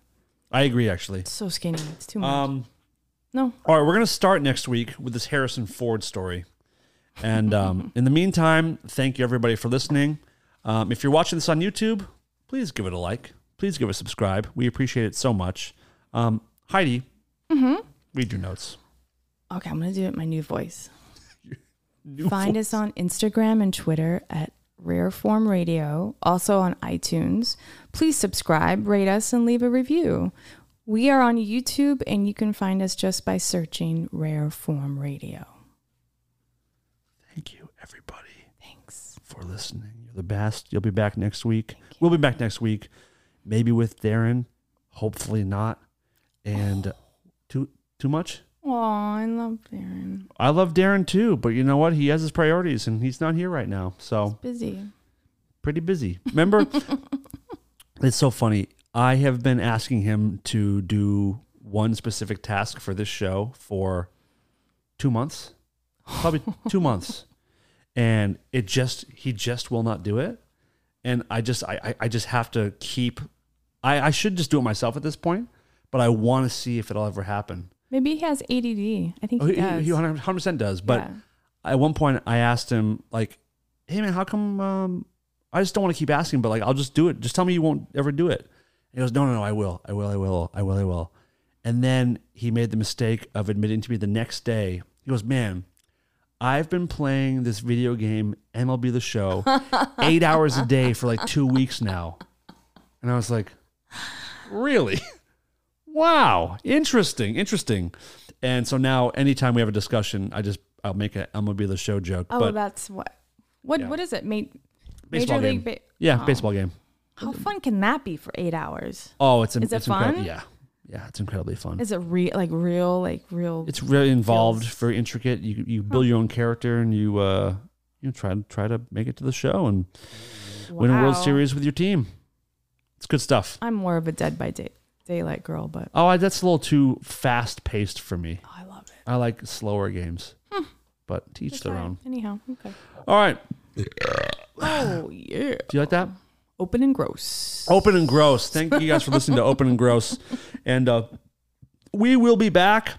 Speaker 2: I agree actually.
Speaker 3: So skinny. It's too much.
Speaker 2: Um
Speaker 3: no,
Speaker 2: All right, we're going to start next week with this Harrison Ford story. And um, in the meantime, thank you everybody for listening. Um, if you're watching this on YouTube, please give it a like. Please give it a subscribe. We appreciate it so much. Um, Heidi,
Speaker 3: Mm-hmm.
Speaker 2: read your notes.
Speaker 3: Okay, I'm gonna do it in my new voice.
Speaker 2: New
Speaker 3: Find us on Instagram and Twitter at Rareform Radio, also on iTunes. Please subscribe, rate us, and leave a review. We are on YouTube, and you can find us just by searching Rareform Radio.
Speaker 2: Thank you, everybody.
Speaker 3: Thanks.
Speaker 2: for listening. You're the best. You'll be back next week. We'll be back next week, maybe with Darren. Hopefully not. And too too much.
Speaker 3: Oh, I love Darren.
Speaker 2: I love Darren too, but you know what? He has his priorities, and he's not here right now.
Speaker 3: Oh.
Speaker 2: So
Speaker 3: Busy.
Speaker 2: pretty busy. Remember, it's so funny. I have been asking him to do one specific task for this show for two months, probably two months, and it just he just will not do it. And I just I I, I just have to keep. I I should just do it myself at this point, but I want to see if it'll ever happen.
Speaker 3: Maybe he has ADD. I think
Speaker 2: Oh,
Speaker 3: he,
Speaker 2: he,
Speaker 3: does.
Speaker 2: he, he 100% does. But
Speaker 3: Yeah.
Speaker 2: at one point, I asked him, like, hey, man, how come um, I just don't want to keep asking, but like, I'll just do it. Just tell me you won't ever do it. He goes, no, no, no, I will. I will. I will. I will. I will. And then he made the mistake of admitting to me the next day. He goes, man, I've been playing this video game, MLB The Show, eight hours a day for like two weeks now. And I was like, really? Wow, interesting, interesting. And so now, anytime we have a discussion, I just I'll make an MLB the show joke.
Speaker 3: oh,
Speaker 2: but
Speaker 3: that's what. What
Speaker 2: Yeah.
Speaker 3: what is it? Ma-
Speaker 2: baseball
Speaker 3: Major
Speaker 2: game,
Speaker 3: League Ba-
Speaker 2: yeah,
Speaker 3: Oh.
Speaker 2: baseball game.
Speaker 3: How fun can that be for eight hours?
Speaker 2: Oh, it's
Speaker 3: Is it
Speaker 2: it's incredi-
Speaker 3: fun?
Speaker 2: Yeah, yeah, it's incredibly fun.
Speaker 3: Is it real? Like real? Like real?
Speaker 2: It's really involved, very intricate. You you build your own character and you uh you try try to make it to the show and win a World
Speaker 3: Wow.
Speaker 2: Series with your team. It's good stuff.
Speaker 3: I'm more of a Dead by Day Daylight girl, but
Speaker 2: Oh, I, that's a little too fast paced for me.
Speaker 3: oh, I love it.
Speaker 2: I like slower games, but to each
Speaker 3: It's
Speaker 2: their
Speaker 3: fine.
Speaker 2: own.
Speaker 3: Anyhow, okay.
Speaker 2: All right,
Speaker 3: Oh yeah.
Speaker 2: do you like that?
Speaker 3: Open and gross.
Speaker 2: Open and Gross. Thank you guys for listening to Open and Gross. And uh, we will be back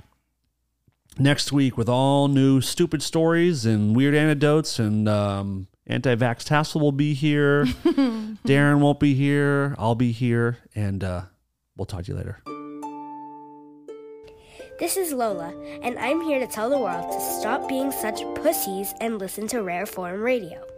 Speaker 2: next week with all new stupid stories and weird anecdotes. And um, anti vax Tassel will be here. Darren won't be here. I'll be here. And uh, we'll talk to you later.
Speaker 7: This is Lola, and I'm here to tell the world to stop being such pussies and listen to Rare Form Radio.